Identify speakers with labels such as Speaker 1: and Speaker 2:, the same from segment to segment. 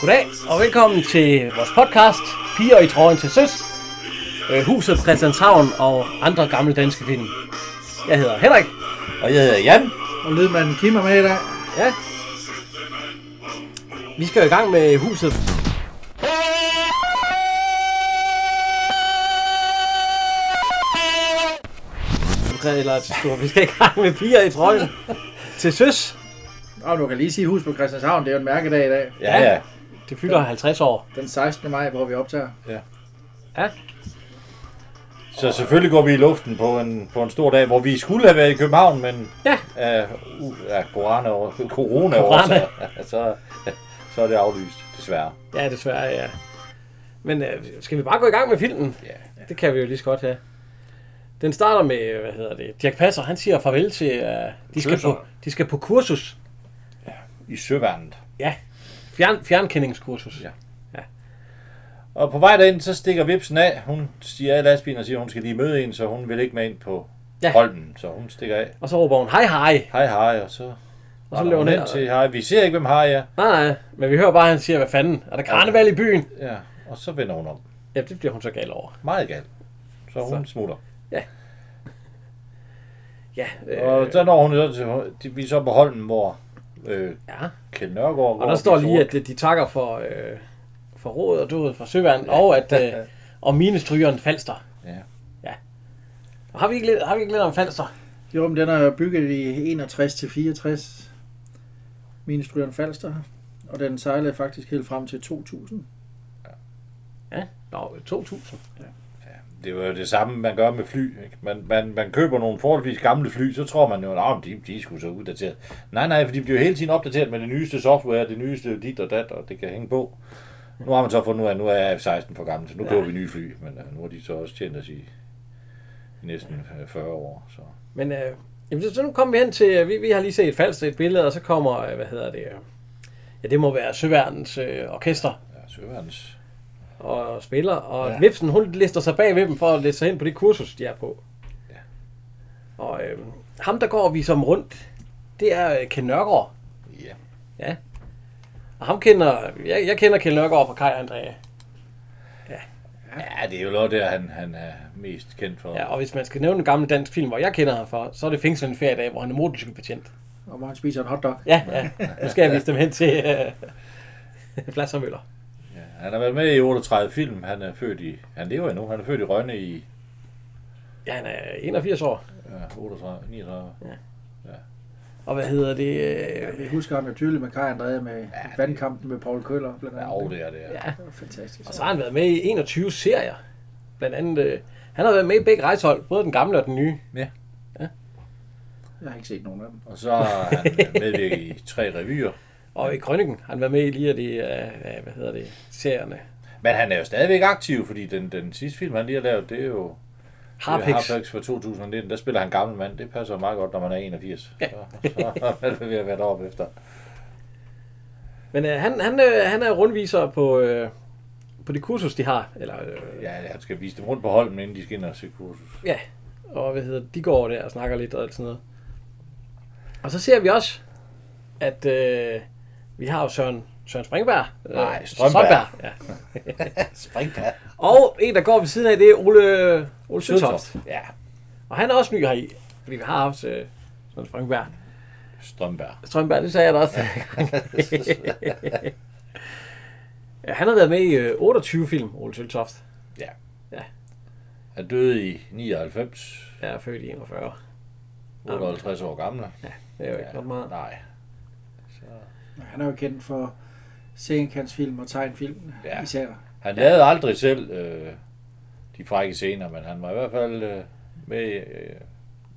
Speaker 1: Goddag og velkommen til vores podcast Piger i trøjen til søs. øh, Huset Christianshavn og andre gamle danske film. Jeg hedder Henrik.
Speaker 2: Og jeg hedder Jan.
Speaker 3: Og lydmanden Kim er med i dag.
Speaker 1: Ja. Vi skal i gang med huset. Eller, vi skal i gang med piger i trøjen til søs.
Speaker 3: Og du kan lige sige hus på Christianshavn, det er jo en mærkedag i dag.
Speaker 2: Ja, ja.
Speaker 1: Det fylder 50 år.
Speaker 3: Den 16. maj, hvor vi optager.
Speaker 1: Ja,
Speaker 2: Så selvfølgelig går vi i luften på en, på en stor dag, hvor vi skulle have været i København, men
Speaker 1: Ja.
Speaker 2: af uh, ja, corona, corona, corona.
Speaker 1: Corona.
Speaker 2: Også, så, så er det aflyst, desværre.
Speaker 1: ja desværre, ja. Men øh, skal vi bare gå i gang med filmen?
Speaker 2: Ja.
Speaker 1: Det kan vi jo lige så godt have. Den starter med, øh, hvad hedder det, Dirk Passer, han siger farvel til, uh, de, skal på,
Speaker 2: Tøserne.
Speaker 1: de skal på kursus.
Speaker 2: I søværnet.
Speaker 1: Ja, Fjern, fjernkendingskursus.
Speaker 2: Ja.
Speaker 1: Ja.
Speaker 2: Og på vej derind, så stikker Vipsen af. Hun stiger af lastbilen og siger, hun skal lige møde en, så hun vil ikke med ind på
Speaker 1: Ja.
Speaker 2: ja. Holmen. Så hun stikker af.
Speaker 1: Og så råber hun, hej hej.
Speaker 2: Hej, hej, og så...
Speaker 1: Og så løber hun
Speaker 2: ind
Speaker 1: hen.
Speaker 2: til hej. Vi ser ikke, hvem hej er.
Speaker 1: Nej, nej, men vi hører bare, at han siger, hvad fanden, er der karneval i byen?
Speaker 2: Ja, og så vender hun om.
Speaker 1: Ja, det bliver hun så gal over.
Speaker 2: Meget galt. Så hun så. smutter.
Speaker 1: Ja, øh,
Speaker 2: Og så når hun så til, de- vi er så på Holmen, hvor øh,
Speaker 1: ja.
Speaker 2: Kjeld Nørgaard
Speaker 1: Og der står lige, at øh, de takker for, øh, for råd og død for søværnet, og at øh, og minestrygeren Falster.
Speaker 2: Ja.
Speaker 1: ja. Og har vi ikke lidt, har vi ikke lidt om Falster?
Speaker 3: Jo, men den er jo bygget i 61 til 64. Minestryren Falster. Og den sejlede faktisk helt frem til 2000.
Speaker 1: Ja, Nå, øh, 2000.
Speaker 2: Det var jo det samme, man gør med fly. Ikke? Man, man, man køber nogle forholdsvis gamle fly, så tror man jo, at de, de skulle så uddateret. Nej, nej, for de bliver jo hele tiden opdateret med det nyeste software, det nyeste dit og dat, og det kan hænge på. Nu har man så fundet ud af, at nu er F-16 for gammel, så nu køber vi nye fly, men øh, nu har de så også tjent os i, i næsten øh, 40 år. Så.
Speaker 1: Men øh, jamen, så, så nu kommer vi hen til, øh, vi, vi har lige set falsk et billede, og så kommer, øh, hvad hedder det, øh, ja, det må være Søværdens øh, orkester
Speaker 2: Ja, søværens.
Speaker 1: og spiller, og ja. Vipsen, hun lister sig bag ved dem for at læse sig ind på det kursus, de er på. Ja. Og øh, ham, der går og viser dem rundt, det er øh, Ken Nørgaard.
Speaker 2: Ja.
Speaker 1: Ja. Og ham kender, jeg, jeg kender Ken Nørgaard fra Kaj og Andrea.
Speaker 2: ja, det er jo noget der, han, han er mest kendt for.
Speaker 1: Ja, og hvis man skal nævne en gammel dansk film, hvor jeg kender ham fra, så er det Fængsel en feriedag, hvor han er motorcykelbetjent.
Speaker 3: Og hvor han spiser en hotdog.
Speaker 1: Ja, ja. Nu skal jeg vise dem hen til øh, Plads og Møller.
Speaker 2: Han har været med i 38 film. Han er født i... Han lever endnu. Han er født i Rønne i øh,
Speaker 1: Ja, han er 81 år.
Speaker 2: ja, 38, 39.
Speaker 1: Og hvad hedder det?
Speaker 3: Ja,
Speaker 1: øh,
Speaker 3: vi husker ham jo tydeligt med Kaj Andrea med ja, vandkampen med Paul Køller. Blandt
Speaker 2: Ja,
Speaker 3: andet.
Speaker 2: og det er det. Ja.
Speaker 1: Ja.
Speaker 3: Det var fantastisk.
Speaker 1: Og så har han været med i 21 serier. Blandt andet... Øh, han har været med i begge rejsehold, både den gamle og den nye.
Speaker 3: Jeg har ikke set nogen af dem.
Speaker 2: Og så har han medvirket i tre revyer.
Speaker 1: Og i Krønningen har han været med i lige af de, øh, øh, hvad hedder det, serierne.
Speaker 2: Men han er jo stadigvæk aktiv, fordi den, den sidste film, han lige har lavet, det er jo
Speaker 1: Harpix.
Speaker 2: Harpex fra 2019. Der spiller han gammel mand. Det passer meget godt, når man er 81. Ja. Så, så er det ved at være deroppe efter.
Speaker 1: Men øh, han, han, øh, han er rundviser på, øh, på det kursus, de har. Eller, øh,
Speaker 2: Ja, han skal vise dem rundt på holden, inden de skal ind og se kursus.
Speaker 1: ja. Og hvad hedder det, de går der og snakker lidt og alt sådan noget. Og så ser vi også, at øh, vi har jo Søren, Søren Springberg. Øh,
Speaker 2: Nej, Strømberg.
Speaker 1: ja.
Speaker 2: Spring da.
Speaker 1: Og en, der går ved siden af, det er Ole, Ole Søtoft.
Speaker 2: Ja,
Speaker 1: Og han er også ny heri, fordi vi har haft øh, Søren Strømberg.
Speaker 2: Strømberg.
Speaker 1: Strømberg, det sagde jeg da også. ja, han har været med i øh, 28 film, Ole Søltoft.
Speaker 2: Han døde i 99,
Speaker 1: Jeg er født i 41.
Speaker 2: 58 år gammel.
Speaker 1: Det er jo ikke ja, meget.
Speaker 2: Nej,
Speaker 3: Han er jo kendt for Sengekantsfilm og tegnfilm
Speaker 2: Ja.
Speaker 3: ja. især.
Speaker 2: Han lavede aldrig selv øh, de frække scener, men han var i hvert fald øh, med øh,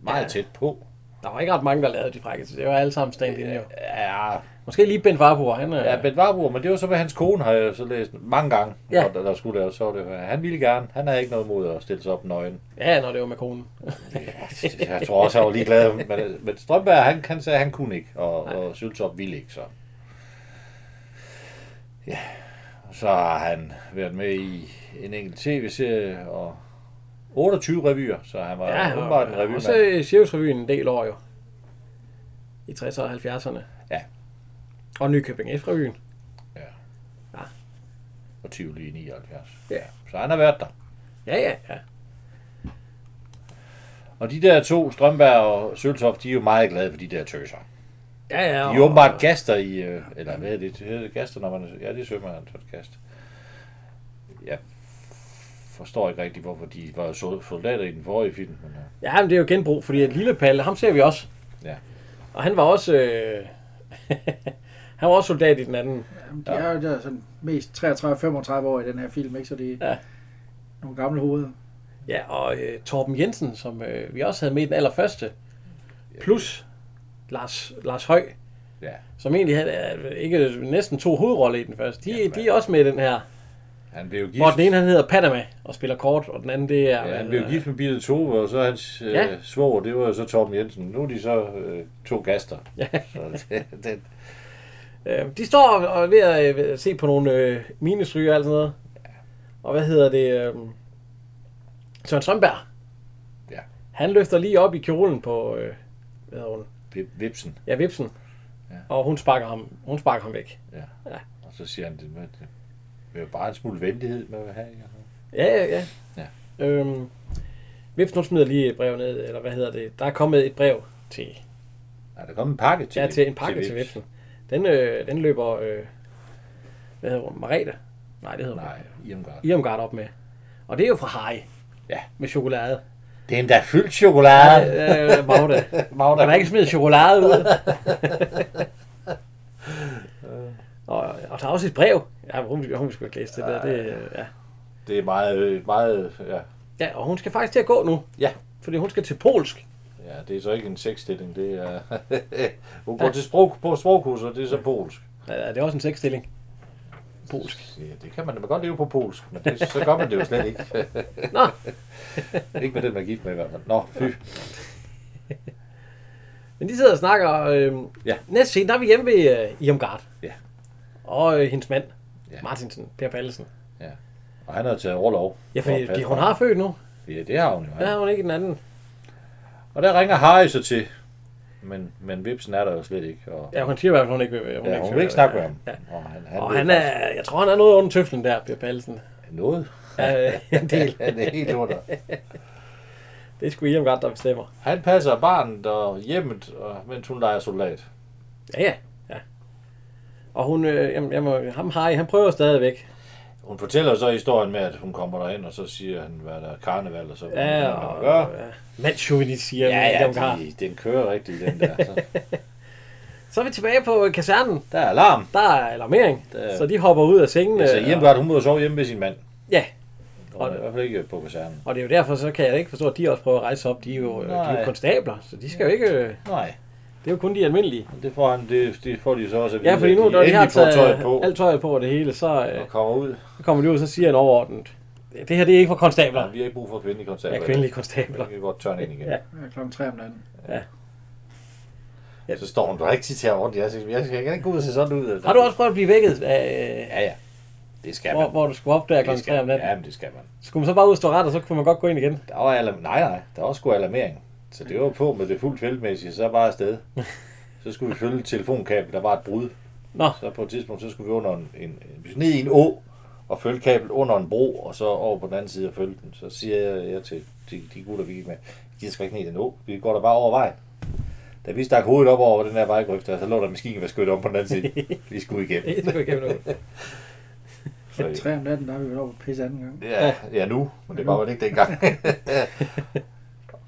Speaker 2: meget
Speaker 1: Ja.
Speaker 2: ja. tæt på.
Speaker 1: Der var ikke ret mange, der lavede de frække, så det var alle sammen stand in jo.
Speaker 2: Ja,
Speaker 1: Måske lige Ben Farbo, han øh, er...
Speaker 2: ja Ben Warburg, men det var så med hans kone, har jeg så læst mange gange,
Speaker 1: Ja.
Speaker 2: ja. der, der skulle laves, så var det. Han ville gerne, han havde ikke noget mod at stille sig op nøgen.
Speaker 1: ja, når det var med konen.
Speaker 2: Jeg tror også, han var ligeglad, men, men Strømberg, han, han sagde, han kunne ikke, og, og Syltop ville ikke, så. Ja, så har han været med i en enkelt tv-serie, og 28 revyer, så han var
Speaker 1: Ja,
Speaker 2: ja,
Speaker 1: og,
Speaker 2: åbenbart en
Speaker 1: og,
Speaker 2: revymand.
Speaker 1: og så øh, Cirkusrevyen en del år jo. I 60'erne og 70'erne.
Speaker 2: Ja.
Speaker 1: Og Nykøbing F-revyen.
Speaker 2: Ja.
Speaker 1: Ja,
Speaker 2: og Tivoli i 79.
Speaker 1: Ja.
Speaker 2: Så han har været der.
Speaker 1: Ja, ja, ja.
Speaker 2: Og de der to, Strømberg og Søltoft, de er jo meget glade for de der tøser.
Speaker 1: Ja, ja.
Speaker 2: De er åbenbart gaster i, øh, eller hvad er det, det hedder gaster, når man, ja, det er sømand, så gast. Jeg forstår ikke rigtigt, hvorfor de var sol- soldater i den forrige film. Men, øh,
Speaker 1: Ja, men det er jo genbrug, fordi at Lille Palle, ham ser vi også.
Speaker 2: Ja.
Speaker 1: Og han var også... Øh... han var også soldat i den anden.
Speaker 3: Jamen, de er jo der sådan mest 33-35 år i den her film, ikke? så de er
Speaker 1: Ja.
Speaker 3: ja. nogle gamle hoveder.
Speaker 1: Ja, og øh, Torben Jensen, som øh, vi også havde med i den allerførste. Plus Lars, Lars Høj,
Speaker 2: ja,
Speaker 1: som egentlig havde øh, ikke, næsten to hovedroller i den første. De,
Speaker 2: Jamen,
Speaker 1: de er også med i den her.
Speaker 2: han blev jo gift.
Speaker 1: Hvor den ene han hedder Panama og spiller kort, og den anden det er...
Speaker 2: Ja, han
Speaker 1: hvad
Speaker 2: blev
Speaker 1: hedder-
Speaker 2: gift med Birte Tove, og så hans øh,
Speaker 1: Ja.
Speaker 2: ja. svoger, det var jo så Torben Jensen. Nu er de så øh, to gaster.
Speaker 1: Ja.
Speaker 2: Så det, det,
Speaker 1: Øh, de står og- og er ved at øh, se på nogle øh, minestryger og alt sådan noget. Og hvad hedder det? Øh, Søren Strømberg.
Speaker 2: Ja.
Speaker 1: Han løfter lige op i kjolen på, øh, hvad hedder hun?
Speaker 2: Vip- Vipsen.
Speaker 1: Ja, Vipsen. Ja.
Speaker 2: Ja.
Speaker 1: Og hun sparker ham, hun sparker ham væk.
Speaker 2: Og så siger han, det med, det er jo bare en smule venlighed, man vil have. ikke?
Speaker 1: Ja, ja, ja.
Speaker 2: Ja.
Speaker 1: Øhm, Vipsen, hun smider lige et brev ned, eller hvad hedder det? Der er kommet et brev til,
Speaker 2: Er der kommet en pakke til
Speaker 1: ja, til en pakke til, til Vipsen. Den, øh, den løber, øh, hvad hedder hun? Marete? Nej, det hedder hun.
Speaker 2: Nej, Irmgard.
Speaker 1: Irmgard op med. Og det er jo fra Harry.
Speaker 2: Ja.
Speaker 1: Med chokolade.
Speaker 2: Det er endda fyldt chokolade.
Speaker 1: Ja, øh, Magda.
Speaker 2: Magda.
Speaker 1: Man har ikke smidt chokolade ud. og, og der er også et brev. Ja, hun, hun, hun skulle ikke læse det der. Det, øh, ja.
Speaker 2: Det er meget, øh, meget, ja.
Speaker 1: ja, og hun skal faktisk til at gå nu.
Speaker 2: Ja.
Speaker 1: Fordi hun skal til polsk.
Speaker 2: ja det er så ikke en sexstilling, det er... Hun går til sprog, på sprogkurser, det er så polsk.
Speaker 1: Ja, det er også en sexstilling. Polsk.
Speaker 2: Ja, det kan man, man kan godt leve på polsk, men det, så gør man det jo slet ikke.
Speaker 1: Nå.
Speaker 2: ikke med den, man er gift med i hvert fald. Nå, fy.
Speaker 1: Men de sidder og snakker. Og, øh,
Speaker 2: Ja.
Speaker 1: Næste scene, der er vi hjemme ved øh, Irmgard.
Speaker 2: Ja.
Speaker 1: Og øh, hendes mand. Ja.
Speaker 2: Ja.
Speaker 1: Martinsen, Per Pallesen.
Speaker 2: Og han har taget overlov.
Speaker 1: Ja,
Speaker 2: for at
Speaker 1: fordi
Speaker 2: passe
Speaker 1: de, hun
Speaker 2: på.
Speaker 1: har født nu.
Speaker 2: Ja, det har hun jo.
Speaker 1: Der
Speaker 2: Ja.
Speaker 1: har hun ikke den anden.
Speaker 2: Og der ringer Harry så til. Men, men Vipsen er der jo slet ikke. Og,
Speaker 1: Ja, hun siger i hvert fald, hun ikke vil, hun
Speaker 2: ja, hun vil ikke snakke med ham.
Speaker 1: Ja.
Speaker 2: Og han,
Speaker 1: Han
Speaker 2: han,
Speaker 1: og
Speaker 2: ved
Speaker 1: han
Speaker 2: faktisk
Speaker 1: er, jeg tror, han er noget under tøflen der, Per Pallesen.
Speaker 2: Noget.
Speaker 1: Ja, øh, en del.
Speaker 2: Han er helt under.
Speaker 1: Det er sgu Iam godt, der bestemmer.
Speaker 2: Han passer barnet og hjemmet, og, mens hun leger soldat.
Speaker 1: Ja, ja. ja. Og hun, øh, jamen, jamen, ham har han prøver stadigvæk.
Speaker 2: Hun fortæller så historien med, at hun kommer derind, og så siger han, hvad der er karneval, og så hvad
Speaker 1: Ja,
Speaker 2: man
Speaker 1: og,
Speaker 2: gør.
Speaker 1: ja. Mandsjuvenist, siger
Speaker 2: Ja,
Speaker 1: ja,
Speaker 2: ja,
Speaker 1: ja,
Speaker 2: de, den kører rigtigt, den der. Så,
Speaker 1: Så er vi tilbage på øh, kasernen.
Speaker 2: der er alarm.
Speaker 1: Der er alarmering,
Speaker 2: Der-
Speaker 1: så de hopper ud af sengen.
Speaker 2: Altså,
Speaker 1: øh,
Speaker 2: Irmgard, hun må jo sove hjemme med sin mand.
Speaker 1: Ja.
Speaker 2: Hun er i hvert fald ikke på kasernen.
Speaker 1: og det er jo derfor, så kan jeg da ikke forstå, at de også prøver at rejse sig op. De er jo, øh, de er jo
Speaker 2: Nej.
Speaker 1: konstabler, så de skal jo ikke... øh,
Speaker 2: Nej,
Speaker 1: Det er jo kun de almindelige.
Speaker 2: det får, han, det, det får de så også at
Speaker 1: Ja, fordi nu,
Speaker 2: at de
Speaker 1: når de har
Speaker 2: endelig får tøjet på
Speaker 1: taget alt tøjet på og det hele, så, øh,
Speaker 2: og kommer ud.
Speaker 1: så kommer de ud, og så siger en overordnet, det her det er ikke for konstabler.
Speaker 2: Ja, vi har ikke brug for kvindelige konstabler.
Speaker 1: Ja, kvindelige
Speaker 2: Men
Speaker 1: konstabler.
Speaker 2: Vi kan godt tørne ind igen.
Speaker 1: Ja.
Speaker 2: Ja.
Speaker 3: Ja, klokken 3 om natten.
Speaker 2: Så står hun rigtig til at ordne. Jeg siger, jeg kan ikke gå ud og se sådan ud. altså.
Speaker 1: Har du også prøvet at blive vækket, af,
Speaker 2: Ja, ja. Det skal
Speaker 1: øh,
Speaker 2: man.
Speaker 1: hvor, hvor du skulle op der
Speaker 2: det
Speaker 1: klokken
Speaker 2: skal,
Speaker 1: 3 om natten?
Speaker 2: Ja, men det skal man.
Speaker 1: Skulle man så bare ud og stå ret, og så kunne man godt gå ind igen?
Speaker 2: Der var alarm... Nej, nej, der var sgu alarmering. Så det var på med det fuldt feltmæssige, så bare afsted. Så skulle vi følge et telefonkabel, der var et brud.
Speaker 1: Nå.
Speaker 2: Så på et tidspunkt, så skulle vi under en, en, en ned i en å, og følge kablet under en bro, og så over på den anden side og følge den. Så siger jeg, jeg til, til de gutter, vi gik med, de skal ikke ned i den å, vi går der bare over vejen. Da vi stak hovedet op over den her vejgrøft, der, så lå der maskingeværskytte om på den anden side. Vi skulle igennem.
Speaker 1: Det skulle ikke have noget.
Speaker 2: Så,
Speaker 3: 3 om natten, der har vi været over på pisse anden gang.
Speaker 2: Ja, ja nu, men det var man ikke dengang.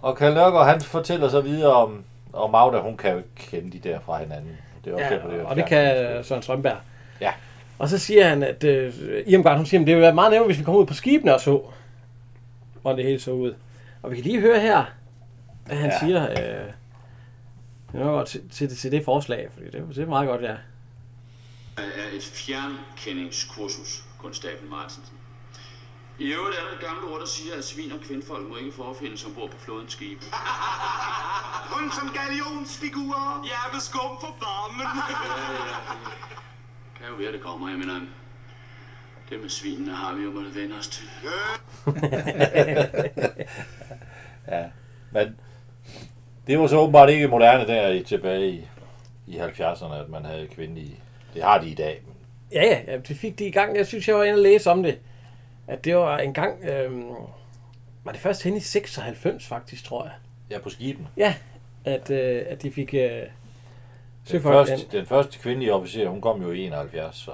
Speaker 2: og Karl Nørgaard, han fortæller så videre om, om Magda, hun kan jo ikke kende de der fra hinanden. Det er også derfor,
Speaker 1: Ja,
Speaker 2: det er
Speaker 1: og det kan
Speaker 2: fjernsyn.
Speaker 1: øh, Søren Strømberg.
Speaker 2: Ja.
Speaker 1: Og så siger han, at øh, Irmgard, hun siger, at det ville være meget nemmere, hvis vi kom ud på skibene og så, hvordan det hele så ud. Og vi kan lige høre her, hvad han
Speaker 2: Ja.
Speaker 1: siger. Øh, det er nok godt til, til, til det forslag, fordi det, det er meget godt, ja.
Speaker 4: er et fjernkendingskursus, konstabel Martinsen. I øvrigt er der et gammelt ord, der siger, at svin og kvindfolk må ikke forefindes ombord på flådens skibe.
Speaker 5: Kun som galionsfigurer. Ja, med skum for varmen.
Speaker 4: Kan jo være, det kommer, jeg mener. Det med svinene har vi jo måttet vende os til.
Speaker 5: Øh.
Speaker 2: Men det var så åbenbart ikke moderne der i, tilbage i, i 70'erne, at man havde kvindelige... Det har de i dag, men
Speaker 1: Ja, ja, ja, det fik de i gang. Jeg synes, jeg var inde og læse om det. At det var en gang... Øhm, var det først hen i 96, faktisk, tror jeg.
Speaker 2: Ja, på skibene.
Speaker 1: Ja, at, øh, at de fik øh,
Speaker 2: Den
Speaker 1: søfolk ind.
Speaker 2: første, den første kvindelige officer, hun kom jo i 71, så...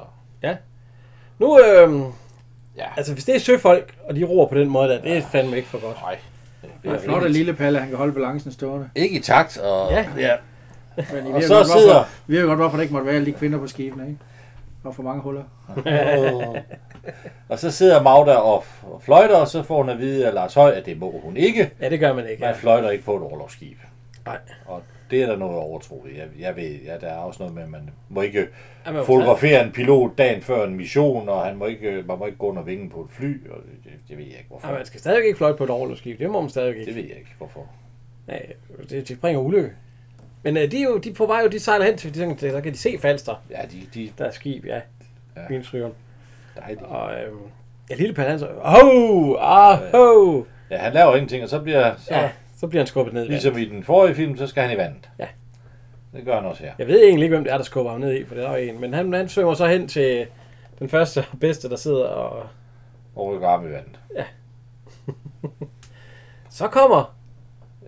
Speaker 1: Nu, øh,
Speaker 2: Ja,
Speaker 1: altså hvis det er søfolk, og de roer på den måde, der, det er fandme ikke for godt.
Speaker 2: nej.
Speaker 3: Det er flot, at lille Palle, han kan holde balancen stående.
Speaker 2: Ikke i takt, og...
Speaker 1: Ja.
Speaker 2: ja.
Speaker 3: Men I
Speaker 2: Og
Speaker 3: ved
Speaker 2: så
Speaker 3: godt,
Speaker 2: sidder...
Speaker 3: hvorfor, vi ved godt, hvorfor der ikke måtte være alle de kvinder på skibene, ikke? Og for mange huller.
Speaker 2: Åh. og så sidder Magda og og fløjter, og så får hun at vide af Lars Høj, at det må hun ikke.
Speaker 1: Ja, det gør man ikke.
Speaker 2: Man
Speaker 1: Ja.
Speaker 2: fløjter ikke på et overlovsskib.
Speaker 1: Nej.
Speaker 2: Og det er der noget overtro i. Jeg, jeg ved, ja, der er også noget med, at man må ikke
Speaker 1: Ja, man-
Speaker 2: fotografere en pilot dagen før en mission, og han må ikke, man må ikke gå under vingen på et fly. Og det, det, det ved jeg ikke, hvorfor.
Speaker 1: Ja, man skal stadigvæk ikke fløjte på et overlovsskib. Det må man stadigvæk
Speaker 2: Det
Speaker 1: ikke.
Speaker 2: ved jeg ikke, hvorfor.
Speaker 1: Ja, det, det bringer ulykke. Men øh, de, er jo, de er på vej, jo, de sejler hen til, de tænker, der kan de se Falster.
Speaker 2: Ja, de, de
Speaker 1: Der er skib, ja.
Speaker 2: Ja.
Speaker 1: ja. Bensrykkeren.
Speaker 2: dejlige.
Speaker 1: Og øhm, ja, lille Palle, han så, oh, ah, ho.
Speaker 2: Ja, han laver ingenting, og så bliver... Så,
Speaker 1: Ja, så bliver han skubbet ned i vandet.
Speaker 2: Ligesom i den forrige film, så skal han i vandet.
Speaker 1: Ja.
Speaker 2: Det gør han også her.
Speaker 1: Jeg ved egentlig ikke, hvem det er, der skubber ham ned i, for det er der jo en. Men han, han svømmer så hen til den første og bedste, der sidder og...
Speaker 2: Og rykker arm i vandet.
Speaker 1: Så kommer...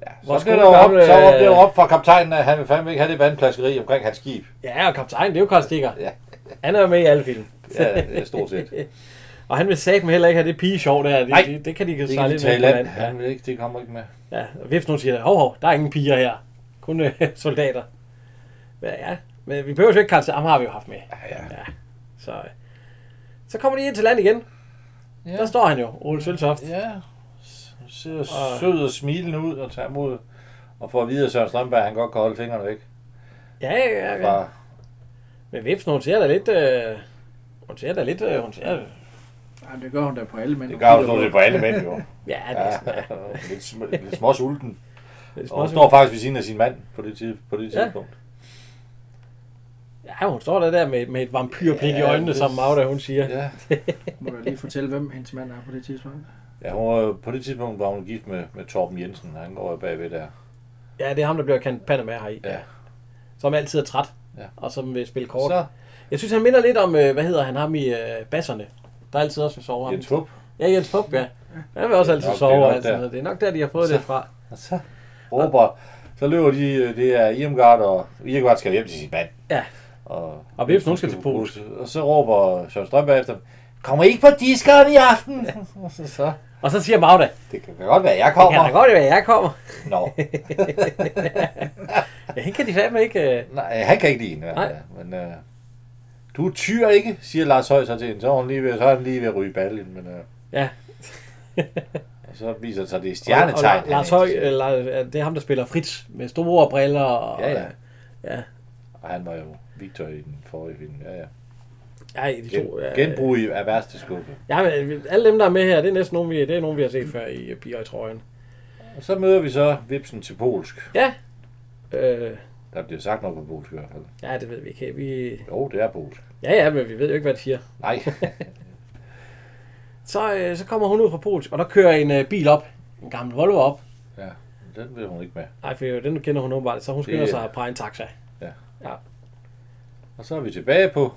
Speaker 2: Ja,
Speaker 1: Vores
Speaker 2: så bliver der
Speaker 1: gode
Speaker 2: op,
Speaker 1: gamle-
Speaker 2: så op, det op fra kaptajnen, at han vil fandme ikke have det vandplaskeri omkring hans skib.
Speaker 1: Ja, og kaptajn, det er jo Karl Stikker.
Speaker 2: Ja.
Speaker 1: Han er jo med i alle film.
Speaker 2: Ja, det er stort set.
Speaker 1: Og han vil satme heller ikke have det pigesjov der. Det,
Speaker 2: Nej,
Speaker 1: det, det kan de ikke
Speaker 2: Det kan
Speaker 1: sejle
Speaker 2: de
Speaker 1: lidt
Speaker 2: tage i
Speaker 1: med på
Speaker 2: land.
Speaker 1: land. Ja.
Speaker 2: Han vil ikke, det kommer ikke med.
Speaker 1: Ja, og Vifs nu siger, hov, hov, der er ingen piger her. Kun øh, soldater. Ja, ja. Men vi behøver jo ikke Karl Stikker. Ham har vi jo haft med.
Speaker 2: Ja, ja.
Speaker 1: Så, øh. så kommer de ind til land igen.
Speaker 2: Ja.
Speaker 1: Ja. Der står han jo, Ole Søltoft.
Speaker 2: ja. Så ser sød og smilende ud og tager mod og får at vide, at Søren Strømberg, han godt kan holde fingrene væk
Speaker 1: Ja, ja, ja.
Speaker 2: fra...
Speaker 1: Men Vipsen, hun ser da lidt... Øh, hun ser da lidt... Øh, hun ser,
Speaker 3: Jamen, det gør hun da på alle mænd.
Speaker 2: Det gør jo stort set på alle mænd, jo.
Speaker 1: ja, det er
Speaker 2: Ja,
Speaker 1: sådan, ja.
Speaker 2: lidt, sm- lidt småsulten.
Speaker 1: Det er
Speaker 2: Og hun
Speaker 1: står...
Speaker 2: står faktisk ved siden af sin mand på det, tid, på det
Speaker 1: Ja.
Speaker 2: tidspunkt.
Speaker 1: Ja, hun står der, der med, med et vampyrblik ja, i
Speaker 2: Ja,
Speaker 1: øjnene,
Speaker 2: det-
Speaker 1: som Magda, hun siger. Ja.
Speaker 2: Ja.
Speaker 3: Må du lige fortælle, hvem hendes mand er på det tidspunkt?
Speaker 2: ja, hun var, jo- på det tidspunkt var hun gift med, med Torben Jensen. Han går jo bagved der.
Speaker 1: ja, det er ham, der bliver kendt Panama her i.
Speaker 2: Ja.
Speaker 1: Som altid er træt.
Speaker 2: Ja.
Speaker 1: Ja. Og som vil spille kort. Så...
Speaker 2: Så,
Speaker 1: Jeg synes, han minder lidt om, øh, hvad hedder han ham i øh, basserne. Der er altid også vil sove ham.
Speaker 2: Jens Fup.
Speaker 1: Ja, Jens Fup, ja. Han vil også altid
Speaker 2: nok- det er
Speaker 1: sove
Speaker 2: nok
Speaker 1: og alt sådan
Speaker 2: der.
Speaker 1: noget. Det er nok der, de har fået
Speaker 2: Så-
Speaker 1: så... det fra.
Speaker 2: Og så råber, så løber de, øh, det er Irmgard, og Irmgard skal hjem til sin mand.
Speaker 1: Ja.
Speaker 2: Og,
Speaker 1: Og Vipsen, hun skal til Polen.
Speaker 2: Og så råber Søren Strømberg efter dem, kommer I ikke på diskeren i aften? Og så, så,
Speaker 1: Og så siger Magda,
Speaker 2: det kan godt være, jeg
Speaker 1: det
Speaker 2: kommer.
Speaker 1: kan da godt være, jeg kommer.
Speaker 2: Nå,
Speaker 1: Ja, hende kan de fandme ikke... Øh...
Speaker 2: nej, han kan ikke lide hende.
Speaker 1: Nej.
Speaker 2: Men, øh, du er tyr, ikke? siger Lars Høj så til hende. Så er, hun lige ved, så er han lige ved at ryge ballen. Men, øh,
Speaker 1: Ja.
Speaker 2: og så viser det sig, det er
Speaker 1: Og, og
Speaker 2: stjernetegn.
Speaker 1: La- Lars Høj, øh, La- det er ham, der spiller Fritz med store briller. Og,
Speaker 2: Ja, ja.
Speaker 1: Ja.
Speaker 2: Og han var jo Victor i den forrige film. Ja, ja.
Speaker 1: Ja, i de to.
Speaker 2: Gen,
Speaker 1: ja.
Speaker 2: genbrug i- af værste skuffe.
Speaker 1: Ja, men øh, alle dem, der er med her, det er næsten nogen, vi, det er nogen, vi har set før i øh, Piger i trøjen.
Speaker 2: Og så møder vi så Vipsen til polsk.
Speaker 1: Ja. Øh,
Speaker 2: Der bliver sagt noget på polsk i hvert fald.
Speaker 1: ja, det ved vi ikke. Vi...
Speaker 2: Jo, det er polsk.
Speaker 1: Ja, ja, men vi ved jo ikke, hvad det siger.
Speaker 2: Nej.
Speaker 1: Så, øh, så kommer hun ud fra Polen, og der kører en øh, bil op. En gammel Volvo op.
Speaker 2: ja, den vil hun ikke med.
Speaker 1: Nej, for den kender hun åbenbart, så hun skynder
Speaker 2: Det-
Speaker 1: sig at pege en taxa.
Speaker 2: Og så er vi tilbage på,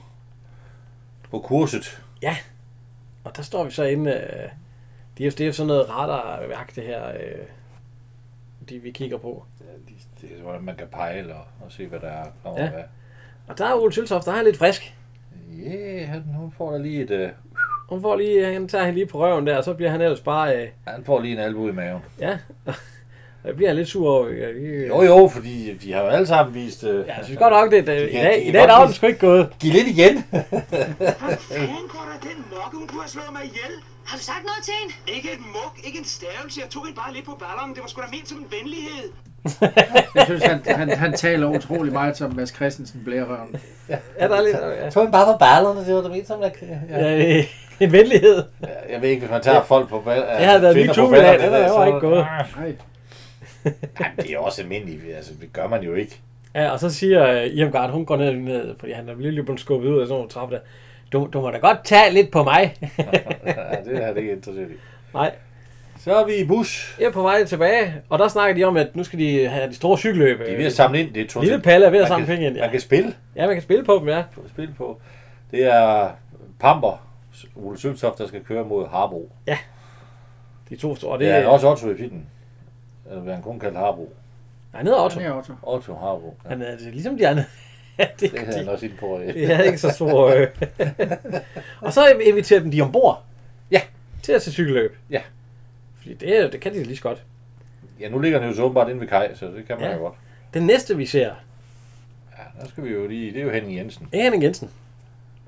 Speaker 2: på kurset.
Speaker 1: Og der står vi så inde... Øh, det er, det er sådan noget radarværk, det her, øh, de vi kigger på.
Speaker 2: Ja, det- Det er, hvordan man kan pejle og, og se, hvad der er. Når
Speaker 1: Ja.
Speaker 2: ja. Hvad.
Speaker 1: Og der er Ole Søltoft, der er lidt frisk.
Speaker 2: Yeah, han, hun får da lige et, øh,
Speaker 1: Hun får lige, han tager hende lige på røven der, og så bliver han ellers bare, øh,
Speaker 2: han får lige en albu i maven.
Speaker 1: ja, og det bliver han lidt sur over. Øh, øh.
Speaker 2: Jo, jo, fordi de har jo alle sammen vist... Øh,
Speaker 1: Ja, jeg synes godt nok, det, det,
Speaker 2: De
Speaker 1: i
Speaker 2: kan- de
Speaker 1: dag,
Speaker 2: kan
Speaker 1: i dag
Speaker 2: godt
Speaker 1: der er den
Speaker 2: lide-
Speaker 1: sgu ikke gået.
Speaker 2: Giv lidt igen.
Speaker 5: Hvad fanden går der den mok? Hun kunne have slået mig ihjel.
Speaker 6: Har du sagt noget til hende?
Speaker 5: Ikke et muk, ikke en stavelse. Jeg tog hende bare lidt på ballerne. Det var sgu da ment som en venlighed.
Speaker 3: Jeg synes, han, han, han taler utrolig meget som Mads Christensen blærerøven.
Speaker 1: Ja, der er lidt, ja.
Speaker 2: Tog han bare på ballerne, det var det mindste, man kan... Ja.
Speaker 1: Ja, øh, en venlighed.
Speaker 2: Ja, Jeg ved ikke, hvis man tager folk på baller...
Speaker 1: Det har været min tur i dag, den er jo ikke gået.
Speaker 3: Nej,
Speaker 2: Jamen, det er også almindeligt, altså det gør man jo ikke.
Speaker 1: Ja, og så siger øh, Irmgard, hun går ned, ned fordi han er lige lige blevet skubbet ud af sådan nogle trapper der. Du, du må da godt tage lidt på mig.
Speaker 2: ja, det er det ikke interesseret i.
Speaker 1: Nej,
Speaker 2: Så er vi i bus.
Speaker 1: jeg er på vej tilbage, og der snakker de om, at nu skal de have de store cykelløb.
Speaker 2: De er
Speaker 1: øh.
Speaker 2: ved at samle ind. Det er to
Speaker 1: Lille Palle er ved at
Speaker 2: Man
Speaker 1: samle
Speaker 2: kan-
Speaker 1: penge ind, ja.
Speaker 2: Man kan spille,
Speaker 1: Ja, man kan spille på dem, ja.
Speaker 2: spille på. Det er Pamper, Ole Søltoft, der skal køre mod Harbo.
Speaker 1: De to store. Og
Speaker 2: Det
Speaker 1: det,
Speaker 2: er også Otto i filmen. Eller hvad han kun kaldt Harbo.
Speaker 1: Nej, han hedder Otto.
Speaker 3: Den her auto.
Speaker 2: Otto Harbo. Ja,
Speaker 1: Han er det er ligesom de andre. Ja, det,
Speaker 2: det
Speaker 1: det,
Speaker 2: havde han
Speaker 1: de,
Speaker 2: også ind på.
Speaker 1: det er ikke så stor. Øh. og så inviterer dem de ombord.
Speaker 2: Ja.
Speaker 1: Til at se cykelløb.
Speaker 2: Ja.
Speaker 1: Fordi det, er- det kan de lige så godt.
Speaker 2: Ja, nu ligger den jo så åbenbart inde ved Kaj, så det kan man
Speaker 1: Ja.
Speaker 2: ja. jo godt.
Speaker 1: Den næste, vi ser,
Speaker 2: Ja, der skal vi jo lige... Det er jo Henning Jensen.
Speaker 1: er Henning Jensen.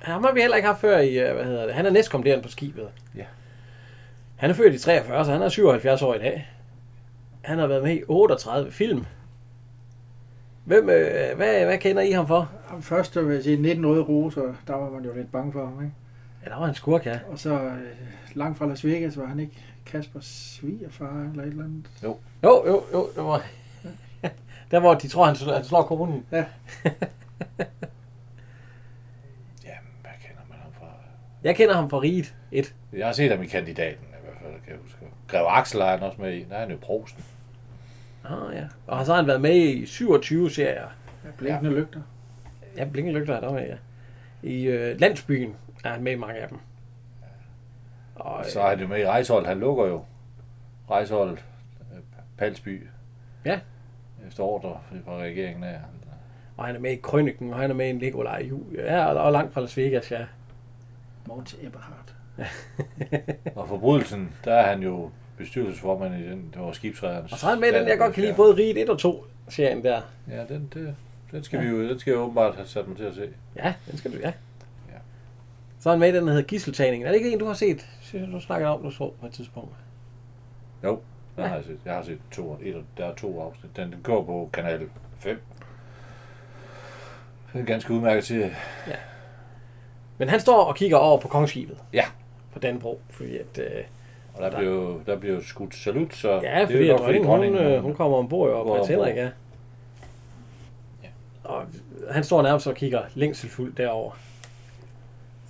Speaker 1: Ham har vi heller ikke haft før i, øh, hvad hedder det, han er næstkommanderende på skibet.
Speaker 2: Ja.
Speaker 1: Han er født i 43, så han er 77 år i dag. Han har været med i 38 film. Hvem, øh, hvad, hvad kender I ham for?
Speaker 3: Jamen, Først så vil jeg sige 19 røde roser, der var man jo lidt bange for ham, ikke?
Speaker 1: Ja, der var en skurk, ja.
Speaker 3: Og så øh, langt fra Las Vegas var han ikke Kaspers svigerfar eller et eller andet.
Speaker 1: Jo, jo, jo, der var... Der hvor de tror, han slår, han slår kommunen.
Speaker 2: Ja, hvad kender man ham fra?
Speaker 1: Jeg kender ham fra Riget 1.
Speaker 2: Jeg har set ham i kandidaten, i hvert fald, kan jeg huske. Grev Axel er han også med i. Nej, han er jo Prosten.
Speaker 1: Ah, ja. Og så har han været med i 27 serier.
Speaker 3: Ja, blinkende ja. lygter.
Speaker 1: Ja, Blinken Lygter er der med, ja. I øh, Landsbyen er han med i mange af dem. Og, øh,
Speaker 2: Så er han jo med i Rejsholdt. Han lukker jo Rejsholdt, øh, Palsby.
Speaker 1: Ja.
Speaker 2: Efter ordre fra regeringen af.
Speaker 1: og han er med i Krønningen, og han er med i Nikolaj Jul. Ja, og, og langt fra Las Vegas, ja.
Speaker 3: Mons Eberhardt.
Speaker 2: Og forbrydelsen, der er han jo bestyrelsesformand i den, det var skibsrejernes.
Speaker 1: Og så er han med i den, jeg godt kan lide, både Riget 1 og 2 serien der.
Speaker 2: Ja, den, det, den skal vi jo, den skal jeg åbenbart have sat mig til at se.
Speaker 1: Ja, den skal du, ja.
Speaker 2: Ja.
Speaker 1: Så er han med i den, der hedder Gisseltagningen. Er det ikke en, du har set? Synes jeg, du snakker om, du så på et tidspunkt.
Speaker 2: Jo, den har jeg set. Jeg har set to, et, og- der er to afsnit. Den, den går på kanal 5. Det er ganske udmærket til.
Speaker 1: Men han står og kigger over på kongskibet.
Speaker 2: Ja.
Speaker 1: På Danbro, fordi at... Øh,
Speaker 2: Og der,
Speaker 1: Der-
Speaker 2: bliver jo der bliver jo skudt salut, så
Speaker 1: ja, fordi at
Speaker 2: nok,
Speaker 1: dronningen, hun,
Speaker 2: dronningen,
Speaker 1: øh, hun kommer ombord og
Speaker 2: går
Speaker 1: prins
Speaker 2: ombord.
Speaker 1: Henrik, ja. Og han står nærmest og kigger længselsfuldt derover.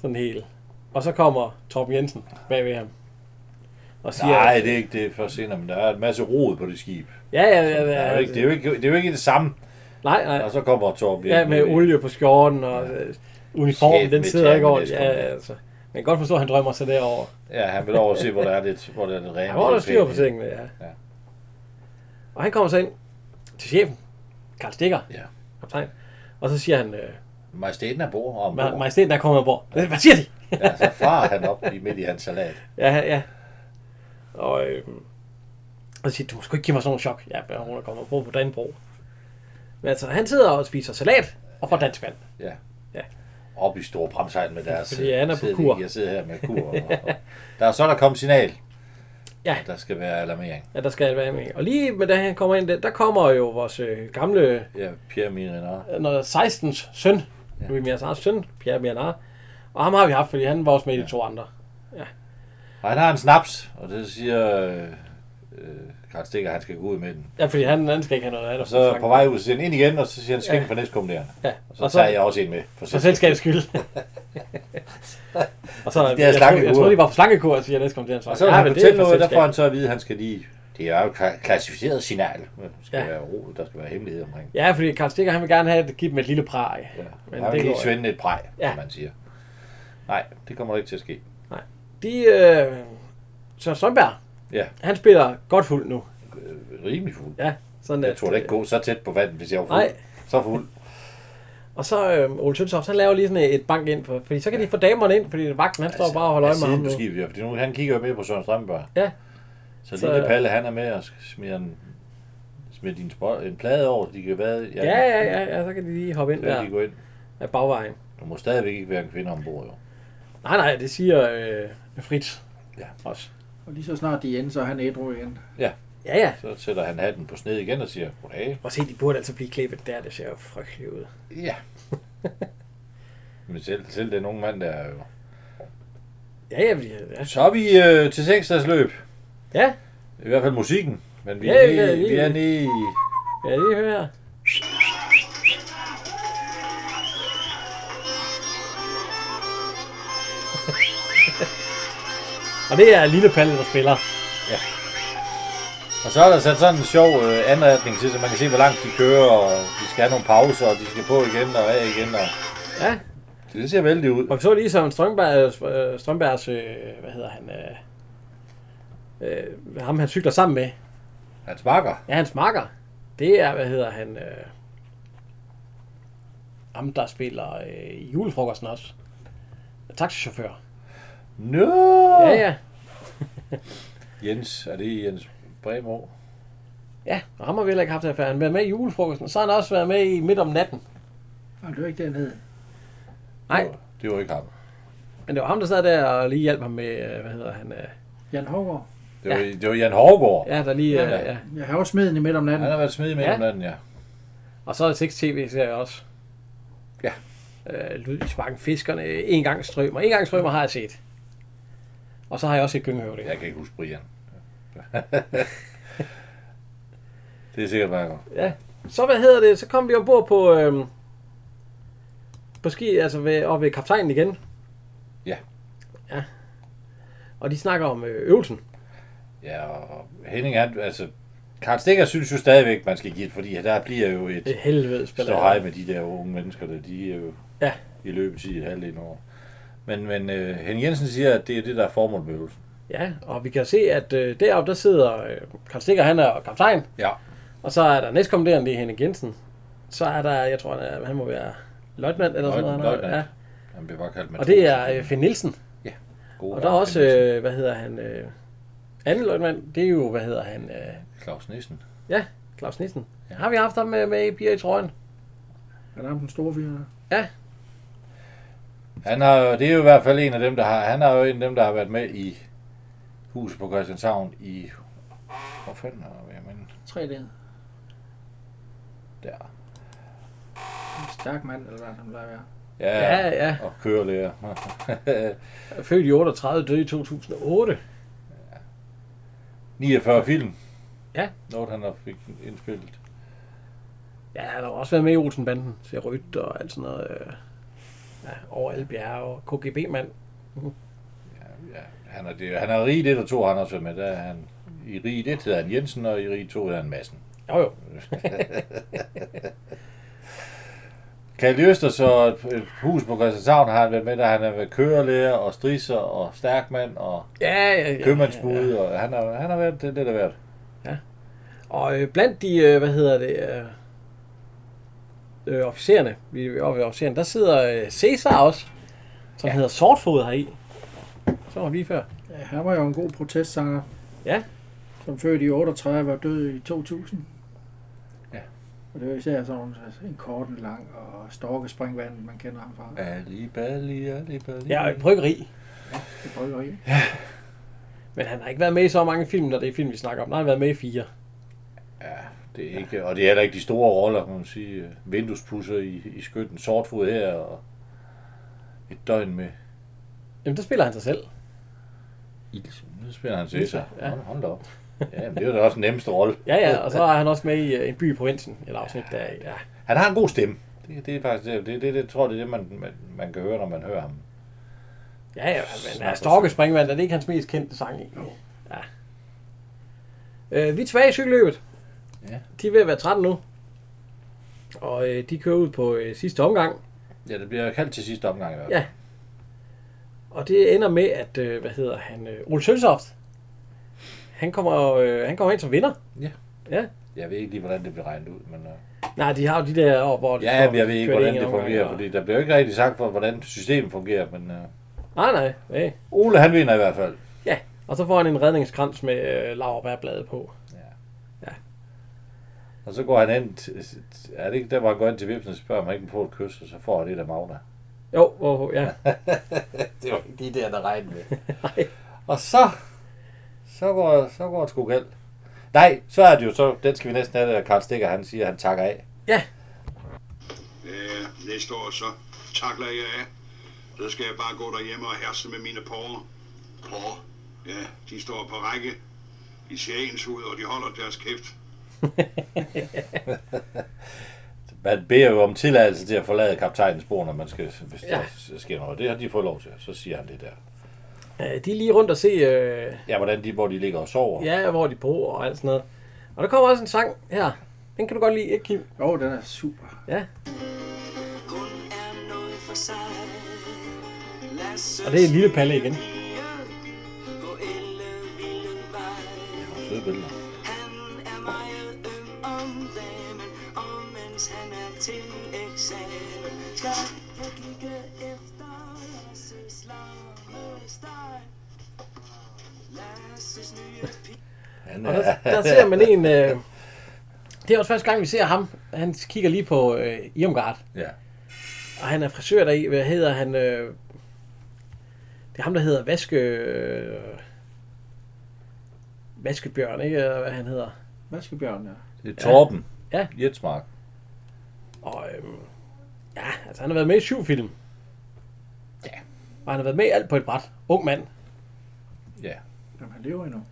Speaker 1: Sådan helt. Og så kommer Torben Jensen bagved ham. Og siger...
Speaker 2: Nej, det er ikke det for senere, men der er en masse rod på det skib.
Speaker 1: Ja, ja, ja.
Speaker 2: Ja, det, er
Speaker 1: ja,
Speaker 2: jo ikke, det, Altså, er jo ikke, det er jo ikke det samme.
Speaker 1: Nej, nej.
Speaker 2: Og så kommer Torben
Speaker 1: Ja, med olie på skjorten og ja. uniformen,
Speaker 2: Chef
Speaker 1: den
Speaker 2: med
Speaker 1: sidder ikke
Speaker 2: termen,
Speaker 1: ordentligt.
Speaker 2: det
Speaker 1: Ja,
Speaker 2: er sgu-
Speaker 1: altså. Man kan godt forstå, at han drømmer sig derover.
Speaker 2: Ja, han vil over og se, hvor der er lidt, hvor der er lidt rent.
Speaker 1: Han var der styr på tingene, ja.
Speaker 2: Ja.
Speaker 1: Og han kommer så ind til chefen, Karl Stikker,
Speaker 2: Ja.
Speaker 1: kaptajn, og så siger han, øh,
Speaker 2: Majestæten er bord og
Speaker 1: "Ma-
Speaker 2: ombord.
Speaker 1: majestæten er kommet ombord. Hvad siger de?
Speaker 2: Ja, så far han op i midt i hans salat.
Speaker 1: Ja, ja, ja. Og, øh, og så siger, du må sgu ikke give mig sådan nogle chok. Ja, men hun er kommet ombord på Danbro. Men altså, han sidder og spiser salat og får dansk vand.
Speaker 2: op i store bremsejl med deres...
Speaker 1: Fordi han er på
Speaker 2: sidder-
Speaker 1: kur.
Speaker 2: Jeg sidder her med kur. Og, og der er så der kom signal.
Speaker 1: Ja.
Speaker 2: Der skal være alarmering.
Speaker 1: Ja, der skal være med. Og lige med da han kommer ind, der der kommer jo vores øh, gamle
Speaker 2: Ja, Pierre Mirinar.
Speaker 1: når 16's søn, ja. Louis Mianars søn, Pierre Mianar, og ham har vi haft, fordi han var også med i de to andre.
Speaker 2: Og han har en snaps, og det siger... Øh, øh, Karl Stikker, han skal gå ud med den.
Speaker 1: Ja, fordi han, han skal ikke have noget af det.
Speaker 2: Og så på vej ud, så siger han ind igen, og så siger han skæng
Speaker 1: Ja.
Speaker 2: for næstkommanderende.
Speaker 1: Ja,
Speaker 2: Og så, tager jeg også en med. For
Speaker 1: For selskabets skyld. og så, jeg,
Speaker 2: der
Speaker 1: jeg, tror, jeg
Speaker 2: slankekur.
Speaker 1: tror, de var på slankekur, siger jeg næste kom til.
Speaker 2: Og så ja, han fortæller noget, der får han så at vide, at han skal lige... Det er jo et klassificeret signal. Der skal
Speaker 1: Ja.
Speaker 2: ja. være ro, der skal være hemmelighed omkring.
Speaker 1: Ja, fordi Karl Stikker, han vil gerne have at give dem et lille praj.
Speaker 2: Ja.
Speaker 1: Men
Speaker 2: Men
Speaker 1: det
Speaker 2: han vil lige
Speaker 1: går
Speaker 2: svinde et præg,
Speaker 1: Ja.
Speaker 2: ja. som man siger. Nej, det kommer ikke til at ske.
Speaker 1: De, øh, så Strømberg,
Speaker 2: Ja.
Speaker 1: han spiller godt fuld nu.
Speaker 2: Rimelig fuld.
Speaker 1: Ja, sådan
Speaker 2: Jeg
Speaker 1: at,
Speaker 2: tror da ikke gå så tæt på vandet, hvis jeg var fuld.
Speaker 1: Nej.
Speaker 2: Så fuld.
Speaker 1: Og så øh, Ole Tønsoft, han laver lige sådan et bank ind, på, fordi så kan de få damerne ind, fordi vagten, han står bare og holder øje med ham.
Speaker 2: Siden
Speaker 1: nu.
Speaker 2: på skibet, Altså, ja, fordi nu han kigger jo med på Søren Strømberg.
Speaker 1: Ja. Så-
Speaker 2: Så, så lille Palle, han er med og smider en, smider din spot, en plade over, så de kan vade.
Speaker 1: Ja, ja, ja, ja, så kan de lige hoppe ind
Speaker 2: Så kan de
Speaker 1: der
Speaker 2: gå ind.
Speaker 1: af bagvejen.
Speaker 2: Du må stadigvæk ikke være en kvinde ombord, jo.
Speaker 1: Nej, nej, det siger øh, Fritz
Speaker 2: Ja.
Speaker 1: også.
Speaker 3: Og lige så snart de er inde, så er han ædru igen.
Speaker 1: Ja, ja.
Speaker 2: Så sætter han hatten på sned igen og siger, goddag.
Speaker 1: Og se, de burde altså blive klippet der, det ser jo frygteligt ud.
Speaker 2: Ja. Men selv, selv den unge mand der er jo.
Speaker 1: Ja, ja, fordi, ja.
Speaker 2: Så er vi øh, til seksdagsløb.
Speaker 1: Ja.
Speaker 2: I hvert fald musikken. Men vi,
Speaker 1: Ja,
Speaker 2: er,
Speaker 1: ja, ja.
Speaker 2: nede, vi er nede i...
Speaker 1: ja lige hør her. Og det er Lille Palle, der spiller.
Speaker 2: Og så er der sat sådan en sjov øh, anretning til, så man kan se, hvor langt de kører, og de skal have nogle pauser, og de skal på igen og af igen. Og...
Speaker 1: Ja.
Speaker 2: Det ser vældig ud.
Speaker 1: Og vi så lige Søren Strømbergs, øh, Strømbergs øh, hvad hedder han, øh, øh, ham han cykler sammen med.
Speaker 2: Han smakker.
Speaker 1: Ja, hans marker. Det er, hvad hedder han, øh, ham der spiller øh, i julefrokosten også. Taxichauffør.
Speaker 2: Nå!
Speaker 1: Ja, ja.
Speaker 2: Jens, er det Jens Bremo?
Speaker 1: Ja, og ham har vi heller ikke haft affære. Han har været med i julefrokosten, og så har han også været med i midt om natten.
Speaker 3: Nej, det var ikke det, han hed.
Speaker 1: Nej,
Speaker 2: Det var ikke ham.
Speaker 1: men det var ham, der sad der og lige hjalp ham med, øh, hvad hedder han, øh,
Speaker 3: Jan Hågaard.
Speaker 2: Det var, det var Jan Hårgaard. Ja.
Speaker 1: ja, der lige, øh, ja.
Speaker 3: Jeg har også smeden i midt om natten.
Speaker 2: Han har været smidig med
Speaker 1: Ja.
Speaker 2: ja. den, ja.
Speaker 1: Og så er der 6 tv-serier også.
Speaker 2: Ja.
Speaker 1: Øh, Lyd i sparken, Fiskerne, En gang Strømmer. En gang Strømmer har jeg set. Og så har jeg også set Gyngehøvding.
Speaker 2: Jeg kan ikke huske Brian. det er sikkert bare godt.
Speaker 1: Ja. Så hvad hedder det? Så kom vi ombord på... Øhm, på ski, altså ved, og ved kaptajnen igen.
Speaker 2: Ja.
Speaker 1: Ja. Og de snakker om øh, øvelsen.
Speaker 2: Ja, og Henning, han, altså... Karl Stikker synes jo stadigvæk, man skal give det, fordi der bliver jo et
Speaker 1: Det er helvede spiller.
Speaker 2: stå hej med de der unge mennesker, der de er jo
Speaker 1: Ja.
Speaker 2: i løbet af halvdelen år. Men, men uh, Henning Jensen siger, at det er det, der er formålet med øvelsen.
Speaker 1: Ja, og vi kan se, at øh, deroppe, der sidder øh, Karl Stikker, han er kaptajn.
Speaker 2: Ja.
Speaker 1: Og så er der næstkommanderende, det er Henning Jensen. Så er der, jeg tror, han, er, han må være løjtnant eller sådan
Speaker 2: Løjt-
Speaker 1: noget. han er.
Speaker 2: løjtnant.
Speaker 1: Ja.
Speaker 2: Han bliver bare kaldt med
Speaker 1: Og det er øh, Finn Nielsen.
Speaker 2: God,
Speaker 1: Og der er også, øh, hvad hedder han, øh, anden løjtnant, det er jo, hvad hedder han, øh,
Speaker 2: Claus Nissen.
Speaker 1: ja, Claus Nissen. Har vi haft ham med, med i Piger i trøjen?
Speaker 3: Er der ham den store fyr? der?
Speaker 2: Han har, jo- det er jo i hvert fald en af dem, der har, han er jo en af dem, der har været med i huset på Christianshavn i, hvor fanden er det, jeg mener,
Speaker 3: Tre dage.
Speaker 2: der.
Speaker 3: En stærk mand, eller hvad han plejer at være.
Speaker 2: Ja,
Speaker 1: Ja, ja.
Speaker 2: og kørelærer.
Speaker 1: Født i 38, døde i 2008.
Speaker 2: 49 film.
Speaker 1: Ja.
Speaker 2: Noget, han har fik indspillet.
Speaker 1: Ja, han har også været med i Olsenbanden, til Rødt og alt sådan noget. Øh, ja, over alle bjerge, og KGB-mand.
Speaker 2: Ja, han er, det, han er rig det, der to han også været med. Der er han, I rig det hedder han Jensen, og i rig to hedder han Madsen.
Speaker 1: Jo, jo.
Speaker 2: Kalle Øster, så et, et hus på Christianshavn har han været med, der han har været kørelærer og strisser og stærkmand og
Speaker 1: Ja, ja, ja.
Speaker 2: købmandsbud, ja, ja. og han har, han har været det, det der været.
Speaker 1: Og øh, blandt de, øh, hvad hedder det, øh, øh, officererne, vi er oppe ved officererne, der sidder øh, Cæsar også, som ja. hedder Sortfod heri. Så var han lige før.
Speaker 3: Ja, han var jo en god protestsanger.
Speaker 1: Ja.
Speaker 3: Som født i 38 og døde i 2000.
Speaker 2: Ja.
Speaker 3: Og det var især sådan altså, en kort, en lang og storkespringvand, man kender ham fra. Ja.
Speaker 2: Ali, bali, ali, bali.
Speaker 1: Ja, og et bryggeri.
Speaker 3: Det brygger i.
Speaker 1: Men han har ikke været med i så mange film, når det er film, vi snakker om. Nej, han har været med i fire.
Speaker 2: Det er ikke, og det er heller ikke de store roller, kan man sige. Vinduespusser i, i skytten, sortfod her, og et døgn med
Speaker 1: Jamen, der spiller han sig selv.
Speaker 2: ild. Nu spiller han Cæsar.
Speaker 1: Ja.
Speaker 2: Ja. Hold, hold da op. Ja, men det er jo da også den nemmeste rolle.
Speaker 1: Ja, ja, og så er han også med i øh, en by i provinsen, et afsnit der, ja.
Speaker 2: Han har en god stemme. Det, det er faktisk det, det, det, det tror jeg, det er det, man, man, man kan høre, når man hører ham.
Speaker 1: Ja, ja, men er Storke Springvand, er det ikke hans mest kendte sang egentlig? Ja. Øh, vi er tilbage i cykelløbet.
Speaker 2: Ja.
Speaker 1: De er ved at være 13 nu. Og øh, de kører ud på øh, sidste omgang.
Speaker 2: Ja, det bliver kaldt til sidste omgang i hvert fald.
Speaker 1: Ja. Og det ender med, at, øh, hvad hedder han, øh, Ole Sølsoft, han kommer, øh, han kommer ind som vinder.
Speaker 2: Jeg ved ikke lige, hvordan det bliver regnet ud, men... Uh...
Speaker 1: Nej, de har jo de der år, hvor de
Speaker 2: Ja,
Speaker 1: står-
Speaker 2: men jeg ved ikke,
Speaker 1: kører
Speaker 2: hvordan
Speaker 1: ene
Speaker 2: det
Speaker 1: omgang,
Speaker 2: fungerer,
Speaker 1: og-
Speaker 2: fordi der bliver jo ikke rigtig sagt for, hvordan systemet fungerer, men... Uh...
Speaker 1: Nej, nej, nej.
Speaker 2: Ole, han vinder i hvert fald.
Speaker 1: Ja, og så får han en redningskrans med øh, laurbærbladet på.
Speaker 2: Og så går han ind, til- til- er det ikke der, hvor han går ind til Vipsen og spørger, om han ikke må få et kys, og så får han det der Magna.
Speaker 1: Jo, hvor, ja.
Speaker 2: Det var ikke lige der, der regnede med. og så, så går, så går det sgu galt. Nej, så er det jo så, den skal vi næsten have, at Karl Stikker, han siger, at han takker af.
Speaker 5: Ja, næste år så takler jeg af. Så skal jeg bare gå derhjemme og herse med mine porrer. Porrer? Ja, de står på række. De ser ens ud, og de holder deres kæft.
Speaker 2: Man beder jo om tilladelse til at forlade kaptajnens bord, når man skal, hvis
Speaker 1: Ja.
Speaker 2: ja. der sker noget. Det har de fået lov til, så siger han det der.
Speaker 1: Øh, de er lige rundt og se, øh,
Speaker 2: Ja, hvordan de, hvor de ligger og sover.
Speaker 1: ja, hvor de bor og alt sådan noget. Og der kommer også en sang her. Den kan du godt lide, ikke Kim?
Speaker 3: Jo, den er super.
Speaker 1: Ja.
Speaker 6: kun er noget for sig.
Speaker 1: Og det er Lille Palle igen.
Speaker 2: Søde billeder. Han
Speaker 1: Og der,
Speaker 2: er,
Speaker 1: der ser man en... Øh, det er også første gang, vi ser ham. Han kigger lige på øh, Irmgard.
Speaker 2: ja.
Speaker 1: Og han er frisør deri. Hvad hedder han? Øh, det er ham, der hedder Vaske... Øh, Vaskebjørn, ikke? Eller hvad han hedder.
Speaker 3: Hvad skal Bjørn ja.
Speaker 2: Det er Torben.
Speaker 1: Ja.
Speaker 2: Jetsmark.
Speaker 1: Og øh, ja, altså han har været med i syv film. Ja. Og han har været med i alt på et bræt. Ung mand.
Speaker 2: Ja.
Speaker 3: Jamen, han lever endnu.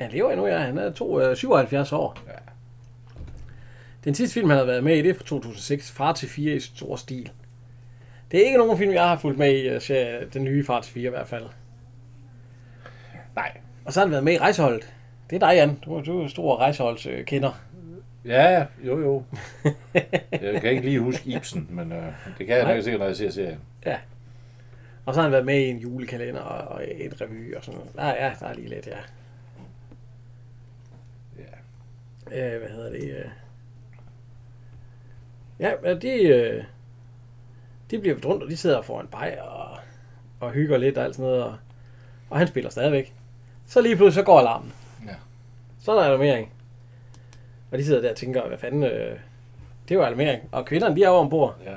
Speaker 1: Han lever endnu, ja. Han er to, øh, 77 år.
Speaker 2: Ja.
Speaker 1: Den sidste film, han har været med i, det er fra 2006. Far til 4 i stor stil. Det er ikke nogen film, jeg har fulgt med i. øh, ser Den nye Far til 4 i hvert fald.
Speaker 2: Nej.
Speaker 1: Og så har han været med i Rejseholdet. Det er dig, Jan. Du, er- du er stor rejseholdskender.
Speaker 2: Ja, jo jo. Jeg kan ikke lige huske Ibsen, men øh, det kan jeg
Speaker 1: Nej.
Speaker 2: nok sikkert, når jeg ser serien.
Speaker 1: Og så har han været med i en julekalender og og en revy og sådan noget. Nej, ja, der er lige lidt, ja. Ja. Øh, hvad hedder det? Øh... Ja, ja, de, øh... de bliver rundt, og de sidder foran bajer og, og hygger lidt og alt sådan noget. Og, og han spiller stadigvæk. Så lige pludselig, så går alarmen.
Speaker 2: Ja.
Speaker 1: Så er der alarmering. Og de sidder der og tænker, hvad fanden... Øh... Det er jo alarmering. Og kvinderne, de er over ombord.
Speaker 2: Ja.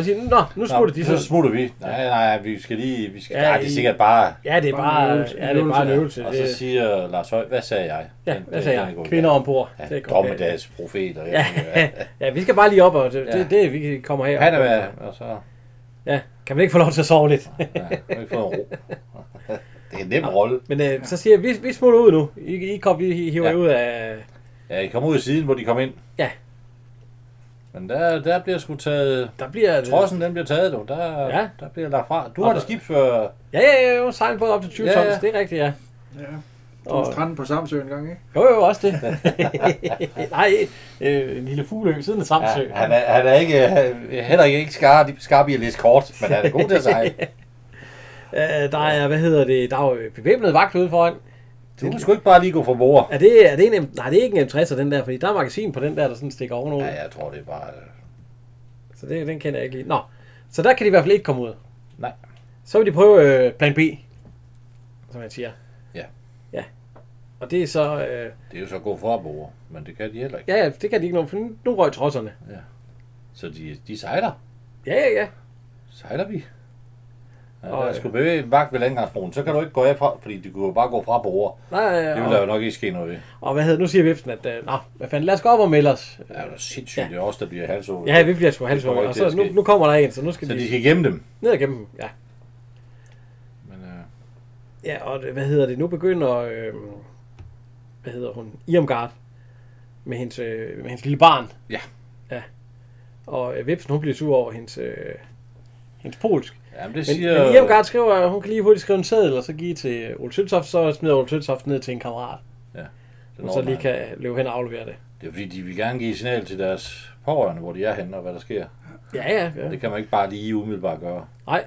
Speaker 1: Og siger, nå, nu smutter de så.
Speaker 2: så smutter vi. Nej, nej, vi skal lige... Vi skal,
Speaker 1: Ja,
Speaker 2: ja, nej, det
Speaker 1: I-
Speaker 2: er sikkert bare...
Speaker 1: Ja, det er
Speaker 3: Bare
Speaker 1: bare, ja,
Speaker 3: en øvelse.
Speaker 1: det er bare en øvelse.
Speaker 2: Og så
Speaker 1: Det-
Speaker 2: siger Lars Høj, hvad sagde jeg?
Speaker 1: Ja,
Speaker 2: Den-
Speaker 1: hvad
Speaker 2: den-
Speaker 1: sagde
Speaker 2: den er
Speaker 1: jeg?
Speaker 2: god.
Speaker 1: Kvinder ombord.
Speaker 2: Ja,
Speaker 1: godt.
Speaker 2: dommedagsprofeter.
Speaker 1: Ja,
Speaker 2: Ja. ja.
Speaker 1: ja, vi skal bare lige op, og det,
Speaker 2: Ja.
Speaker 1: det, det vi kommer her.
Speaker 2: Han er med, og så...
Speaker 1: Ja, kan man ikke få lov til at sove lidt?
Speaker 2: Ja, har ikke fået en ro. Det er en nem rolle.
Speaker 1: Men øh, så siger jeg, vi, vi smutter ud nu. I, I kom, vi hiver
Speaker 2: Ja.
Speaker 1: ja. ud af...
Speaker 2: Ja, I kom ud i siden, hvor de kom ind.
Speaker 1: Ja.
Speaker 2: Men der, der bliver sgu taget...
Speaker 1: Der bliver...
Speaker 2: Trossen, den bliver taget, du. Der,
Speaker 1: Ja.
Speaker 2: ja. der bliver lagt fra. Du
Speaker 1: Og
Speaker 2: har
Speaker 1: der-
Speaker 2: det skibsfører.
Speaker 1: Ja, ja, ja, jo, sejl på op til 20
Speaker 2: Ja,
Speaker 1: ja, tons,
Speaker 2: ja.
Speaker 1: det er rigtigt, ja.
Speaker 3: Ja. Og
Speaker 1: Og,
Speaker 3: stranden på Samsø en gang, ikke?
Speaker 1: jo, jo, også det. Nej, øh, en lille fugleø siden af Samsø.
Speaker 2: Ja, han, er, han er ikke, heller ikke, ikke skarp, skarp i at læse kort, men han er god til at sejle.
Speaker 1: Øh, der er, hvad hedder det, der er jo øh, bevæbnet vagt ude foran.
Speaker 2: Du kan sgu ikke bare lige gå for mor.
Speaker 1: Er det, er det en M- Nej, det er ikke en M60'er, den der, fordi der er magasin på den der, der sådan stikker ovenover.
Speaker 2: Ja, jeg tror, det er bare...
Speaker 1: Så det, den kender jeg ikke lige. Nå, så der kan de i hvert fald ikke komme ud.
Speaker 2: Nej.
Speaker 1: Så vil de prøve øh, plan B, som jeg siger.
Speaker 2: Ja.
Speaker 1: Ja. Og det er så... Øh,
Speaker 2: Det er jo så gå for mor, men det kan de heller ikke.
Speaker 1: ja, ja, det kan de ikke nå, for nu- nu røg trodserne.
Speaker 2: Så de, de sejler.
Speaker 1: Ja, ja, ja.
Speaker 2: Sejler vi. Ja,
Speaker 1: Og,
Speaker 2: der
Speaker 1: øh,
Speaker 2: skulle bevæge en vagt ved landgangsbroen, så kan du ikke gå herfra, fordi du kunne jo bare gå fra bord.
Speaker 1: Nej,
Speaker 2: Det vil der jo
Speaker 1: og,
Speaker 2: nok ikke ske noget ved.
Speaker 1: og, hvad hedder nu siger Vipsen, at... Øh, nå, hvad fanden, lad os gå op og melde os.
Speaker 2: Ja, det er sindssygt. Ja. Det er også der bliver halsålet.
Speaker 1: Ja, vi bliver sgu
Speaker 2: kommer
Speaker 1: halvsvunget,
Speaker 2: ikke
Speaker 1: og
Speaker 2: til at
Speaker 1: så nu,
Speaker 2: ske.
Speaker 1: nu kommer der en, så nu skal
Speaker 2: Så
Speaker 1: de,
Speaker 2: de skal gemme dem.
Speaker 1: ned igennem dem. Ja.
Speaker 2: Men, øh,
Speaker 1: Ja, og det- hvad hedder det? Nu begynder, øh, hvad hedder hun? Irmgard med hendes, øh, med hendes lille barn.
Speaker 2: Ja.
Speaker 1: Ja. Og øh, Vipsen, hun bliver sur over hendes, øh, hendes polsk.
Speaker 2: jamen, det
Speaker 1: Men,
Speaker 2: siger...
Speaker 1: men Irmgard skriver, at hun kan lige hurtigt skrive en seddel, og så give til Ole Søltoft, så smider Ole Søltoft ned til en kammerat,
Speaker 2: den
Speaker 1: og så lige
Speaker 2: overmand.
Speaker 1: kan løbe hen og aflevere det.
Speaker 2: Det er fordi, de vil gerne give et signal til deres pårørende, hvor de er henne og hvad der sker.
Speaker 1: Ja, ja. ja.
Speaker 2: Det kan man ikke bare lige umiddelbart gøre.
Speaker 1: Nej,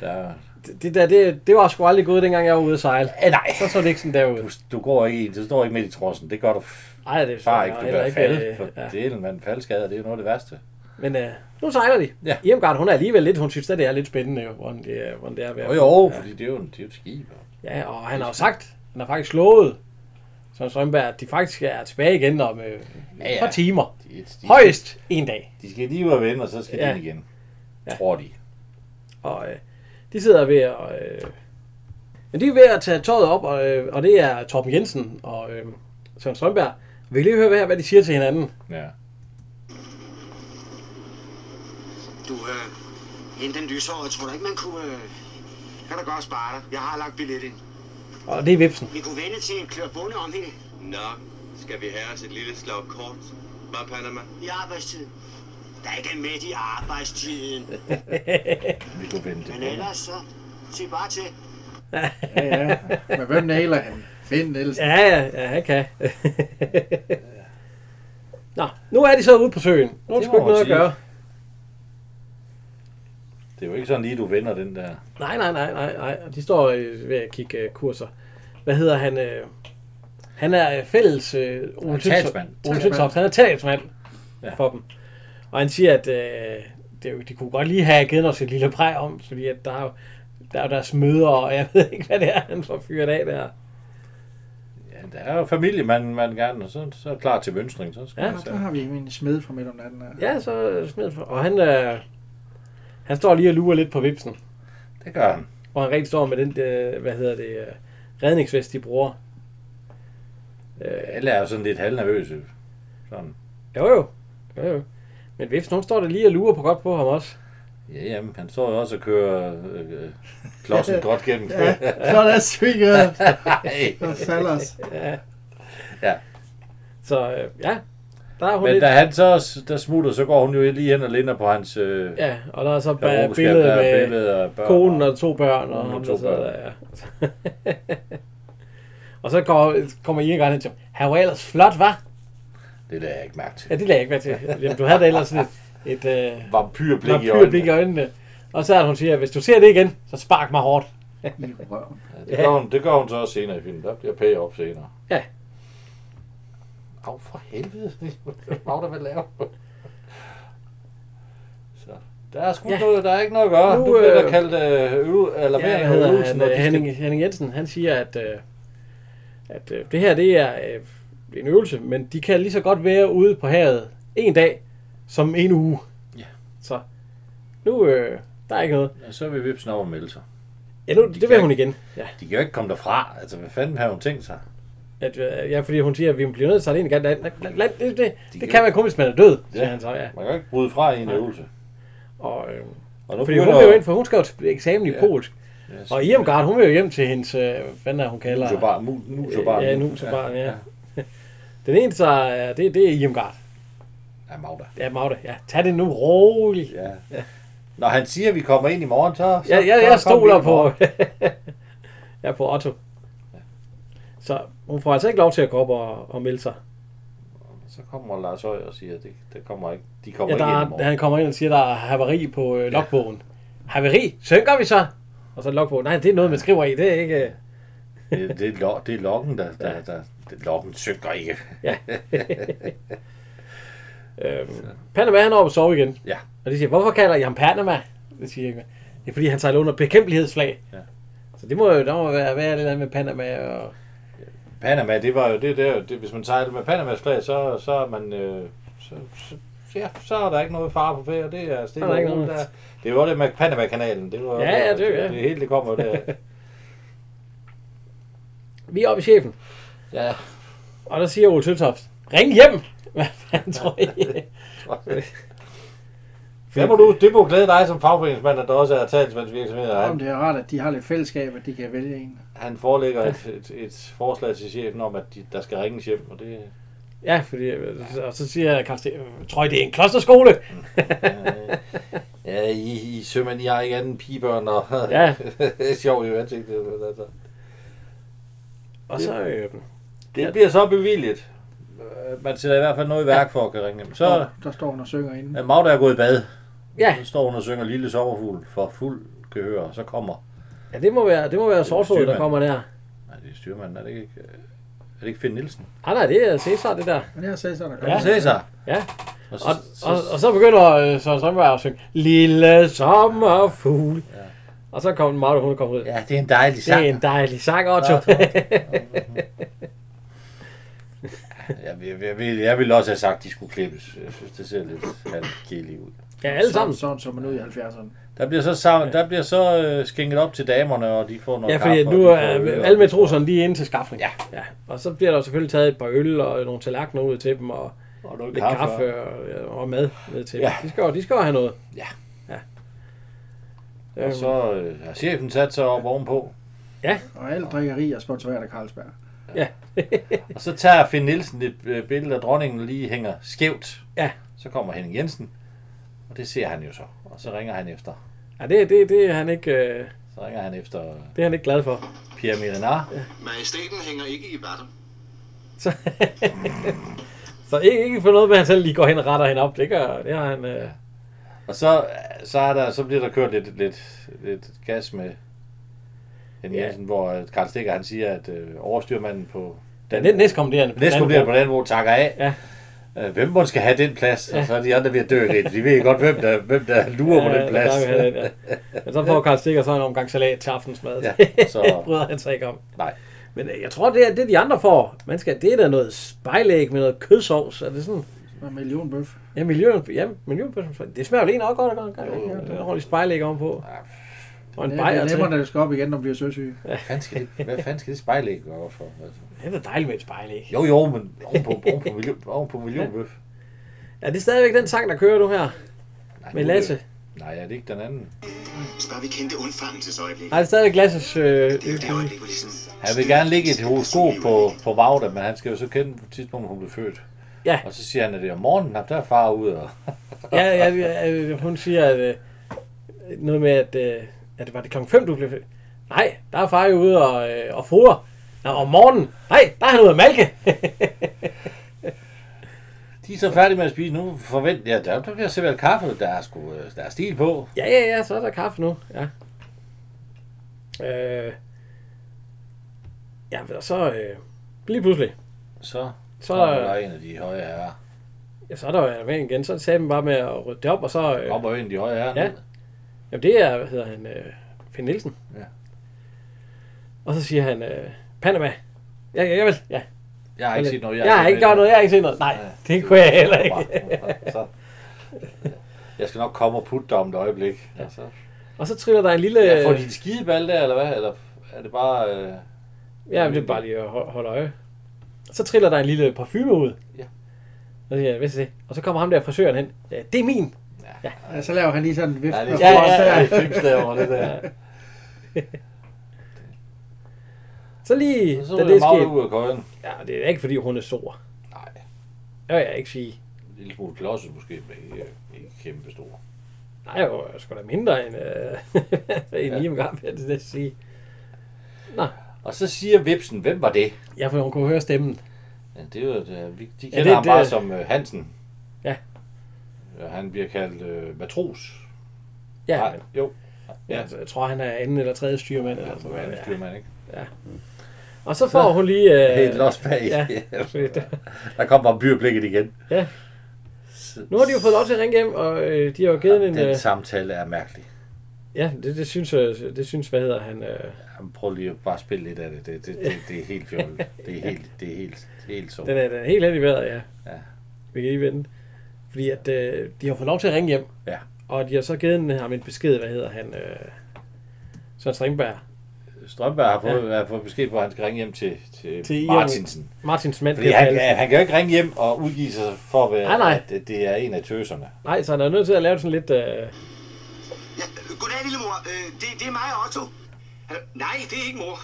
Speaker 2: Der er...
Speaker 1: det, det, der, det, det var sgu aldrig gået, dengang jeg var ude at sejle.
Speaker 2: Eh, nej.
Speaker 1: Så så det ikke sådan
Speaker 2: Du,
Speaker 1: derud.
Speaker 2: du går ikke i, du står ikke midt i trossen. Det gør du f-
Speaker 1: Nej, det er
Speaker 2: bare ikke.
Speaker 1: og
Speaker 2: Du
Speaker 1: heller
Speaker 2: kan falde.
Speaker 1: øh,
Speaker 2: For
Speaker 1: ja.
Speaker 2: det er en mand faldskade, det er noget af det værste.
Speaker 1: Men øh, nu sejler de.
Speaker 2: Ja.
Speaker 1: Irmgard, hun er alligevel lidt, hun synes, at det er lidt spændende, jo, hvordan det er, hvordan det er at være.
Speaker 2: Jo jo, fordi det er jo, en, det er jo et skib. og-
Speaker 1: Ja, og han har jo sagt, han har faktisk slået Søren Strømberg, at de faktisk er tilbage igen om øh,
Speaker 2: Ja,
Speaker 1: et
Speaker 2: ja.
Speaker 1: par timer.
Speaker 2: De, de,
Speaker 1: Højst en dag.
Speaker 2: De skal lige være ven, og så skal
Speaker 1: Ja.
Speaker 2: ja. de ind igen. Tror de.
Speaker 1: Og øh, de sidder ved at... Øh, men de er ved at tage tøjet op, og, øh, og det er Torben Jensen og øh, Søren Strømberg. Vi kan lige høre, hvad, hvad de siger til hinanden.
Speaker 2: Ja.
Speaker 6: Du, øh, hente den lyshårede, tror du ikke, man kunne... Øh, kan da godt spare dig. Jeg har lagt billet ind.
Speaker 1: Og det er Vipsen.
Speaker 6: Vi kunne vende til en klør bonde om hende
Speaker 4: Nå, skal vi have os et lille slag kort? Var Panama?
Speaker 6: i arbejdstid. Der er ikke midt i arbejdstiden.
Speaker 2: Vi kunne vente.
Speaker 6: Men ellers så... Se bare til.
Speaker 3: Ja, ja. Men hvem nailer han? Finn Nielsen. Ja.
Speaker 1: Ja, ja, ja, han kan. Nå, nu er de så ude på søen. Nu er der
Speaker 2: Det
Speaker 1: sgu
Speaker 2: må
Speaker 1: ikke noget
Speaker 2: man
Speaker 1: at
Speaker 2: sige.
Speaker 1: gøre.
Speaker 2: Det er jo ikke sådan lige, du vender den der.
Speaker 1: Nej, nej, nej, nej, nej. Og De står øh, ved at kigge øh, kurser. Hvad hedder han? Øh, han er øh, fælles... Øh, Ole Tønsoft-
Speaker 2: Talsmand.
Speaker 1: Ole Tønsoft. Han er talsmand
Speaker 2: Ja.
Speaker 1: ja. for dem. Og han siger, at øh, det, er jo- de kunne godt lige have givet os et lille præg om, fordi at der er jo der er jo deres møder, og jeg ved ikke, hvad det er, han får fyret af der.
Speaker 2: Ja, der er jo familie, man, man gerne, og så, så er klar til mønstring. Så skal
Speaker 1: Ja.
Speaker 2: man
Speaker 3: Så
Speaker 2: så.
Speaker 3: har vi en smed fra midt om natten her.
Speaker 1: Ja, så øh, smider han for. Og han, øh, han står lige og lurer lidt på vipsen.
Speaker 2: Det gør han.
Speaker 1: Hvor han rigtig står med den, øh, hvad hedder det, øh, redningsvest, de bruger. Øh,
Speaker 2: Alle er jo sådan lidt halvnervøse. Sådan.
Speaker 1: Jo jo, jo jo. Men Vips, nogen står der lige og lurer på godt på ham også.
Speaker 2: Ja, jamen, han står jo også og kører øh, øh, klodsen godt gennem.
Speaker 3: Ja, så er der svikket.
Speaker 2: Ej.
Speaker 3: Der falder os.
Speaker 1: Så øh, ja, der er hun
Speaker 2: Men
Speaker 1: lidt...
Speaker 2: da han så s- der smutter, så går hun jo lige hen og linder på hans øh,
Speaker 1: Ja, og der er så
Speaker 2: der
Speaker 1: bare
Speaker 2: råbeskab,
Speaker 1: billedet
Speaker 2: der er
Speaker 1: med
Speaker 2: billedet af børn.
Speaker 1: konen og to børn. Og,
Speaker 2: Konen og
Speaker 1: ham,
Speaker 2: to
Speaker 1: der sidder
Speaker 2: børn.
Speaker 1: der, ja. og så går, kommer Irgard hen til ham. Han var ellers flot, var?
Speaker 2: Det lader jeg ikke mærke til.
Speaker 1: Ja, det lagde jeg ikke være til. Jamen, du havde da ellers sådan et, et øh,
Speaker 2: Vampyrblik,
Speaker 1: vampyrblik
Speaker 2: i
Speaker 1: i
Speaker 2: øjnene.
Speaker 1: øjnene. Og så er det, hun siger, hvis du ser det igen, så spark mig hårdt.
Speaker 3: I røven.
Speaker 2: Det gør, hun, det gør hun så også senere i filmen. Der bliver pay op senere.
Speaker 1: Ja.
Speaker 2: Au, for helvede. Hvad må der vel lave? Så. Der er sgu
Speaker 1: Ja.
Speaker 2: ja. noget, der er ikke noget at gøre.
Speaker 1: Nu,
Speaker 2: Nu, du bliver da
Speaker 1: øh,
Speaker 2: kaldt øh, øv, eller
Speaker 1: Ja,
Speaker 2: ja,
Speaker 1: jeg
Speaker 2: hedder
Speaker 1: hedder
Speaker 2: øvelsen,
Speaker 1: han,
Speaker 2: og de
Speaker 1: øh,
Speaker 2: skal-
Speaker 1: Henning, Henning Jensen, han siger, at, øh, at øh, det her det er øh, en øvelse, men de kan lige så godt være ude på havet en dag som en uge.
Speaker 2: Ja.
Speaker 1: Så nu, øh, der er ikke noget.
Speaker 2: Ja, så vil Vipsen over melde sig.
Speaker 1: Ja, nu, det vil
Speaker 2: kan
Speaker 1: hun igen. Ja,
Speaker 2: De kan jo ikke komme derfra. Altså, hvad fanden har hun tænkt sig?
Speaker 1: at, øh, ja, fordi hun siger, at vi bliver nødt til at tage det ind. igen. Lad- lad- lad- Det, det, det
Speaker 2: kan-
Speaker 1: kan man kun, hvis man er død, siger
Speaker 2: Ja.
Speaker 1: han så. Ja.
Speaker 2: Man kan jo ikke bryde fra i en øvelse.
Speaker 1: Og, øh,
Speaker 2: Og nu
Speaker 1: fordi hun vil jo ind, for hun skal jo til eksamen i
Speaker 2: Ja.
Speaker 1: polsk.
Speaker 2: Yes.
Speaker 1: Og Irmgard, hun vil jo hjem til hendes, øh, hvad fanden er hun kalder?
Speaker 2: Nusobar, mu, nusobar,
Speaker 1: Ja, nu så barn, ja. Den eneste, der er, det, det er Irmgard.
Speaker 2: Ja, Magda.
Speaker 1: Ja, Magda, ja. Tag det nu roligt.
Speaker 2: Ja. Når han siger, at vi kommer ind i morgen, så... så
Speaker 1: Ja, ja,
Speaker 2: så
Speaker 1: jeg
Speaker 2: kommer vi ind
Speaker 1: stoler
Speaker 2: i morgen.
Speaker 1: på, ja, på Otto. Så hun får altså ikke lov til at gå op og, og melde sig.
Speaker 2: Så kommer Lars Høj og siger, at det, det kommer ikke. De kommer
Speaker 1: Ja, der
Speaker 2: ikke ind i
Speaker 1: er,
Speaker 2: morgen.
Speaker 1: han kommer ind og siger, der er havari på øh, logbogen. Havari, synker vi så? Og så logbogen. Nej, det er noget, man skriver i. Det er ikke... øh,
Speaker 2: Det, det, er, lo, det er lokken, der... der, der det, lokken synker ikke.
Speaker 1: Øhm, Panama, han er oppe og sove igen.
Speaker 2: Ja.
Speaker 1: Og de siger, hvorfor kalder I ham Panama? Det siger jeg ikke. Det er fordi, han sejler under bekæmpelighedsflag.
Speaker 2: Ja.
Speaker 1: Så det må jo der må være, være lidt andet med Panama og...
Speaker 2: Panama, det var jo det der... Det, hvis man sejler med Panamas flag, så, så er man... Øh, så, så, ja, så er der ikke noget fare på færd. Det er stille
Speaker 1: Der er
Speaker 2: og
Speaker 1: ikke
Speaker 2: roligt.
Speaker 1: noget.
Speaker 2: Der- Det var det med Panama-kanalen. Det var,
Speaker 1: Ja, ja, det er jo-
Speaker 2: det,
Speaker 1: ja.
Speaker 2: det hele, det kommer jo der.
Speaker 1: Vi er oppe i chefen.
Speaker 2: Ja,
Speaker 1: Og der siger Ole Tøtoft, ring hjem! Hvad fanden tror I?
Speaker 2: det må, du, det må glæde dig som fagforeningsmand, at der også er talsmandsvirksomheder.
Speaker 3: Om
Speaker 2: Han,
Speaker 3: det er rart, at de har lidt fællesskab, at de kan vælge en.
Speaker 2: han forelægger et, et, et, forslag til chefen om, at de, der skal ringes hjem, og det,
Speaker 1: ja, fordi, øh, og så siger Karl Sten, tror I det er en klosterskole?
Speaker 2: Ja, I, I sømænd, I har ikke andet end pigebørn, og
Speaker 1: Ja.
Speaker 2: det er sjovt i ansigtet. men Altså.
Speaker 1: Og så, øh,
Speaker 2: Det bliver så bevilget. Øh, Man sætter i hvert fald noget i værk for at kan ringe hjem. Så
Speaker 3: Og der står hun og synger inde.
Speaker 2: er Magda er gået i bad.
Speaker 1: ja,
Speaker 2: Så står hun og synger Lille Sommerfugl for fuld gehør, og så kommer...
Speaker 1: ja, det må være, det må være Sortfod, der
Speaker 2: styrmand.
Speaker 1: kommer der.
Speaker 2: Nej, det er styrmanden, er det ikke... øh, Er det ikke Finn Nielsen?
Speaker 1: Ah, nej, det er Cæsar, det der.
Speaker 3: Men jeg sagde så, der
Speaker 2: Ja.
Speaker 3: kommer.
Speaker 2: Cæsar.
Speaker 1: Ja.
Speaker 2: Og så,
Speaker 1: Og,
Speaker 2: så,
Speaker 1: og, og så begynder øh, Søren Strømberg at synge, Lille sommerfugl. Ja. Og så kommer Marta, hun kommer ud.
Speaker 2: ja, det er en dejlig
Speaker 1: det er
Speaker 2: sang.
Speaker 1: en dejlig sang, Otto.
Speaker 2: Jeg, vil- jeg, vil, jeg ville også have sagt, at de skulle klippes. Jeg synes, det ser lidt halvkedeligt ud.
Speaker 1: ja, alle sammen.
Speaker 3: Sådan så man ud i 70'erne.
Speaker 2: Der bliver så, savn, der bliver så øh, skænket op til damerne, og de får noget
Speaker 1: Ja, fordi
Speaker 2: kaffe, og
Speaker 1: nu
Speaker 2: de får
Speaker 1: er
Speaker 2: øl, og
Speaker 1: alle
Speaker 2: de får-
Speaker 1: matroserne lige inde til skafning.
Speaker 2: Ja.
Speaker 1: ja. Og så bliver der selvfølgelig taget et par øl og nogle tallerkener ud til dem, og
Speaker 2: Og noget
Speaker 1: lidt
Speaker 2: kaffe.
Speaker 1: kaffe, og, ja, og mad med til
Speaker 2: Ja.
Speaker 1: ja. dem. De skal, jo- de skal jo have noget.
Speaker 2: Ja.
Speaker 1: ja.
Speaker 2: Og så øh, har chefen sat sig op ovenpå.
Speaker 3: Og alle drikkerier sponsoreret af Carlsberg.
Speaker 2: Og så tager Finn Nielsen et øh, billede af dronningen lige hænger skævt.
Speaker 1: Ja.
Speaker 2: Så kommer Henning Jensen. Og det ser han jo så. Og så ringer han efter.
Speaker 1: Øhm, Ja, det, det, det, er han ikke, øh,
Speaker 2: Så ringer han efter øh,
Speaker 1: det er han ikke glad for.
Speaker 2: Pierre Millenar. Ja.
Speaker 4: Majestaten hænger ikke i vatter.
Speaker 1: Så, så ikke, ikke for noget med, at han selv lige går hen og retter hende op. Det, gør, det har han... Øh,
Speaker 2: Og så, så, er der, så bliver der kørt lidt, lidt, lidt gas med Henning
Speaker 1: Ja.
Speaker 2: Jensen, hvor øh, Karl Stikker han siger, at øh, overstyrmanden på
Speaker 1: Den næste næstkommanderende. på
Speaker 2: Næsten bliver
Speaker 1: Dannebrog.
Speaker 2: på den måde takker af.
Speaker 1: Ja.
Speaker 2: Øh, Hvem må skal have den plads? Ja. Og så er de andre ved at dø lidt. De ved godt, hvem der, hvem der lurer ja, på den
Speaker 1: der
Speaker 2: plads.
Speaker 1: plejer vi at have den, ja. Men så får Karl Stikker så en omgang salat til aftensmad.
Speaker 2: Ja,
Speaker 1: Ja,
Speaker 2: så-
Speaker 1: så... bryder han sig ikke om.
Speaker 2: Nej.
Speaker 1: Men øh, jeg tror, det er det, de andre får. Man skal, det er da noget spejlæg med noget kødsovs. Er det sådan?
Speaker 3: Og millionbøf.
Speaker 1: Ja, miljø, ja, miljø, det smager jo egentlig også godt. godt, godt. Jo, jo, jo. ordentligt spejlæg ovenpå.
Speaker 2: Ah,
Speaker 1: Og en
Speaker 3: Ja,
Speaker 1: bajer
Speaker 3: det er
Speaker 1: til.
Speaker 3: lemmerne, der skal op igen, når man bliver søsyge.
Speaker 2: Hvad fanden skal det, hvad fanden skal det spejlæg gøre for? Altså,
Speaker 1: Det er da dejligt med et spejlæg.
Speaker 2: Jo, jo, men ovenpå, ovenpå, million, ovenpå millionbøf.
Speaker 1: Ja, det er stadigvæk den sang, der kører nu her.
Speaker 2: Nej,
Speaker 1: Med
Speaker 2: nu er det-
Speaker 1: Lasse.
Speaker 2: Nej, er det ikke den anden?
Speaker 5: Spørg, vi kendte undfangelsesøjeblik.
Speaker 1: Nej, det er stadigvæk Lasses... Øh,
Speaker 5: Det er jo det
Speaker 1: øh,
Speaker 5: øjeblik, hvor ligesom...
Speaker 2: Han vil gerne ligge et horoskop på, på Magda, men han skal jo så kende på et tidspunkt, hun blev født.
Speaker 1: Ja.
Speaker 2: Og så siger han, at det er om morgenen, at der er far ude. Og...
Speaker 1: ja, ja, ja, øh, hun siger, at, øh, noget med, at, øh, at det var det klokken 5, du blev født. Nej, der er far jo ude og, øh, og fodre. Nå, om morgenen. Nej, der er han ude at malke.
Speaker 2: De er så færdige med at spise nu. Forvent, ja, der, der bliver serveret kaffe, der er, sgu, øh, der er stil på.
Speaker 1: ja, ja, ja, så er der kaffe nu. Ja. Øh, ja, og så øh, lige pludselig,
Speaker 2: Så,
Speaker 1: Så-
Speaker 2: så kommer der en af de høje herrer.
Speaker 1: ja, så er der jo en igen, så sagde man bare med at rydde det op, og så... Øh,
Speaker 2: Op og en af de høje herrer.
Speaker 1: Ja.
Speaker 2: ned.
Speaker 1: Jamen det er, hvad hedder han, øh, Finn Nielsen.
Speaker 2: Ja.
Speaker 1: Og så siger han, øh, Panama. Ja, ja, jeg vil. Ja.
Speaker 2: Jeg har ikke set noget.
Speaker 1: jeg, jeg har ikke gjort noget, jeg har ikke set noget. Nej,
Speaker 2: Ja.
Speaker 1: det kunne jeg heller ikke.
Speaker 2: Bare- så. Jeg skal nok komme og putte dig om et øjeblik. Ja, så.
Speaker 1: Og så triller der en lille...
Speaker 2: Ja, får de en skideball der, eller hvad? Eller er det bare... Øh...
Speaker 1: Ja, men det er bare lige at ho- holde øje. Så triller der en lille parfume ud.
Speaker 2: Ja.
Speaker 1: Og så, siger jeg, "Hvad skal jeg se?" og så kommer ham der frisøren hen. Ja, det er min.
Speaker 3: Ja, så laver han lige sådan en vift.
Speaker 2: Ja, det
Speaker 3: og
Speaker 2: er
Speaker 1: Ja,
Speaker 2: ja,
Speaker 1: ja,
Speaker 3: får-
Speaker 1: ja.
Speaker 2: ja, ja. filmstager over det der.
Speaker 1: Så lige,
Speaker 2: Så
Speaker 1: da
Speaker 2: er
Speaker 1: det
Speaker 2: det
Speaker 1: er
Speaker 2: meget
Speaker 1: sket.
Speaker 2: ud af køjen.
Speaker 1: Ja, det er ikke fordi hun er stor.
Speaker 2: Nej,
Speaker 1: Det vil jeg ikke sige.
Speaker 2: en lille smule klodset måske, men ikke, øh, ikke kæmpe stor.
Speaker 1: Nej, jeg var sgu da mindre end, øh, end ja. Liam Garp, vil jeg det sige.
Speaker 2: Og så siger Vipsen, hvem var det?
Speaker 1: Ja, for hun kunne høre stemmen.
Speaker 2: Ja, det er jo, et, øh, vi- de
Speaker 1: Ja,
Speaker 2: kender ja,
Speaker 1: det-
Speaker 2: det, ham bare
Speaker 1: det-
Speaker 2: som øh, Hansen.
Speaker 1: Ja.
Speaker 2: ja. Han bliver kaldt øh, matros.
Speaker 1: Ja,
Speaker 2: Nej,
Speaker 1: men-
Speaker 2: jo.
Speaker 1: Ja. Altså, jeg tror, han er anden eller tredje styrmand. eller
Speaker 2: Så
Speaker 1: sådan noget.
Speaker 2: man
Speaker 1: Ja.
Speaker 2: styrer man ikke.
Speaker 1: Og så får så, hun lige... Øh,
Speaker 2: Helt lost bag.
Speaker 1: ja.
Speaker 2: Der kom bare byrblikket igen.
Speaker 1: Ja.
Speaker 2: Så-
Speaker 1: Nu har de jo fået lov til at ringe hjem, og øh, de har jo givet ja, en... Øh,
Speaker 2: Den samtale er mærkelig.
Speaker 1: ja, det, det, synes, øh, det synes, hvad hedder han... Øh,
Speaker 2: Jamen, Prøv lige at bare spille lidt af det. Det, det, det, det er helt fjollet. Det er helt, det er helt, helt så.
Speaker 1: den, er, den er helt hen i vejret, ja.
Speaker 2: Ja.
Speaker 1: Vi kan lige vente. Fordi at øh, de har fået lov til at ringe hjem,
Speaker 2: Ja.
Speaker 1: og de har så givet en, ham en besked, hvad hedder han... Øh, Søren Strindberg.
Speaker 2: Strømberg har fået, har fået besked på, at han skal ringe hjem til, til,
Speaker 1: Til
Speaker 2: til
Speaker 1: Ian.
Speaker 2: Martinsen.
Speaker 1: Martins mand.
Speaker 2: Fordi
Speaker 1: bliver
Speaker 2: han,
Speaker 1: kaldt.
Speaker 2: han, han kan jo ikke ringe hjem og udgive sig for at være,
Speaker 1: Nej, nej.
Speaker 2: at det, det er en af tøserne.
Speaker 1: Nej, så han er nødt til at lave sådan lidt... Øh,
Speaker 5: Ja, øh, goddag, lille mor. Øh, det, det er mig og Otto. Hallo? Nej, det er ikke mor.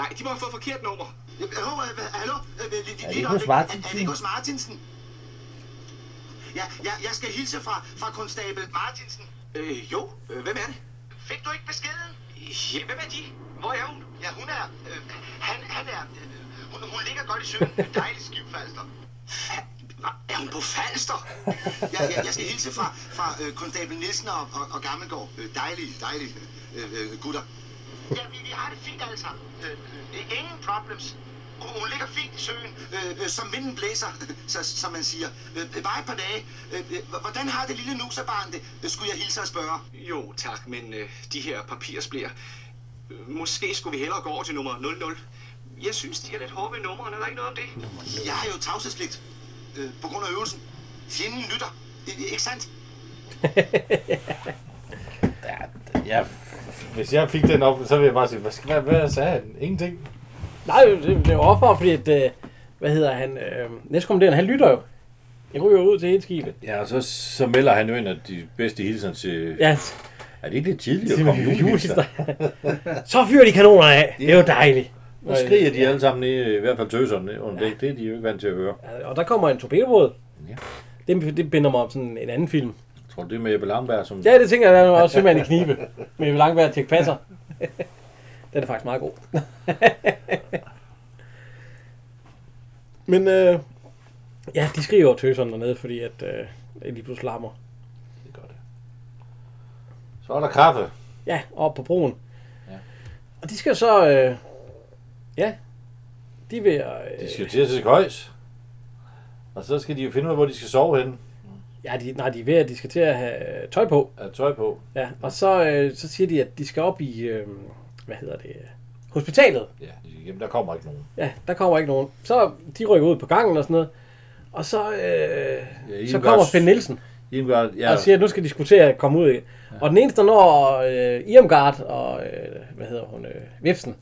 Speaker 5: Nej, de må have fået forkert nummer. Jamen, Hallo, øh, hva- hallo? Øh, øh, lige- lige
Speaker 2: ikke
Speaker 5: et
Speaker 2: hos
Speaker 5: øjeblik.
Speaker 2: Martinsen?
Speaker 5: Er, er det ikke hos Martinsen? Ja, ja, jeg skal hilse fra, fra konstabel Martinsen. Øh, jo, øh, hvem er det? Fik du ikke beskeden? Ja, hvem er de? Hvor er hun? Ja, hun er... Øh, han, han er... Øh, hun, hun ligger godt i søen. Dejlig skivfalster. Fa- hva- Er hun på Falster? Ja, ja, jeg skal hilse fra, fra øh, konstabel Nielsen og, og, og Gammelgaard. Øh, dejlige, dejlige øh, øh, gutter. Ja, vi, vi har det fint alle sammen. Øh, øh, ingen problems. Hun, hun ligger fint i søen, øh, øh, som vinden blæser, så, som man siger. Øh, øh, bare et par dage. Øh, øh, hvordan har det lille nuserbarn det, øh, skulle jeg hilse og spørge? Jo, tak, men øh, de her papirsblæer. Øh, måske skulle vi hellere gå over til nummer 00. Jeg synes, de er lidt hårde ved nummeren. Er der ikke noget om det? Jeg har jo tavshedspligt øh, på grund af øvelsen. Fjenden lytter. I, ikke sandt?
Speaker 2: Ja, jeg, hvis jeg fik den op, så ville jeg bare sige, hvad, skal- hvad, hvad sagde han? Ingenting.
Speaker 1: Nej, det, det er jo offer, fordi at, øh, hvad hedder han, øh, næstkommanderende, han lytter jo. Han ryger ud til hele skibet.
Speaker 2: Ja, og så, så melder han jo ind, at de bedste hilsen til...
Speaker 1: Ja,
Speaker 2: Er det ikke lidt tidligt at
Speaker 1: det
Speaker 2: komme
Speaker 1: er
Speaker 2: julehilsen?
Speaker 1: julester. Så fyrer de kanonerne af. Det er jo dejligt.
Speaker 2: Nu skriger de alle sammen, i, i hvert fald tøserne, ned under dæk. Det er de jo ikke vant til at høre.
Speaker 1: Og der kommer en torpedobåd.
Speaker 2: Ja.
Speaker 1: Det, det binder mig om sådan en anden film.
Speaker 2: Jeg tror, det er med Jeppe Langberg, som...
Speaker 1: Ja, det tænker jeg, der er også simpelthen i knibe. Men vi vil langt være til passer. Den er faktisk meget god. Men øh, ja, de skriver jo tøserne dernede, fordi at øh, de pludselig larmer.
Speaker 2: Det gør det. Så er der kaffe.
Speaker 1: Ja, op på broen.
Speaker 2: Ja.
Speaker 1: Ja. Og de skal så... Øh, ja, de vil... Øh,
Speaker 2: De skal jo til at se højs. Og så skal de jo finde ud af, hvor de skal sove henne.
Speaker 1: Ja, de, nej, de er ved, at de skal til at have øh, tøj på.
Speaker 2: Af tøj på.
Speaker 1: Ja, og så, øh, så siger de, at de skal op i... Øh, hvad hedder det? øh, Hospitalet.
Speaker 2: Ja, de skal hjem. der kommer ikke nogen.
Speaker 1: Ja, der kommer ikke nogen. Så de rykker ud på gangen og sådan noget. Og så, øh,
Speaker 2: Ja,
Speaker 1: ja, så kommer
Speaker 2: Irmgard-
Speaker 1: Finn Nielsen
Speaker 2: Irmgard, ja,
Speaker 1: ja. og siger, at nu skal de skulle til at komme ud. Ja. Og den eneste, der når øh, Irmgard og, øh, hvad hedder hun, øh, Vipsen,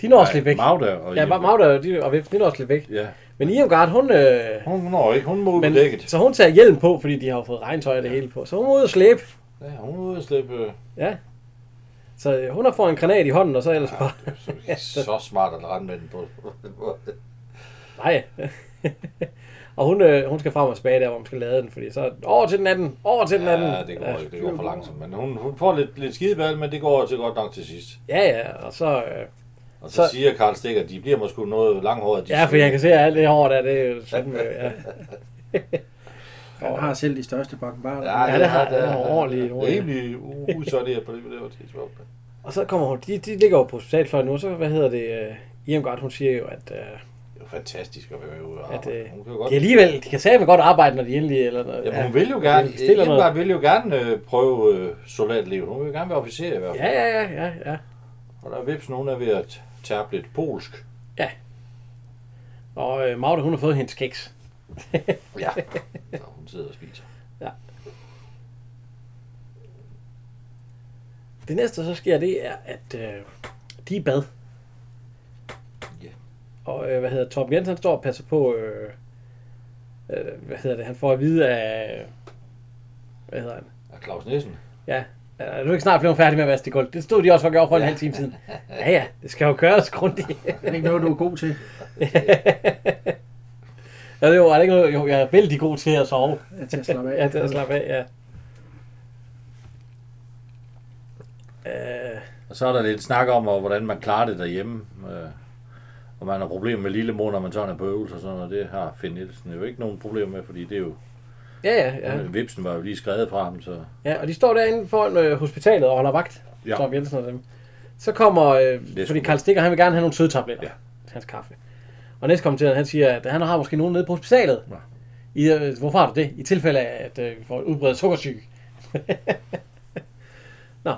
Speaker 1: de når at slippe væk.
Speaker 2: Magda og
Speaker 1: ja,
Speaker 2: Irmgard.
Speaker 1: Magda og, de, og Vipsen, de når at slippe væk.
Speaker 2: Ja,
Speaker 1: Men Irmgard, hun, øh,
Speaker 2: hun når ikke. Hun må ud på
Speaker 1: men,
Speaker 2: dækket.
Speaker 1: så hun tager hjelm på, fordi de har jo fået regntøj og det hele på. Så hun må ud og slæbe.
Speaker 2: Ja, hun er ude at slippe. øh,
Speaker 1: Ja. Så øh, hun har fået en granat i hånden, og så ellers bare...
Speaker 2: Så, så smart at rende med den på.
Speaker 1: Nej. og hun, øh, hun skal frem og tilbage der, hvor man skal lade den, fordi så over til den anden, over til den anden.
Speaker 2: ja, det går ikke. Det går for langsomt. Men hun, hun får lidt, lidt skideball, men det går til godt nok til sidst.
Speaker 1: Ja, ja, og så... Øh,
Speaker 2: Og så, så
Speaker 1: Så-
Speaker 2: siger Karl Stikker, de bliver måske noget langhåret. De
Speaker 1: ja, for jeg kan se, at alt det hår der, det er jo sådan, øh, ja.
Speaker 3: Han har selv de største bakkenbarer.
Speaker 2: Ja,
Speaker 1: Ja, det har- det har ordentligt-
Speaker 2: Det er rimelig u- usårligere på det, det var tidspunkt.
Speaker 1: Og så kommer hun, de, de ligger jo på hospitalfløjen nu, og så, hvad hedder det, øh, Irmgard, hun siger jo, at, øh,
Speaker 2: Det er jo fantastisk at være ude og
Speaker 1: at
Speaker 2: arbejde.
Speaker 1: øh,
Speaker 2: Hun kan jo godt...
Speaker 1: de alligevel, de kan sagthen godt arbejde, når de endelig, eller noget.
Speaker 2: Jamen, hun vil jo gerne,
Speaker 1: de stiller noget.
Speaker 2: Hildegard vil jo gerne øh, prøve øh, soldatlivet. Hun vil jo gerne være officer i hvert
Speaker 1: Ja,
Speaker 2: fald.
Speaker 1: ja, ja, ja, ja.
Speaker 2: Og der er Vips, nogen er ved at tabe lidt polsk.
Speaker 1: Og øh, Magda, hun har fået hendes kiks.
Speaker 2: Ja. Så hun sidder og spiser.
Speaker 1: Det næste, så sker, det er, at øh, de er i bad.
Speaker 2: Ja.
Speaker 1: Og øh, hvad hedder Torben Jensen, han står og passer på, øh, øh, hvad hedder det, han får at vide af, hvad hedder han?
Speaker 2: Og Claus Nissen.
Speaker 1: Ja, er du ikke snart blevet færdig med at vaske dit gulv? Det stod de også for at gøre for en halv time siden. Ja, ja, det skal jo køres grundigt.
Speaker 3: Er det ikke noget, du er god til?
Speaker 1: ja, jo, er det ikke noget? Jo, jeg er vældig god til at sove.
Speaker 3: Ja, til at slappe af.
Speaker 1: ja, til at slappe af, ja. Øh,
Speaker 2: Og så er der lidt snak om, og hvordan man klarer det derhjemme. Øh, og man har problemer med lille mor, når man sådan er på øvelser og sådan noget. Det har Finn Nielsen jo ikke nogen problemer med, fordi det er jo...
Speaker 1: ja, ja, ja.
Speaker 2: Ja. Vipsen var jo lige skrevet fra ham, så...
Speaker 1: Ja, og de står derinde foran øh, hospitalet og holder vagt.
Speaker 2: Ja.
Speaker 1: Ja. Tom Jensen og dem. Så kommer,
Speaker 2: Næste
Speaker 1: øh, fordi Karl Stikker, han vil gerne have nogle sødtabletter.
Speaker 2: Ja.
Speaker 1: Ja. Hans kaffe. Og næste kommenterer, han siger, at han har måske nogen nede på hospitalet.
Speaker 2: Ja.
Speaker 1: Ja. I, øh, hvorfor har du det? I tilfælde af, at øh, vi får udbredt sukkersyge. Nå.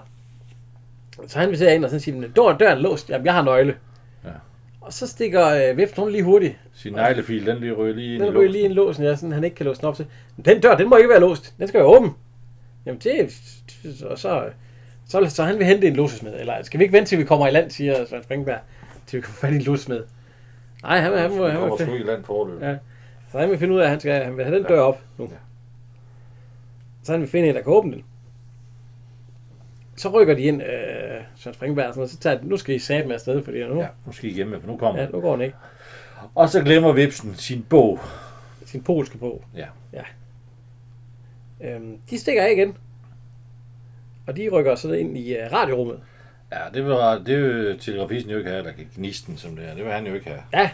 Speaker 1: Så han vil se ind, og så siger, at døren, døren er låst. Jamen, jeg har nøgle.
Speaker 2: Ja.
Speaker 1: Ja. Og så stikker øh, Vift, hun lige hurtigt.
Speaker 2: Sin neglefil, den lige ryger lige ind i
Speaker 1: Den ryger
Speaker 2: låsen.
Speaker 1: lige en låsen, ja, sådan han ikke kan låse den op til. Men den dør, den må ikke være låst. Den skal være åben. Jamen det... Og så, så, så han vil hente en låsesmed. Eller skal vi ikke vente, til vi kommer i land, siger Søren Springberg. Til vi kan få fat i en låsesmed. Nej, han, han, han, må,
Speaker 2: Den
Speaker 1: han,
Speaker 2: kommer
Speaker 1: må,
Speaker 2: sgu i land forløb.
Speaker 1: Ja. så han vil finde ud af, at han, skal, han vil have den dør op nu. Så han vil finde en, der kan åbne den. Så rykker de ind, øh, Søren Springberg og sådan noget, så tager de, nu skal I sat med afsted, fordi nu,
Speaker 2: Ja, nu skal I hjemme, for nu kommer
Speaker 1: ja,
Speaker 2: ja.
Speaker 1: nu går den ikke.
Speaker 2: Og så glemmer Vipsen sin bog.
Speaker 1: Sin polske på.
Speaker 2: Ja.
Speaker 1: ja. Øhm, de stikker af igen. Og de rykker så ind i uh, radiorummet.
Speaker 2: Ja, det vil, det vil telegrafisten jo ikke have, der kan gnisten som det her. Det vil han jo ikke have.
Speaker 1: Ja,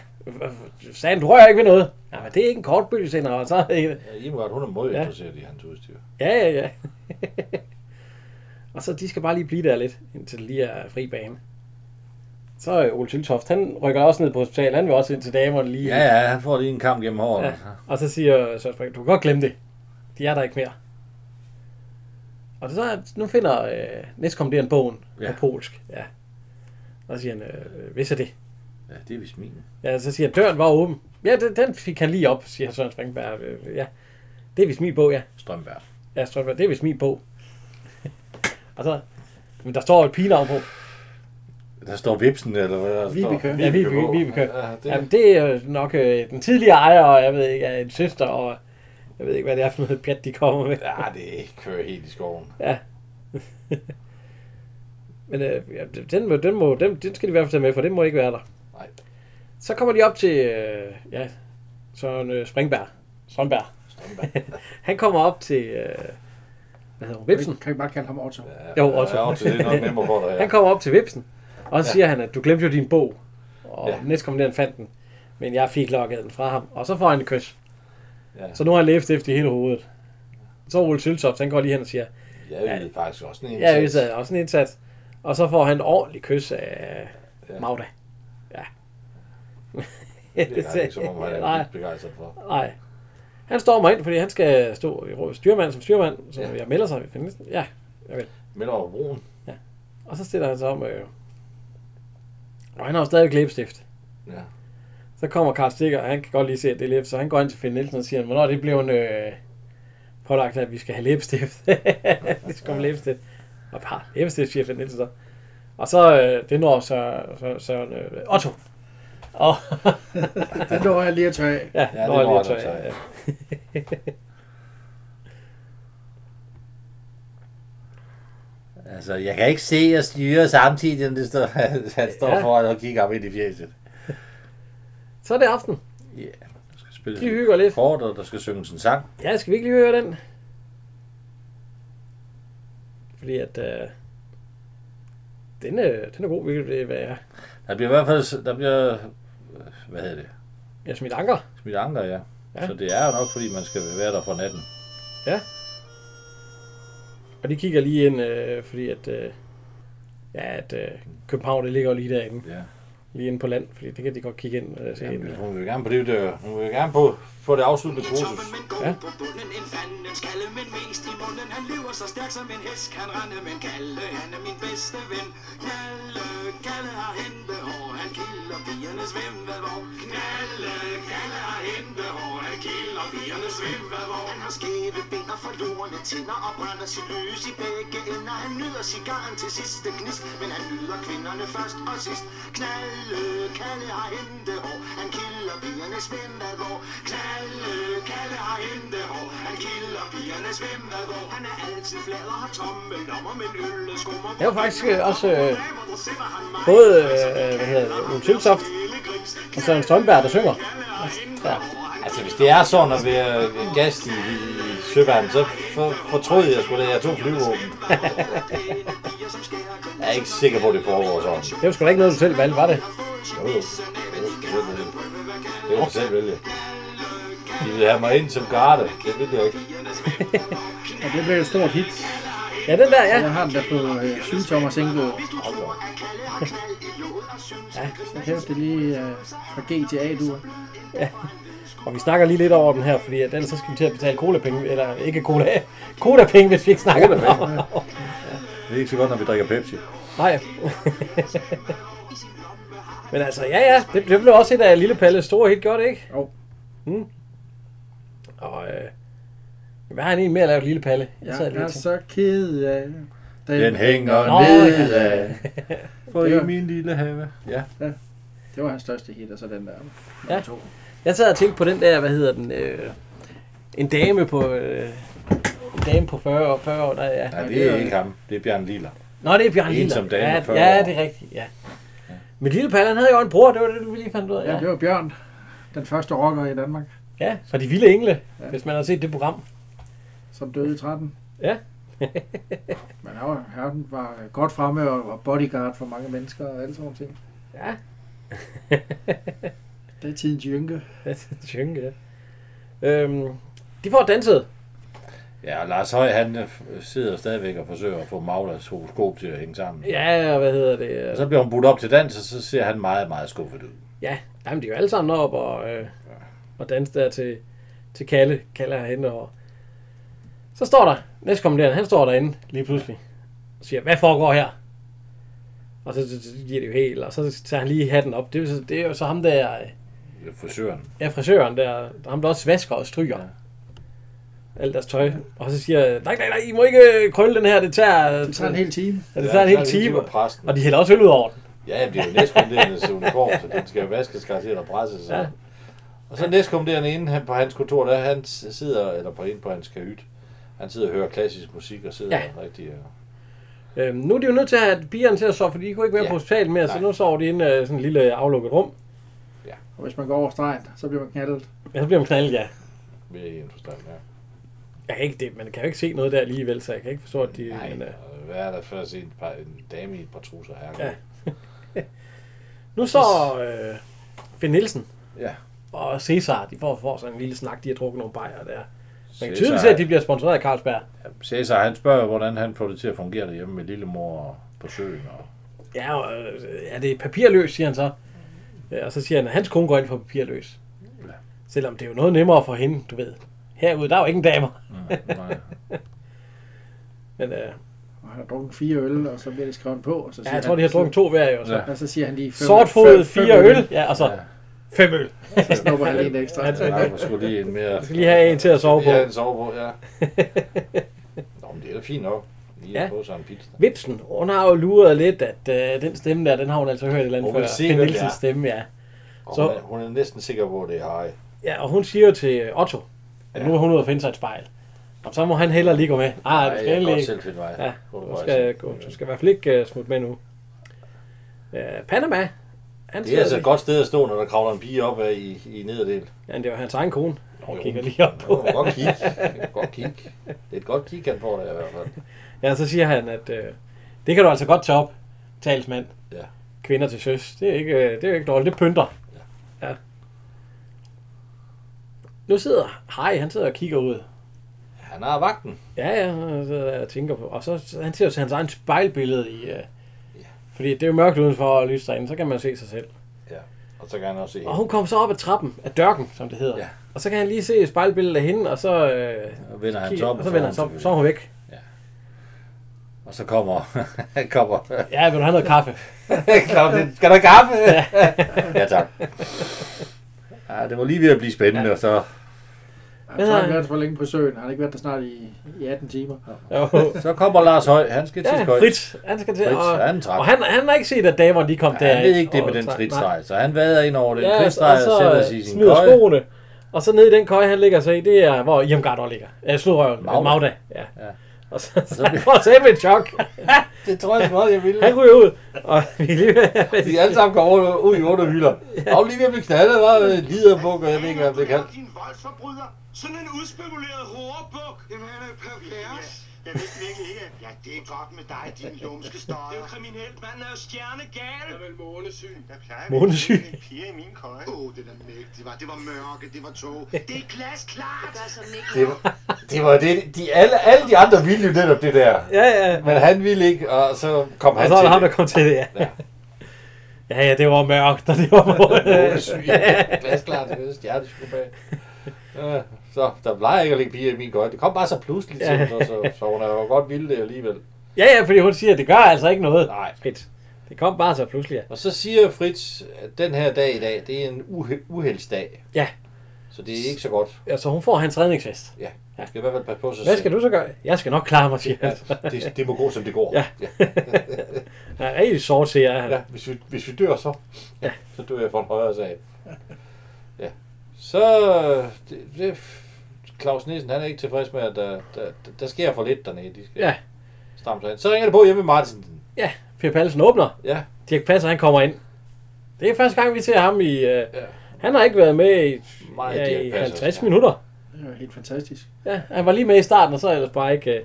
Speaker 1: sagde du rører ikke ved noget. Ja, men det er ikke en kortbølgesender. Og så,
Speaker 2: Ja, Imgard, hun er meget ja. interesseret i hans udstyr.
Speaker 1: ja, ja, ja. og så de skal bare lige blive der lidt, indtil de lige er fri bane. Så øh, Ole Tyltoft, han rykker også ned på hospitalet. Han vil også ind til damerne lige.
Speaker 2: Ja, ja, han får lige en kamp gennem håret.
Speaker 1: Ja.
Speaker 2: Ja.
Speaker 1: Og så siger Søren Spring, du kan godt glemme det. De er der ikke mere. Og så nu finder øh, næstkommanderende bogen
Speaker 2: Ja.
Speaker 1: ja. på polsk. Ja. Og så siger han, øh, hvis er det.
Speaker 2: ja, det er vist min.
Speaker 1: Ja, så siger han, døren var åben. Ja, den, den fik han lige op, siger Søren Springberg. Øh, Ja, det er vist min bog, ja.
Speaker 2: Strømberg.
Speaker 1: Ja, Strømberg, det er vist min bog. og så, men der står jo et pigenavn på.
Speaker 2: Der står Vipsen, eller hvad der
Speaker 3: Vibeke.
Speaker 2: står?
Speaker 1: Ja, vi, vi,
Speaker 2: på.
Speaker 1: vi, vi
Speaker 2: Ja, det,
Speaker 1: Jamen, det er jo nok øh, den tidligere ejer, og jeg ved ikke, er en søster, og jeg ved ikke, hvad det er for noget pjat, de kommer med.
Speaker 2: ja, det kører helt i skoven.
Speaker 1: Men øh, ja, den, må, den, må, den, den skal de i hvert fald tage med, for den må ikke være der.
Speaker 2: Nej.
Speaker 1: Så kommer de op til, øh, ja, Søren øh, Springberg. Strømberg.
Speaker 2: Strømberg.
Speaker 1: Han kommer op til, øh, hvad hedder hun, Vipsen.
Speaker 3: Kan vi bare kalde ham Otto?
Speaker 1: Jo,
Speaker 2: også.
Speaker 1: også.
Speaker 2: Ja, også. Det er nok nemmere for dig. Ja.
Speaker 1: Han kommer op til Vipsen, og så siger han, at du glemte jo din bog. Og
Speaker 2: Ja.
Speaker 1: ja. næstkommanderende fandt den, men jeg fik lokket den fra ham. Og så får han et kys.
Speaker 2: Ja.
Speaker 1: Så nu har han levt efter i hele hovedet. Så Ole Syltoft, han går lige hen og siger,
Speaker 2: Jeg øvede ja. faktisk også en indsats.
Speaker 1: Ja, Ylsa er også en indsats. Og så får han en ordentlig kys af øh, Magda. Ja.
Speaker 2: Det er der ikke så mange, han er
Speaker 1: Nej,
Speaker 2: vildt begejstret for.
Speaker 1: nej. Han stormer ind, fordi han skal stå i råd styrmand som styrmand, så
Speaker 2: Ja.
Speaker 1: ja. jeg melder sig ved findelsen. Ja, jeg vil.
Speaker 2: Men over broen.
Speaker 1: Og så stiller han sig om. Øh... Og han har jo stadig læbestift.
Speaker 2: Ja.
Speaker 1: Så kommer Karl Stikker, og han kan godt lige se, at det er læbestift, så han går ind til Finn Nielsen og siger, hvornår det blev en øh, pålagt, at vi skal have læbestift. det skal komme læbestift. Og bare læbestift, siger Finn Nielsen så. Og så, øh, det når så, så, så øh, Otto. Og,
Speaker 3: Den når jeg lige at tage af.
Speaker 1: ja,
Speaker 2: Ja, det
Speaker 1: når jeg
Speaker 2: når
Speaker 1: lige
Speaker 2: Otto,
Speaker 1: tør-
Speaker 2: ja.
Speaker 1: ja.
Speaker 2: Altså, jeg kan ikke se og styre samtidig, når det står, han står
Speaker 1: Ja.
Speaker 2: foran og kigger ham ind i fjeset.
Speaker 1: Så er det aften.
Speaker 2: Ja, yeah. der skal spilles
Speaker 1: De hygger lidt.
Speaker 2: kort, og der skal synges en sang.
Speaker 1: Ja, skal vi ikke lige høre den? Fordi at... Øh, den, øh, den er god, hvilket det hvad jeg,
Speaker 2: Der bliver i hvert fald, der bliver, øh, hvad hedder det,
Speaker 1: jeg smidt anker.
Speaker 2: smidt anker, ja.
Speaker 1: Ja.
Speaker 2: ja. Så det er jo nok, fordi man skal være der for natten.
Speaker 1: Og de kigger lige ind, øh, fordi at... Øh, ja, at øh, København, det ligger jo lige derinde.
Speaker 2: Ja.
Speaker 1: Lige inde på land, fordi det kan de godt kigge ind. Øh, se ind.
Speaker 2: Jamen, hun vil jo gerne på det, der. hun vil jo gerne på, på det afsluttende kursus.
Speaker 6: men god
Speaker 1: Ja.
Speaker 6: ja. på bunden En fanden skalle, men mest i munden Han lyver så stærkt som en hest kan rende Men Kalle, han er min bedste ven Kalle, Kalle har hentehår Han kilder pigernes hvem hvad hvor Kalle, Kalle har hentehår Han kilder pigernes hvem hvad hvor Han har skæve ben og forlorene tænder Og brænder sit løs i begge ender Han nyder cigaren til sidste gnist Men han nyder kvinderne først og sidst Kalle, Kalle har hentehår Han kilder pigernes hvem hvad hvor Kalle, Kalle har hentehår Han kilder pigernes hvem hvad hvor Han er altid flad og har tomme lommer Men øllet skummer
Speaker 1: Det var faktisk øh, også øh, både, øh, hvad hedder det, Ole Tylsoft og Søren Strømberg, der synger. Ja.
Speaker 2: Altså, hvis det er sådan at være gæst i, i, i Søværden, så for, fortrød jeg sgu da, jeg tog flyvåben. jeg er ikke sikker på, at det foregår sådan.
Speaker 1: Det var sgu da ikke noget, du selv valgte, var det?
Speaker 2: Jo, jo. Det var jeg selv vælge. De ville have mig ind som garde. Det ved jeg ikke.
Speaker 3: Og det blev et stort hit.
Speaker 1: Ja, den der, ja.
Speaker 3: Jeg har den der på øh, 7 tommer single.
Speaker 2: Hold da op.
Speaker 3: Så hævde det lige øh, fra G til A-dur.
Speaker 1: Og vi snakker lige lidt over den her, fordi at ellers så skal vi til at betale cola-penge, eller ikke cola, cola-penge, hvis vi ikke snakker om
Speaker 2: Cola-penge.
Speaker 1: den.
Speaker 2: Det er ikke så godt, når vi drikker Pepsi.
Speaker 1: Nej. Men altså, ja, ja, det, det blev også et af Lille Palles store hit, gjorde det ikke?
Speaker 3: Jo.
Speaker 1: Mm. Og øh, hvad har han egentlig mere lavet Lille Palle? Jeg sad
Speaker 3: Jeg
Speaker 1: lige
Speaker 3: er
Speaker 1: og tænkte,
Speaker 3: så ked af
Speaker 2: Den hænger
Speaker 1: Nå,
Speaker 2: ned
Speaker 1: ja.
Speaker 2: af. For
Speaker 3: Det
Speaker 2: i
Speaker 3: var-
Speaker 2: min lille have. Ja.
Speaker 3: Det var hans største hit, og så den der.
Speaker 1: Ja. jeg sad og tænkte på den der, hvad hedder den, øh, en dame på, øh, en dame på 40 år, 40 år, der, ja.
Speaker 2: Nej, det er ikke ham. Det er Bjørn Lila.
Speaker 1: Nå, det er Bjørn
Speaker 2: En
Speaker 1: Lille.
Speaker 2: som dame
Speaker 1: ja,
Speaker 2: på 40
Speaker 1: ja,
Speaker 2: år.
Speaker 1: det er rigtigt, ja. Men Lille Palle, han havde jo en bror, det var det, du lige fandt ud af.
Speaker 3: Ja,
Speaker 1: Ja,
Speaker 3: det var Bjørn. Den første rocker i Danmark,
Speaker 1: ja fra De Vilde Engle, hvis man har set det program.
Speaker 3: som døde i 13.
Speaker 1: Ja.
Speaker 3: Men han var, han var godt fremme og var bodyguard for mange mennesker og alle sådan nogle ting.
Speaker 1: Ja.
Speaker 3: Det er tidens jynke.
Speaker 1: Det er Synge, ja. Øhm, de får danset.
Speaker 2: Ja, og Lars Høj, han øh, sidder stadigvæk og forsøger at få Magdas horoskop til at hænge sammen.
Speaker 1: Ja, og hvad hedder det?
Speaker 2: Og
Speaker 1: øh,
Speaker 2: så bliver hun budt op til dans, og så ser han meget, meget skuffet ud.
Speaker 1: Ja, jamen, de er jo alle sammen op og, øh, og danser der til, til Kalle. Kalle er henne og... Så står der, næstkommanderende, han står derinde lige pludselig. Og siger, hvad foregår her? Og så, så, så giver det jo helt, og så tager han lige hatten op. Det er, jo så- det er jo så ham der, øh,
Speaker 2: Øh, Frisøren.
Speaker 1: ja, frisøren der, ham der også vasker og stryger.
Speaker 2: Ja.
Speaker 1: Alt deres tøj. Og så siger jeg, nej, nej, nej, I må ikke øh, krølle den her, det tager, øh,
Speaker 3: Det tager en hel time.
Speaker 1: ja, det tager en hel time.
Speaker 2: Og præsten.
Speaker 1: Og de hælder også øl ud over den.
Speaker 2: Ja, det er jo næstkommanderende uniform, så den skal jo vaskes garanteret og presses.
Speaker 1: Ja.
Speaker 2: Ja. Og så næstkommanderende inde han- på hans kontor, der han s- sidder, eller på inde på hans kahyt, han sidder og hører klassisk musik og sidder
Speaker 1: Ja.
Speaker 2: ja. rigtig... øh,
Speaker 1: Øhm, nu er de jo nødt til at have pigerne til at sove, fordi de kunne ikke være ja.
Speaker 2: Ja.
Speaker 1: på hospitalet mere, så
Speaker 2: Nej.
Speaker 1: nu sover de inde i sådan en lille øh, aflukket rum.
Speaker 3: Og hvis man går over stregen, så bliver man knaldet.
Speaker 1: Ja, så bliver man knaldet, ja.
Speaker 2: Ved en forstand, ja.
Speaker 1: Jeg kan ikke det, man kan jo ikke se noget der alligevel, så jeg kan ikke forstå, at de...
Speaker 2: Nej,
Speaker 1: Men, uh,
Speaker 2: og hvad er der for at se en, par, en dame i et par trusser her?
Speaker 1: Ja. nu så øh, Finn Nielsen
Speaker 2: ja.
Speaker 1: og Cæsar, de får, får sådan en lille snak, de har drukket nogle bajer der. Man kan
Speaker 2: Cæsar-
Speaker 1: tydeligt se, at de bliver sponsoreret af Carlsberg.
Speaker 2: Cæsar, han spørger, hvordan han får det til at fungere derhjemme med lillemor på søen. Og...
Speaker 1: Ja, og, øh, er det papirløs, siger han så. Ja, Og så siger han, at hans kone går ind for papirløs.
Speaker 2: Ja.
Speaker 1: Selvom det er jo noget nemmere for hende, du ved. Herude, der er jo ingen damer.
Speaker 2: Mm, Nej.
Speaker 1: Men øh,
Speaker 3: Og han har drukket fire øl, og så bliver det skrevet på. Og så siger
Speaker 1: ja, jeg
Speaker 3: han,
Speaker 1: tror, de har drukket to hver jo. Så.
Speaker 2: Ja.
Speaker 3: Og så siger han lige... fem- fem-
Speaker 1: Sortfodet,
Speaker 3: fem
Speaker 1: fire
Speaker 3: øl.
Speaker 1: øl. Ja, og så
Speaker 2: Ja.
Speaker 1: fem øl.
Speaker 3: Så snupper han lige en ekstra.
Speaker 1: Ja, tak.
Speaker 2: Jeg skulle lige en mere... Jeg
Speaker 1: skal lige have en til at sove på.
Speaker 2: Ja, en sove på, ja. Nå, men det er da fint nok. Lige
Speaker 1: Ja.
Speaker 2: at få sig en pizza.
Speaker 1: Vipsen, hun har jo luret lidt, at øh, den stemme der, den har hun altså hørt et eller andet
Speaker 2: Hun vil
Speaker 1: før.
Speaker 2: se,
Speaker 1: Finn
Speaker 2: hvem det
Speaker 1: Nielsens
Speaker 2: er.
Speaker 1: stemme, ja.
Speaker 2: Og
Speaker 1: Så-
Speaker 2: hun, er, hun er næsten sikker på, at det er Harry.
Speaker 1: Ja, og hun siger jo til Otto, at nu er hun ude at finde sig et spejl. Og så må han heller lige gå med. Ah,
Speaker 2: Ej,
Speaker 1: du skal
Speaker 2: jeg kan
Speaker 1: endelig
Speaker 2: godt
Speaker 1: ikke.
Speaker 2: selv finde vej.
Speaker 1: Ja,
Speaker 2: Gå du
Speaker 1: du
Speaker 2: vej
Speaker 1: skal,
Speaker 2: selv.
Speaker 1: gå. du skal i hvert fald ikke uh, smutte med nu. Uh, Panama. Han
Speaker 2: Det er altså et
Speaker 1: godt.
Speaker 2: godt sted at stå, når der kravler en pige op af i, i nederdel.
Speaker 1: Ja, men det var hans egen kone. Hun
Speaker 2: jo.
Speaker 1: kigger lige op
Speaker 2: Det
Speaker 1: på.
Speaker 2: er godt kig. Det er godt kig. Det er et godt kig, han får der i hvert fald.
Speaker 1: Ja, så siger han, at uh, det kan du altså godt tage op, talsmand.
Speaker 2: Ja.
Speaker 1: Kvinder til søs. Det er ikke, uh, det er ikke dårligt. Det pynter. Ja. Nu sidder Harry, han sidder og kigger ud.
Speaker 2: Han har vagten.
Speaker 1: Ja, ja, og så sidder jeg og tænker på. Og så, så han ser jo til hans egen spejlbillede i... Uh, Fordi det er jo mørkt udenfor og lyst derinde, så kan man se sig selv.
Speaker 2: Og så kan han også se
Speaker 1: Og hun kom så op ad trappen, af dørken, som det hedder. Ja.
Speaker 2: Ja.
Speaker 1: Og så kan han lige se et spejlbillede af hende, og så, øh,
Speaker 2: Og vender han
Speaker 1: kigger-
Speaker 2: sig om.
Speaker 1: og så vender han sig om. Så er hun væk.
Speaker 2: Og så kommer... han kommer...
Speaker 1: Ja, vil du have noget kaffe?
Speaker 2: Claus, skal der kaffe? ja, tak. Ja, det var lige ved at blive spændende, og så...
Speaker 3: Jeg tror, han har været for længe på søen. Han har ikke været der snart i, i 18 timer.
Speaker 1: Jo.
Speaker 2: Så kommer Lars Høj, han skal til
Speaker 1: Ja,
Speaker 2: skøjt.
Speaker 1: Frit. Han skal til.
Speaker 2: Frit,
Speaker 1: og,
Speaker 2: han trak.
Speaker 1: og han, han har ikke set, at damerne lige kom
Speaker 2: Ja,
Speaker 1: der.
Speaker 2: han ved ikke det med den fritstreg, så han vader ind over den ja, fritstreg og sætter sig i sin
Speaker 1: smider
Speaker 2: køje.
Speaker 1: skoene. Og så nede i den køje, han ligger sig i, det er, hvor Hjemgard ligger. Ja, sludrøven. Magda.
Speaker 2: Magda.
Speaker 1: Magda. Ja.
Speaker 2: Ja.
Speaker 1: Og så, så han får sæbe et chok.
Speaker 2: Det tror jeg meget, jeg ville.
Speaker 1: Han ryger ud. Og vi er lige ved,
Speaker 2: De alle sammen går over, ud i otte hylder. Og lige ved at blive knaldet, var liderbuk, og jeg ved ikke, hvad det kan.
Speaker 6: Din voldsforbryder. Sådan en udspekuleret horebuk.
Speaker 5: Jamen, han er pervers.
Speaker 6: Jeg vidste virkelig ikke. Ja, det er godt med dig, din lumske støjer. Det er jo kriminelt. Manden er jo stjernegal.
Speaker 5: Ja. vel månesyn.
Speaker 6: Jeg plejer
Speaker 1: Månesyn.
Speaker 6: at en pige i min køje.
Speaker 5: Åh, oh, det der mælk, det var, det var mørke, det var tog.
Speaker 6: Det er
Speaker 7: Ah,
Speaker 6: glasklart. Det gør sådan ikke.
Speaker 2: Det var, det var det, de, alle, alle de andre ville jo netop det der.
Speaker 1: ja, ja.
Speaker 2: Men han ville ikke, og så kom
Speaker 1: Og
Speaker 2: han
Speaker 1: så er
Speaker 2: til
Speaker 1: der ham, der
Speaker 2: det.
Speaker 1: kom til det, ja.
Speaker 2: Ja.
Speaker 1: Ja, ja, det var mørkt, og det var
Speaker 2: Månesyn. Glasklart, det ved stjerne skulle bag. Ja, Så der plejer ikke at ligge piger i min gøjt. Det kom bare så pludseligt til,
Speaker 1: Ja.
Speaker 2: så, så, så hun er jo godt vildt det alligevel.
Speaker 1: Ja, ja, fordi hun siger, at det gør altså ikke noget.
Speaker 2: Nej.
Speaker 1: Fedt. Det kom bare så pludselig.
Speaker 2: Og så siger Fritz, at den her dag i dag, det er en uhe- uheldsdag.
Speaker 1: Ja.
Speaker 2: Så det er ikke så godt.
Speaker 1: Ja, så hun får hans redningsvest.
Speaker 2: Ja, man skal i hvert fald passe på sig
Speaker 1: Hvad skal du så gøre? Jeg skal nok klare mig, siger han.
Speaker 2: Ja, det, det må gå, som det går.
Speaker 1: Ja. Han er rigtig sort, siger han.
Speaker 2: ja hvis, vi, hvis vi dør, så, ja. så dør jeg for en højere sag. Ja. Så det, det, Claus Nielsen, han er ikke tilfreds med, at der, der, der sker for lidt dernede. De skal
Speaker 1: Ja.
Speaker 2: stramme sig ind. Så ringer det på hjemme ved Martin.
Speaker 1: ja. Per Pallesen åbner.
Speaker 2: Ja,
Speaker 1: Dirk Passer, han kommer ind. Det er første gang, vi ser ham i... Øh,
Speaker 2: Ja.
Speaker 1: Han har ikke været med i,
Speaker 2: Meget
Speaker 1: ja,
Speaker 2: Dirch
Speaker 1: i
Speaker 2: Passer,
Speaker 1: 50
Speaker 2: ja.
Speaker 1: minutter.
Speaker 3: Det var helt fantastisk.
Speaker 1: Ja, han var lige med i starten, og så ellers bare ikke... Øh...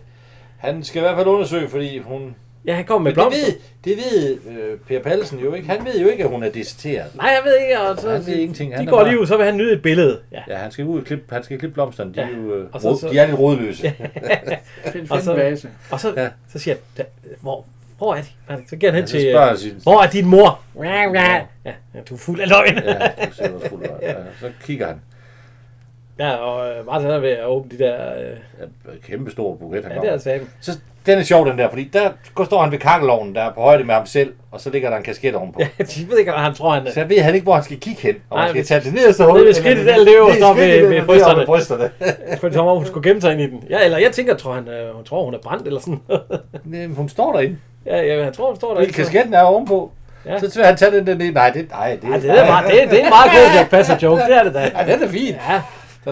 Speaker 2: han skal i hvert fald undersøge, fordi hun...
Speaker 1: Ja, han kommer med
Speaker 2: Men det
Speaker 1: blomster.
Speaker 2: ved, det ved øh, Per Pallesen jo ikke. Han ved jo ikke, at hun er decideret.
Speaker 1: Nej, jeg ved ikke, og så...
Speaker 2: Han ved ingenting. Han
Speaker 1: de
Speaker 2: er
Speaker 1: går
Speaker 2: bare-
Speaker 1: lige ud, så vil han nyde et billede. Ja.
Speaker 2: Ja, han skal ud og klippe, han skal klippe blomsterne. De,
Speaker 1: Ja.
Speaker 2: er jo, øh,
Speaker 1: Og
Speaker 2: og
Speaker 1: så-
Speaker 2: så,
Speaker 1: så-
Speaker 2: de er lidt rodløse. Ja.
Speaker 3: Find,
Speaker 1: Og
Speaker 3: find
Speaker 1: så-
Speaker 3: en base.
Speaker 1: Og så, ja.
Speaker 2: Ja.
Speaker 1: så siger han, "Da- hvor, hvor er de? Så giver han hen
Speaker 2: så
Speaker 1: til,
Speaker 2: spørger
Speaker 1: øh,
Speaker 2: sin-
Speaker 1: hvor er din mor? Ja, ja. ja, du er fuld af løgn. Ja,
Speaker 2: Ja, du ser også fuld af- ja, så kigger han.
Speaker 1: ja og øh, Martin er ved at åbne de der... Øh,
Speaker 2: Ja, kæmpe stor buket, han
Speaker 1: ja,
Speaker 2: ja,
Speaker 1: det er altså-
Speaker 2: kommer.
Speaker 1: sammen.
Speaker 2: Så den er sjov, den der, fordi der står han ved kakkeloven, der er på højde med ham selv, og så ligger der en kasket ovenpå. Ja.
Speaker 1: De ved ikke, om han tror, han er.
Speaker 2: Så ved han ikke, hvor han skal kigge hen, og
Speaker 1: Nej,
Speaker 2: man skal
Speaker 1: men-
Speaker 2: tage det nederste
Speaker 1: ned
Speaker 2: hul.
Speaker 1: ved skridtet, der lever
Speaker 2: Ned i
Speaker 1: står ved-
Speaker 2: skridtet,
Speaker 1: ved
Speaker 2: der lever
Speaker 1: brysterne.
Speaker 2: ved brysterne.
Speaker 1: For det er som om, hun skulle gemme øh, sig ind i den. Ja, eller jeg tænker, tror han, øh, hun tror, hun er brændt eller sådan noget.
Speaker 2: Jamen, hun står derinde,
Speaker 1: ja, ja, han tror, hun står der.
Speaker 2: fordi kasketten er ovenpå.
Speaker 1: Ja.
Speaker 2: Ja. Så vil han tage den der ned. Nej, det, nej, det,
Speaker 1: Ja, det er, meget, det, er, det er en meget god Jack Passer joke, det er det da.
Speaker 2: Ja, den er fin.
Speaker 1: Ja,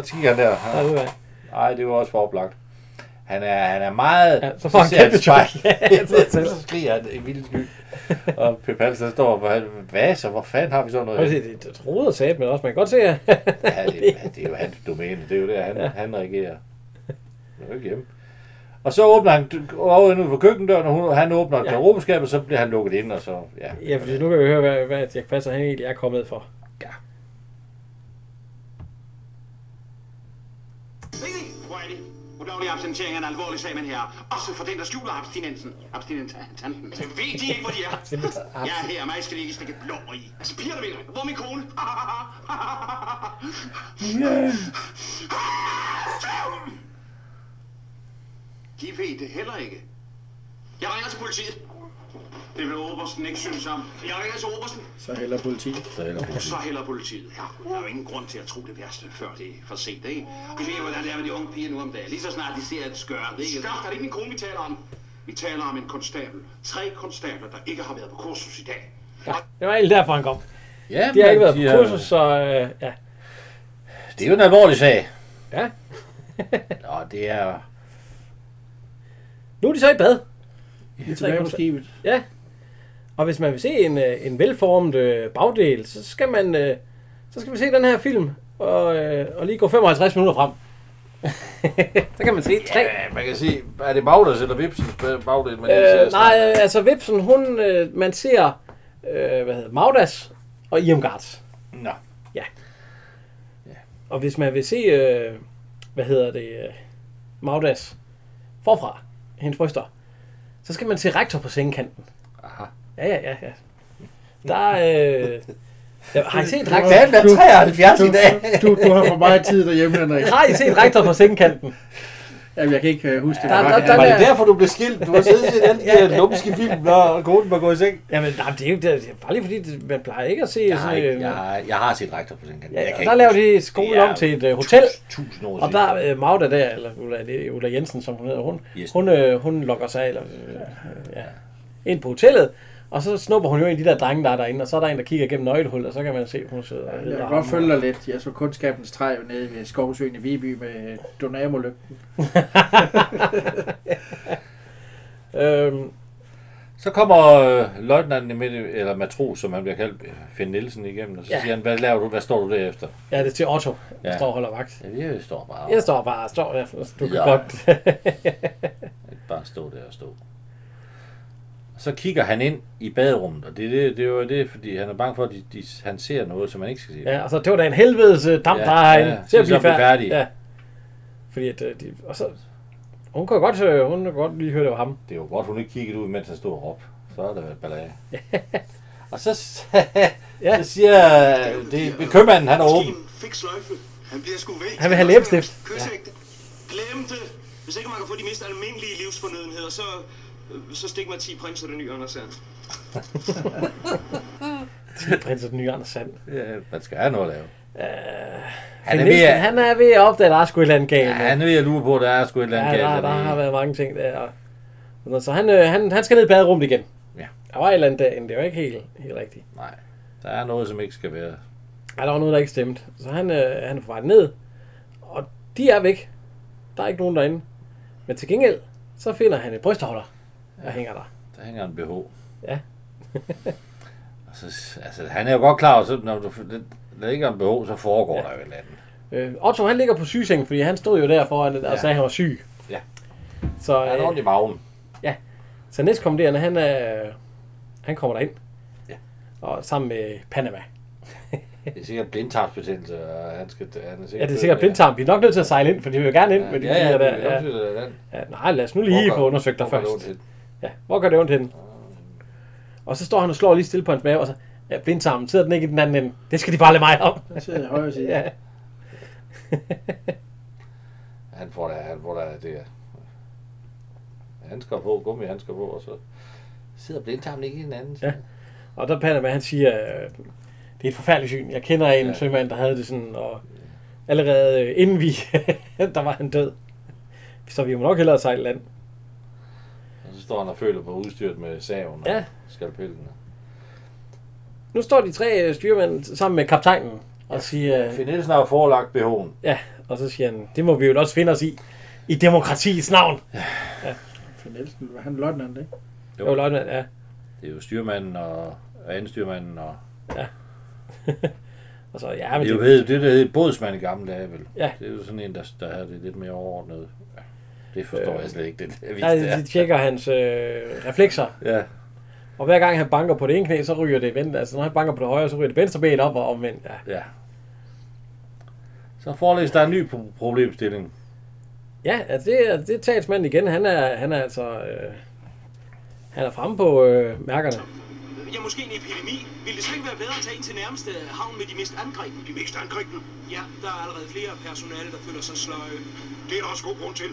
Speaker 2: Så kigger han der.
Speaker 1: der er ude af.
Speaker 2: Nej, det var også for oplagt. Han er, han er meget...
Speaker 1: Ja, så får han
Speaker 2: ser
Speaker 1: kæmpe
Speaker 2: et spejl.
Speaker 1: chok.
Speaker 2: så skriger han en vild sky. Og Pepal, så står og han, hvad så, hvor fanden har vi så
Speaker 1: Og
Speaker 2: noget?
Speaker 1: det, det, det troede sagde men også, man kan godt se, at
Speaker 2: Ja, det, det er jo hans domæne, det er jo der, han, ja. han reagerer. Det er jo ikke hjemme. Og så åbner han d- over ud for køkkendøren, og hun, han åbner ja. garderobeskabet, så bliver han lukket ind, og så... Ja,
Speaker 1: Ja, fordi nu kan vi høre, hvad, hvad Dirk Passer han egentlig er kommet for.
Speaker 6: Hvor er det
Speaker 4: ulovlig absentering er en alvorlig sag, men her. Også for den, der skjuler abstinensen. Abstinensen. Det ved de ikke, hvor de er. Jeg er her, og mig skal de ikke stikke blå i. Altså, pigerne ved det. Hvor er min kone? De ved det heller ikke. Jeg ringer til politiet. Det vil Obersten ikke synes om. Jeg ringer til Obersten.
Speaker 3: Så heller politi.
Speaker 2: Så heller
Speaker 4: Så
Speaker 2: politi.
Speaker 4: heller politiet. Ja, der er jo ingen grund til at tro det værste, før det er for sent, ikke? Vi ved, hvordan det er med de unge piger nu om dagen. Lige så snart de ser et skør, ikke? Skør, er det ikke min kone, vi taler om? Vi taler om en konstabel. Tre konstabler, der ikke har været på kursus i dag.
Speaker 1: Det var egentlig derfor, han kom.
Speaker 2: Ja,
Speaker 1: De har ikke
Speaker 2: men
Speaker 1: været på
Speaker 2: har-
Speaker 1: kursus, så øh, ja.
Speaker 2: Det er jo en alvorlig sag.
Speaker 1: ja.
Speaker 2: Nå, det er...
Speaker 1: Nu er de så i bad.
Speaker 3: Vi er tilbage på skibet.
Speaker 1: Ja. Og hvis man vil se en, øh, en velformet øh, bagdel, så skal man øh, så skal vi se den her film og, øh, og lige gå 55 minutter frem. så kan man se tre.
Speaker 2: Ja, man kan sige, er det Bagders eller Vipsens bagdel? Man
Speaker 1: Øh, nej, øh, altså Vipsen, hun, øh, man ser, øh, hvad hedder Magdas og Irmgards.
Speaker 2: Nå.
Speaker 1: Og hvis man vil se, øh, hvad hedder det, øh, Magdas forfra, hendes bryster, så skal man se rektor på sengekanten.
Speaker 2: Aha.
Speaker 1: Ja, ja, ja, ja. Der øh, ja, har I set rektor?
Speaker 2: Fanden er 73
Speaker 3: Du,
Speaker 2: i dag.
Speaker 3: du, du har for meget tid derhjemme, Henrik.
Speaker 1: Har I set rektor på sengekanten?
Speaker 3: Jamen, jeg kan ikke øh, huske det.
Speaker 1: Der-
Speaker 3: var
Speaker 1: der-
Speaker 3: det.
Speaker 1: der-
Speaker 2: Var det derfor, du blev skilt? Du har siddet i den der lumske film, når konen var gået i seng.
Speaker 1: Jamen, nej, det er jo det er bare lige fordi, det, man plejer ikke at se
Speaker 2: Jeg har,
Speaker 1: sådan
Speaker 2: ikke,
Speaker 1: øh,
Speaker 2: jeg, har, jeg har set rektor på den kant.
Speaker 1: Ja,
Speaker 2: Jeg kan
Speaker 1: og der
Speaker 2: ikke
Speaker 1: laver
Speaker 2: huske.
Speaker 1: de skolen
Speaker 2: Det er
Speaker 1: om til et, øh, hotel.
Speaker 2: Tusind år
Speaker 1: Og der øh, Magda der, eller Ulla, det er Ulla Jensen, som hun hedder, hun,
Speaker 2: Yes.
Speaker 1: yes. hun, øh, hun lokker sig af, eller, øh, øh, ja, ind på hotellet, og så snupper hun jo en af de der drenge, der er derinde, og så er der en, der kigger gennem nøglehullet, og så kan man se, hun sidder og
Speaker 3: Jeg
Speaker 1: hedder
Speaker 3: kan
Speaker 1: ham,
Speaker 3: godt
Speaker 1: og-
Speaker 3: følge dig lidt. Jeg så kundskabens træ nede ved Skovsøen i Viby med Donamo-lygten.
Speaker 1: Øhm,
Speaker 2: Så kommer øh, løjtnanten, i midten, eller matros, som han bliver kaldt, øh, Finn Nielsen igennem, og så
Speaker 1: Ja.
Speaker 2: siger han, hvad laver du, hvad står du derefter?
Speaker 1: ja, det er til Otto, der
Speaker 2: Ja.
Speaker 1: står og holder vagt.
Speaker 2: Ja, jeg står bare,
Speaker 1: Jeg står bare og står der, du kan
Speaker 2: Ja.
Speaker 1: godt.
Speaker 2: bare stå der og stå. Så kigger han ind i baderummet, og det, det, det var det, fordi han er bange for, at de, de, han ser noget, som han ikke skal se.
Speaker 1: ja, og så det var da en helvedes øh, damp,
Speaker 2: Ja,
Speaker 1: ja, der er herinde.
Speaker 2: ja,
Speaker 1: Ja, til at
Speaker 2: så
Speaker 1: blive
Speaker 2: bliver
Speaker 1: færdig.
Speaker 2: færdige.
Speaker 1: Ja. Fordi at, øh, de, og så, hun kunne jo godt, øh, hun kunne godt lige høre, det var ham.
Speaker 2: Det var godt, hun ikke kiggede ud, mens han stod og råbte. Så er der været ballade. og så,
Speaker 1: Ja.
Speaker 2: så siger øh, det, købmanden, han er åben.
Speaker 4: Fik sløjfe. Han bliver sgu væk.
Speaker 1: Han vil have læbestift.
Speaker 4: Kysægte. Glem det. Hvis ikke man kan få de mest almindelige livsfornødenheder, så, så stik mig 10 prinser den nye Anders Sand.
Speaker 1: Prins af den nye Anders Sand.
Speaker 2: Ja, man skal have noget at lave.
Speaker 1: Han
Speaker 2: han,
Speaker 1: er,
Speaker 2: er
Speaker 1: ved,
Speaker 2: ved, at-
Speaker 1: han er ved at opdage, at der er sgu et eller andet galt.
Speaker 2: ja, han er ved at lure på, at der er sgu et eller
Speaker 1: ja,
Speaker 2: andet
Speaker 1: der,
Speaker 2: galt.
Speaker 1: der har
Speaker 2: dernede.
Speaker 1: været mange ting der. og sådan noget. Så han, øh, han, han skal ned i baderummet igen.
Speaker 2: Ja.
Speaker 1: Der var et eller andet derinde, det var ikke helt, helt rigtigt.
Speaker 2: Nej, der er noget, som ikke skal være.
Speaker 1: Ej, der var noget, der ikke stemte. Så han, øh, han er på vej ned, og de er væk. Der er ikke nogen derinde. Men til gengæld, så finder han et brystholder, der hænger der.
Speaker 2: Der hænger en BH.
Speaker 1: Ja.
Speaker 2: Og så, altså, han er jo godt klar, over, så når du lægger en BH, så foregår ja. der jo et eller andet.
Speaker 1: Øh, Otto, han ligger på sygesengen, fordi han stod jo der foran det, og
Speaker 2: Ja.
Speaker 1: sagde, at han var syg.
Speaker 2: Ja.
Speaker 1: Så,
Speaker 2: Han er
Speaker 1: øh,
Speaker 2: ordentlig i maven.
Speaker 1: så næstkommanderende, han, er, han kommer derind.
Speaker 2: Ja.
Speaker 1: Og sammen med Panama.
Speaker 2: Det er sikkert blindtarmsbetændelse, og han skal... Han er sikkert
Speaker 1: Ja, det er sikkert blindtarm. Vi er nok nødt til at sejle ind, for de vil jo gerne ind
Speaker 2: Ja,
Speaker 1: med de
Speaker 2: ja, ja,
Speaker 1: piger
Speaker 2: det
Speaker 1: der.
Speaker 2: er
Speaker 1: Ja.
Speaker 2: også, det er den.
Speaker 1: Ja, nej, lad os nu lige
Speaker 2: Hvor
Speaker 1: få
Speaker 2: gør-
Speaker 1: undersøgt dig
Speaker 2: hvor gør det ondt
Speaker 1: først.
Speaker 2: hen?
Speaker 1: Ja, hvor gør det ondt henne? Og så står han og slår lige stille på hans mave, og så ja, blindtarmen sidder den ikke i den anden ende. Det skal de bare lade mig om.
Speaker 3: Jeg sidder i højre side.
Speaker 1: Ja.
Speaker 2: Han får da, han får da det er handsker på, gummihandsker på, og så sidder blindtarmen ikke i den anden. Ja.
Speaker 1: Og der Panama, han siger, øh, det er et forfærdeligt syn. Jeg kender en ja. sømand, der havde det sådan, og allerede øh, inden vi, der var han død. Så vi må nok hellere sejle land.
Speaker 2: Og så står han og føler på udstyret med saven og
Speaker 1: Ja.
Speaker 2: ja. skalpellen.
Speaker 1: Nu står de tre øh, styrmænd sammen med kaptajnen og siger,
Speaker 2: Finn Nielsen har jo forelagt BH'en.
Speaker 1: Ja, og så siger han, det må vi jo også finde os i, i demokratiets navn.
Speaker 3: For Nielsen, var han løgneren, ikke?
Speaker 1: Jo,
Speaker 2: Jo.
Speaker 1: jo løgnmand, ja.
Speaker 2: Det er jo styrmanden og og anden styrmanden og...
Speaker 1: Og så, ja, men
Speaker 2: Det er jo
Speaker 1: det,
Speaker 2: hed, det, der hed bådsmand i gamle dage, vel?
Speaker 1: Ja.
Speaker 2: Det er jo sådan en, der, der havde det lidt mere overordnet. Ja. Det forstår øh, jeg slet ikke, den der vis
Speaker 1: der,
Speaker 2: der.
Speaker 1: de tjekker hans øh, reflekser,
Speaker 2: Ja.
Speaker 1: og hver gang han banker på det ene knæ, så ryger det venstre, altså når han banker på det højre, så ryger det venstre ben op og omvendt, ja.
Speaker 2: Ja. Så forelæser der en ny pro- problemstilling.
Speaker 1: Ja, altså det, er- det er talsmanden igen. Han er, han er altså... Øh, han er fremme på øh, mærkerne.
Speaker 6: Ja, måske en epidemi. Vil det slet ikke være bedre at tage ind til nærmeste havn med de mest angrebne?
Speaker 5: De mest angribende.
Speaker 6: Ja, der er allerede flere personale, der føler sig sløje.
Speaker 5: Det er der også god grund til.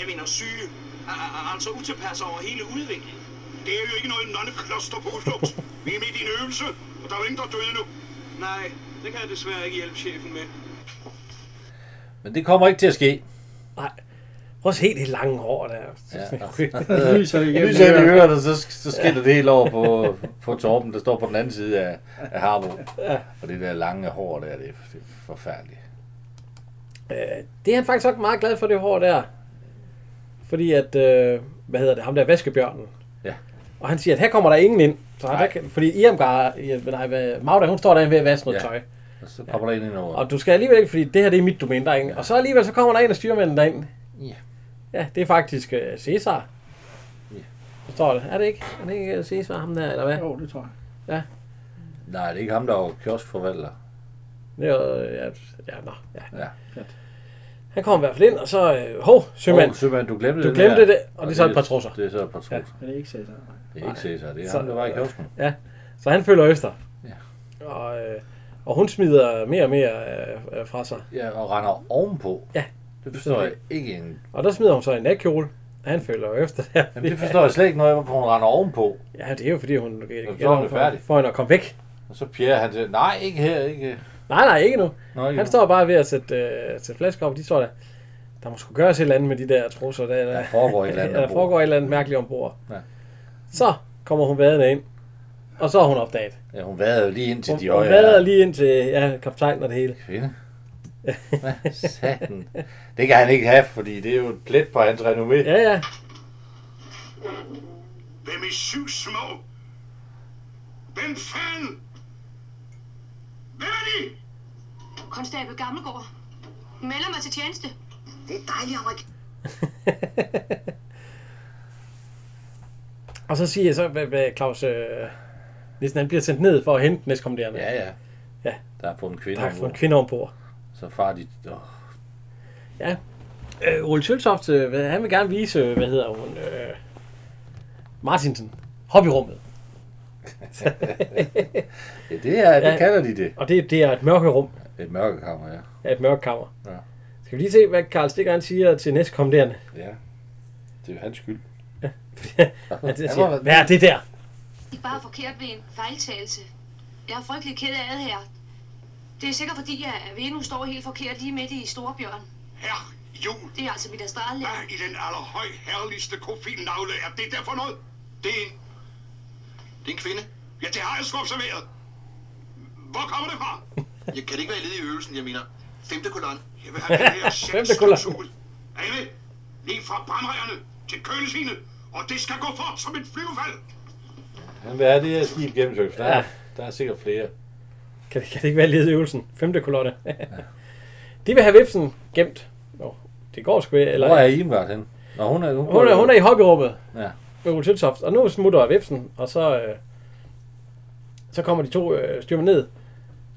Speaker 6: Jeg mener syge. Al- al- Altså utilpas over hele udviklingen.
Speaker 5: Det er jo ikke noget nonnekloster på udflugt. Vi er midt i en øvelse, og der er jo ingen, der er døde nu.
Speaker 6: Nej, det kan jeg desværre ikke hjælpe chefen med.
Speaker 2: Men det kommer ikke til at ske.
Speaker 1: Nej. Prøv at se det lange hår der.
Speaker 2: Ja.
Speaker 3: Det lyser det igennem.
Speaker 2: Lige så vi hører det, så, så skiller det helt over på, på Torben, der står på den anden side af, af Harbo. Og det der lange hår der, det er, det er forfærdeligt.
Speaker 1: Øh, det er han faktisk også meget glad for, det hår der. Fordi at, øh, hvad hedder det, ham der vaskebjørnen.
Speaker 2: Ja.
Speaker 1: Og han siger, at her kommer der ingen ind. Så han,
Speaker 2: Nej.
Speaker 1: der, kan- fordi Irmgar, ja, nej, hvad- Magda, hun står derinde ved at vaske noget
Speaker 2: Ja.
Speaker 1: tøj.
Speaker 2: Og så popper der en ind over.
Speaker 1: Og du skal alligevel ikke, fordi det her det er mit domæne derinde. Og så alligevel, så kommer der en af styrmændene derind.
Speaker 2: Ja.
Speaker 1: Ja, det er faktisk øh, Cæsar.
Speaker 2: Ja.
Speaker 1: Så Står det. Er det ikke? Er det ikke øh, Cæsar, ham der, eller hvad?
Speaker 3: Jo, det tror jeg.
Speaker 2: Nej, det er ikke ham, der er kioskforvalter.
Speaker 1: Det er, øh, ja, ja, nå, ja.
Speaker 2: Ja.
Speaker 1: Han kommer i hvert fald ind, og så, øh, hov, sømand.
Speaker 2: Åh, Sømand, du glemte
Speaker 1: Du
Speaker 2: den
Speaker 1: glemte
Speaker 2: her.
Speaker 1: det, og det er så et par trusser.
Speaker 2: Det er så et par trusser.
Speaker 3: Men det er ikke Cæsar.
Speaker 2: Det er ikke Cæsar, det er
Speaker 1: Så-
Speaker 2: ham, der var i kiosken.
Speaker 1: Ja, så han følger efter.
Speaker 2: Ja.
Speaker 1: Og, øh, og hun smider mere og mere øh, øh, fra sig.
Speaker 2: Ja, og render ovenpå.
Speaker 1: Ja.
Speaker 2: Det forstår jeg ikke en...
Speaker 1: Og der smider hun så en natkjole. Og han følger jo efter der.
Speaker 2: Jamen, det forstår jeg slet ikke noget, hvorfor hun render ovenpå.
Speaker 1: Ja, det er jo fordi, hun
Speaker 2: Jamen, så er hun jo færdig.
Speaker 1: for hende at komme væk.
Speaker 2: Og så Pierre, han siger, nej, ikke her, ikke...
Speaker 1: Nej, nej, ikke nu.
Speaker 2: Nå, ikke
Speaker 1: Han
Speaker 2: nu.
Speaker 1: står bare ved at sætte, øh, sætte flasker op. De står der. Der må sgu gøres et eller andet med de der trusser. Der, der,
Speaker 2: Der foregår et eller andet
Speaker 1: ja, der
Speaker 2: ombord."
Speaker 1: foregår et eller andet mærkeligt ombord.
Speaker 2: Ja.
Speaker 1: Så kommer hun vadende ind. Og så er hun opdaget.
Speaker 2: Ja, hun vader jo lige ind til
Speaker 1: Hun,
Speaker 2: de
Speaker 1: hun
Speaker 2: øje.
Speaker 1: vader lige ind til ja, kaptajnen og det hele.
Speaker 2: Kvinde. Hvad satan? Det kan han ikke have, fordi det er jo et plet på hans renommé.
Speaker 1: Ja, ja.
Speaker 5: Hvem er syv små? Hvem fanden? Hvem er de?
Speaker 7: Konstabel Gammelgaard. Melder mig til tjeneste.
Speaker 5: Det er dejligt, Amerik.
Speaker 1: Og så siger jeg så, hvad, hvad Claus øh, Nissen, han bliver sendt ned for at hente næstkommanderende.
Speaker 2: Ja, ja.
Speaker 1: Ja.
Speaker 2: Der er på en kvinde.
Speaker 1: Der er fået en
Speaker 2: ombord.
Speaker 1: kvinde ombord.
Speaker 2: Så far de... Åh,
Speaker 1: Ja. Øh, Ole Søltoft, øh, hvad- han vil gerne vise, øh, hvad hedder hun, øh, Martinsen, hobbyrummet.
Speaker 2: Ja, det er, det
Speaker 1: Ja.
Speaker 2: kalder de det.
Speaker 1: Og det, det er et mørke rum,
Speaker 2: Et mørkekammer, ja.
Speaker 1: ja, et mørke kammer.
Speaker 2: Ja.
Speaker 1: Skal vi lige se, hvad Karl Stikker han siger til næstkommanderende?
Speaker 2: Ja. Det er jo hans skyld.
Speaker 1: At det
Speaker 2: Han
Speaker 1: siger,
Speaker 2: var-
Speaker 1: hvad er det der?
Speaker 7: Det er bare forkert ved en fejltagelse. Jeg er frygtelig ked af det her. Det er sikkert fordi, at Venus står helt forkert lige midt i Storebjørn.
Speaker 5: Herr Jul,
Speaker 7: Det er altså mit astrallærer.
Speaker 5: hvad i den allerhøj herligste kofinavle er det der for noget? Det er en... Det er en kvinde. Ja, det har jeg sgu observeret. Hvor kommer det fra?
Speaker 6: Jeg kan det ikke være led i øvelsen, jeg mener. Femte kolonne.
Speaker 5: Jeg vil have den her
Speaker 1: Femte kolonne.
Speaker 5: ud. Er I med? Lige fra brandrejerne til kølesvinet. Og det skal gå fort som et flyvefald.
Speaker 2: Han vil have det her skib gennemsøgt, for der,
Speaker 1: Ja.
Speaker 2: ja. der er sikkert flere.
Speaker 1: Kan, det- kan det ikke være ledet øvelsen? Femte kolonne. De vil have vipsen gemt. Nå, det går sgu ikke, eller...
Speaker 2: Hvor er Imgard henne? Nå, hun er... Hun,
Speaker 1: Hun er, hun er i hobbyrummet.
Speaker 2: Ja.
Speaker 1: Med Ole Søltoft. Og nu smutter Vipsen, og så, øh, så kommer de to øh, styrmer ned.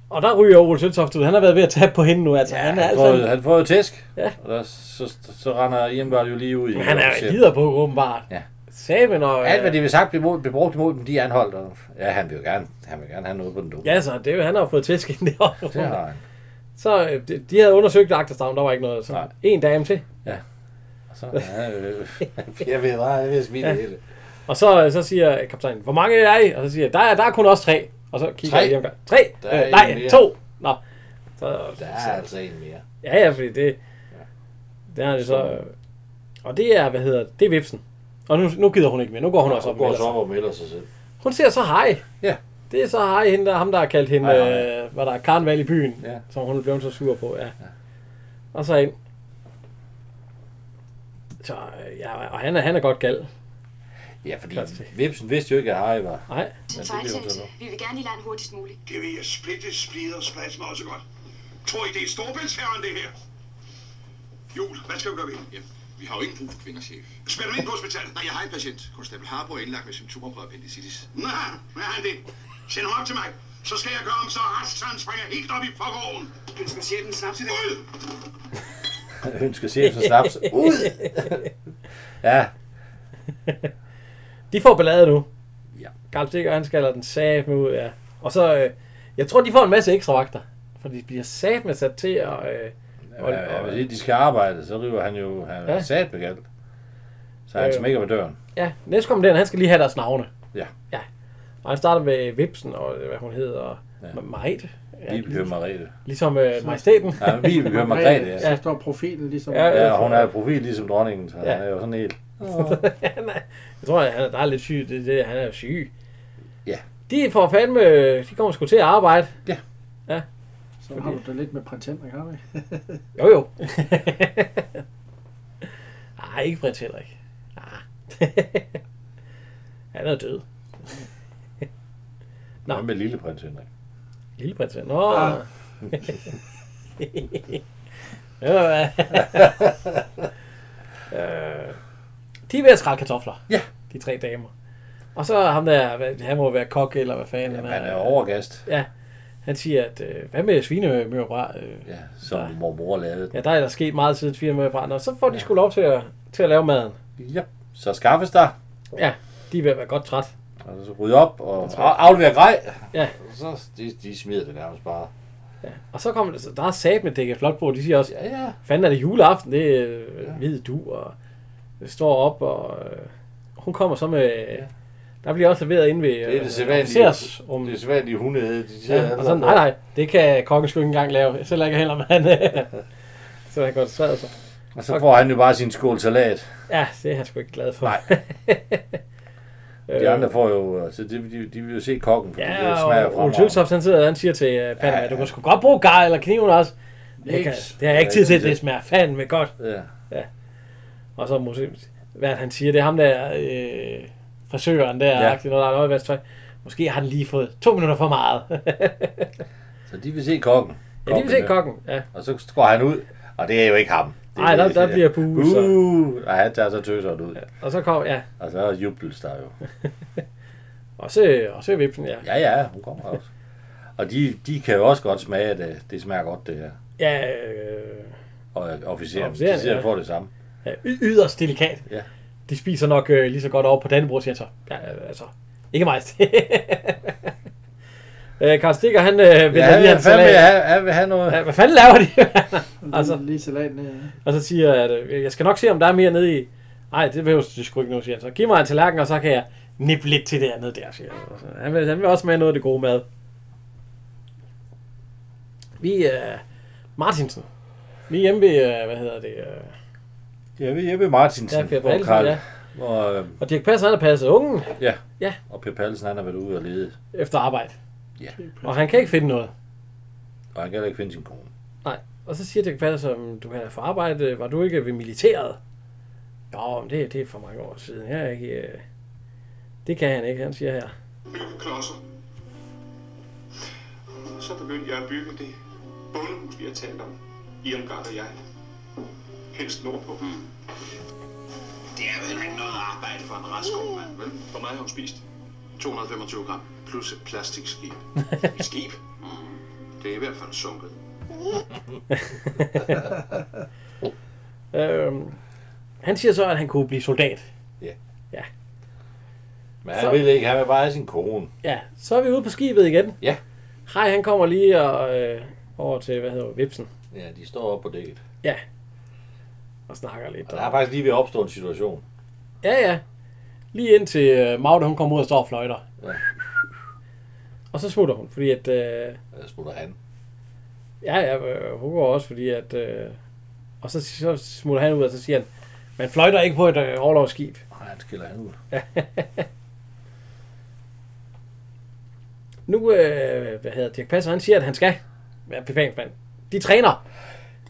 Speaker 1: Og der ryger Ole Søltoft ud. Han har været ved at tabe på hende nu. Altså, ja, han er
Speaker 2: Han får, jo-
Speaker 1: altså...
Speaker 2: han får jo tæsk,
Speaker 1: Ja.
Speaker 2: og der, så, så, så render Irmgard jo lige ud i
Speaker 1: Han er
Speaker 2: siger,
Speaker 1: jo lider på, åbenbart.
Speaker 2: Ja.
Speaker 1: Saben og...
Speaker 2: Alt, hvad
Speaker 1: Øh,
Speaker 2: de vil sagt, blev blev brugt imod dem, de er anholdt. Og, ja, han vil jo gerne, han vil gerne have noget på den dumme.
Speaker 1: ja, så det, er jo- han har jo fået tæsk ind i
Speaker 2: Det har
Speaker 1: hobbyrummet.
Speaker 2: han.
Speaker 1: Så øh, de, de havde undersøgt Agterstavn, der var ikke noget. Så
Speaker 2: Nej.
Speaker 1: en dame til.
Speaker 2: Og Så, ja, øh, jeg ved bare, jeg ved smide ja. det hele.
Speaker 1: Og så, øh, så siger kaptajnen, hvor mange er I? Og så siger jeg, der er, der er kun også tre. Og så kigger
Speaker 2: Tre?
Speaker 1: jeg omgang. Tre?
Speaker 2: Der er
Speaker 1: Øh,
Speaker 2: en
Speaker 1: nej,
Speaker 2: mere.
Speaker 1: to. Nå. Så,
Speaker 2: Der er altså en mere.
Speaker 1: Ja, ja, fordi det... Det er det så...
Speaker 2: Så-
Speaker 1: øh, Og det er, hvad hedder det, det er Vipsen. Og nu, nu gider hun ikke mere. Nu går hun også
Speaker 2: Så
Speaker 1: op og
Speaker 2: går
Speaker 1: melder
Speaker 2: så
Speaker 1: sig.
Speaker 2: op og melder sig selv.
Speaker 1: Hun ser så hej.
Speaker 2: Ja.
Speaker 1: Det er så hej, hende der, ham der har kaldt hende,
Speaker 2: Hej, hej.
Speaker 1: øh, hvad der er karneval i byen,
Speaker 2: Ja.
Speaker 1: som hun blev så sur på, ja. ja. Og så ind. Så, øh, ja, og han er, han er godt gal.
Speaker 2: Ja, fordi
Speaker 1: Godt se.
Speaker 2: Vipsen vidste jo ikke, at Harry var.
Speaker 1: Nej,
Speaker 2: det bliver
Speaker 7: Til en
Speaker 2: hun så
Speaker 7: fejltagelse. Vi vil gerne i land hurtigst muligt.
Speaker 5: Det vil jeg splitte, splide og spasme også godt. Tror I, det er storbæltsherren, det her? Jul, hvad skal vi gøre ved? det?
Speaker 6: Ja, vi har jo ingen brug for kvinder, chef.
Speaker 5: Spænd dem ind på hospitalet.
Speaker 6: Nej, jeg har en patient. Konstabel Harbo er indlagt med symptomer på appendicitis.
Speaker 5: Nå, hvad er han det? Send ham op til mig. Så skal jeg gøre om, så retssagen springer helt op i forgården.
Speaker 6: Ønsker chefen snart til
Speaker 5: Ud!
Speaker 2: ønsker chefen snaps ud. ja,
Speaker 1: De får ballade nu.
Speaker 2: Ja.
Speaker 1: Karl Stikker, han skaller den sat med ud, ja. Og så, øh, jeg tror, de får en masse ekstra vagter. For de bliver sat med sat til, og, øh, og,
Speaker 2: ja, ja,
Speaker 1: og,
Speaker 2: hvis ikke de skal arbejde, så river han jo han
Speaker 1: Ja.
Speaker 2: ja. sat begalt. Så han
Speaker 1: Ja, ja.
Speaker 2: smækker på døren.
Speaker 1: ja, næstkommanderende, han skal lige have deres navne.
Speaker 2: Ja.
Speaker 1: Ja. Og han starter med Vipsen, og øh, hvad hun hedder,
Speaker 2: Ja.
Speaker 1: ja. Marit. Ja,
Speaker 2: Bibelhører Margrethe.
Speaker 1: ligesom øh, majestæten.
Speaker 2: Ja, Bibelhører Margrethe, ja.
Speaker 1: Ja.
Speaker 3: Så står profeten ligesom...
Speaker 1: Ja,
Speaker 2: Ja, og hun er profil ligesom dronningen, så
Speaker 1: Ja.
Speaker 2: ja. han er jo sådan helt...
Speaker 1: Han er- jeg tror, han er, der er lidt syg. Det, det, han er jo syg.
Speaker 2: Ja.
Speaker 1: De får fandme... De kommer sgu til at arbejde.
Speaker 3: Så har du da lidt med prins Henrik, har vi?
Speaker 1: Jo, jo. Nej, ikke prins Henrik. Ah. han er jo død. Nå.
Speaker 2: Hvad med lille prins Henrik?
Speaker 1: Lille prins Henrik. Nå. Ah. ja. Øh, de er ved at skrælle kartofler.
Speaker 2: Ja.
Speaker 1: De tre damer. Og så ham der, hvad- han må være kok eller hvad fanden
Speaker 2: Jamen, han er jo overgast,
Speaker 1: Ja, han siger, at øh, hvad med svinemørbrad? Øh,
Speaker 2: ja, som ja. mormor lavede.
Speaker 1: ja, der er der sket meget siden svinemørbrad, og så får de sgu lov til at, til at lave maden.
Speaker 2: Ja. Så skaffes der,
Speaker 1: Ja, de er ved at være godt træt.
Speaker 2: og så rydde op og af- aflevere grej.
Speaker 1: Ja.
Speaker 2: Og Så de, de smider det nærmest bare.
Speaker 1: Og så kommer det, så der er sat med dækket flot på, de siger også,
Speaker 2: Ja, ja.
Speaker 1: fanden er det juleaften, det er øh, hvid du, og det står op, og øh, hun kommer så med, øh, der bliver også serveret inde ved øh,
Speaker 2: Det er det sædvanlige,
Speaker 1: officersrummet.
Speaker 2: det er sædvanlige hundehed. De sidder
Speaker 1: Ja,
Speaker 2: alle
Speaker 1: og så,
Speaker 2: sammen
Speaker 1: nej, nej, det kan kongen sgu ikke engang lave, selv ikke heller, men øh, så han koncentreret sig.
Speaker 2: Og så får han jo bare sin skål salat.
Speaker 1: Ja, det er han sgu ikke glad for. Øh,
Speaker 2: Nej. De andre får jo, så de, de, de vil jo se kokken, fordi ja, det
Speaker 1: Ja,
Speaker 2: smager
Speaker 1: og Ole
Speaker 2: fra.
Speaker 1: Tølsoft, han sidder og han siger til uh, Panama, du kan sgu godt bruge gar eller kniven også. Det, kan, det har jeg ikke tid til, det smager fandme godt.
Speaker 2: Ja.
Speaker 1: Og så måske, hvad han siger, det er ham der, øh, frisøren der,
Speaker 2: Ja.
Speaker 1: ja. når der er et øjevasktøj. Måske har han lige fået to minutter for meget.
Speaker 2: Så de vil se kokken.
Speaker 1: ja, de vil se
Speaker 2: Kokken,
Speaker 1: kokken. Ja.
Speaker 2: Og så går han ud, og det er jo ikke ham. Det
Speaker 1: Ej,
Speaker 2: er-
Speaker 1: der- der bliver buet, så.
Speaker 2: Uh, og han tager så tøseren ud.
Speaker 1: Og så kommer, ja,
Speaker 2: Og så jubles der jo.
Speaker 1: og så, og så Vipsen, ja.
Speaker 2: Ja, ja, hun kommer også. Og de, de kan jo også godt smage, at det, det smager godt, det her.
Speaker 1: Ja, øh,
Speaker 2: Og officeren, de
Speaker 1: Officeren,
Speaker 2: siger,
Speaker 1: ja.
Speaker 2: ja. får det samme.
Speaker 1: ja, y- yderst delikat.
Speaker 2: Ja.
Speaker 1: De spiser nok øh, lige så godt over på Dannebrog, siger han så. Ja, øh, altså, ikke mig. Øh, Karl Stikker, han øh, vil ja,
Speaker 2: Ja, han,
Speaker 1: lige have en
Speaker 2: han,
Speaker 1: salat.
Speaker 2: vil have, han vil have noget.
Speaker 1: Ja, hvad fanden laver de?
Speaker 3: Altså.
Speaker 1: Altså.
Speaker 3: Lige salaten øh. af.
Speaker 1: og så siger jeg, at øh, jeg skal nok se, om der er mere nede i... Nej, det behøver du sgu ikke nu, siger han. Så giv mig en tallerken, og så kan jeg nippe lidt til det andet der, siger han. Og så- Han vil, han vil også smage noget af det gode mad. Vi er... Øh, Martinsen. Vi er hjemme ved, øh, hvad hedder det... Øh,
Speaker 2: Jeg vil, jeg vil Martinsen,
Speaker 1: Ja, Per
Speaker 2: hvor
Speaker 1: Pallesen,
Speaker 2: Karl,
Speaker 1: ja.
Speaker 2: hvor, øh,
Speaker 1: og Dirk Passer, han har passet ungen
Speaker 2: og Per Pallesen, han har været ude og lede.
Speaker 1: efter arbejde.
Speaker 2: Ja.
Speaker 1: Og han kan ikke finde noget.
Speaker 2: Og han kan heller ikke finde sin kone.
Speaker 1: Nej. Og så siger Dirk Passer, "Men du kan da få arbejde. Var du ikke ved militæret? Jo, men det, det er for mange år siden. Jeg er ikke... Øh, det kan han ikke, han siger her.
Speaker 5: byggeklodser. Så begyndte jeg at bygge det bondehus, vi har talt om. Irmgard og jeg. Helst nordpå. Mm.
Speaker 4: Hmm. Det er vel ikke noget arbejde for en rask ung mand, vel?
Speaker 5: Hvor meget har hun spist?
Speaker 4: 225 gram plus et plastikskib.
Speaker 5: Et skib?
Speaker 4: Hmm.
Speaker 5: Mm. Det er i hvert fald sunket.
Speaker 1: Øhm, han siger så, at han kunne blive soldat.
Speaker 2: Men han
Speaker 1: Så-
Speaker 2: så... vil ikke, han vil bare have sin kone.
Speaker 1: Ja, så er vi ude på skibet igen.
Speaker 2: Ja.
Speaker 1: Hej, han kommer lige og, øh, over til, hvad hedder det, Vipsen,
Speaker 2: Ja, de står oppe på dækket.
Speaker 1: og snakker lidt.
Speaker 2: Og der er faktisk lige ved at opstå en situation.
Speaker 1: Ja, ja. Lige indtil øh, Magda, hun kommer ud og står og fløjter.
Speaker 2: Ja.
Speaker 1: Og så smutter hun, fordi at... Øh,
Speaker 2: Der smutter han.
Speaker 1: ja, ja, øh, hun går også, fordi at... Øh, og så, så smutter han ud, og så siger han, man fløjter ikke på et øh, overlovsskib.
Speaker 2: Og han skiller han ud.
Speaker 1: Nu, øh, hvad hedder Dirk Passer, han siger, at han skal være befalingsmand. De træner.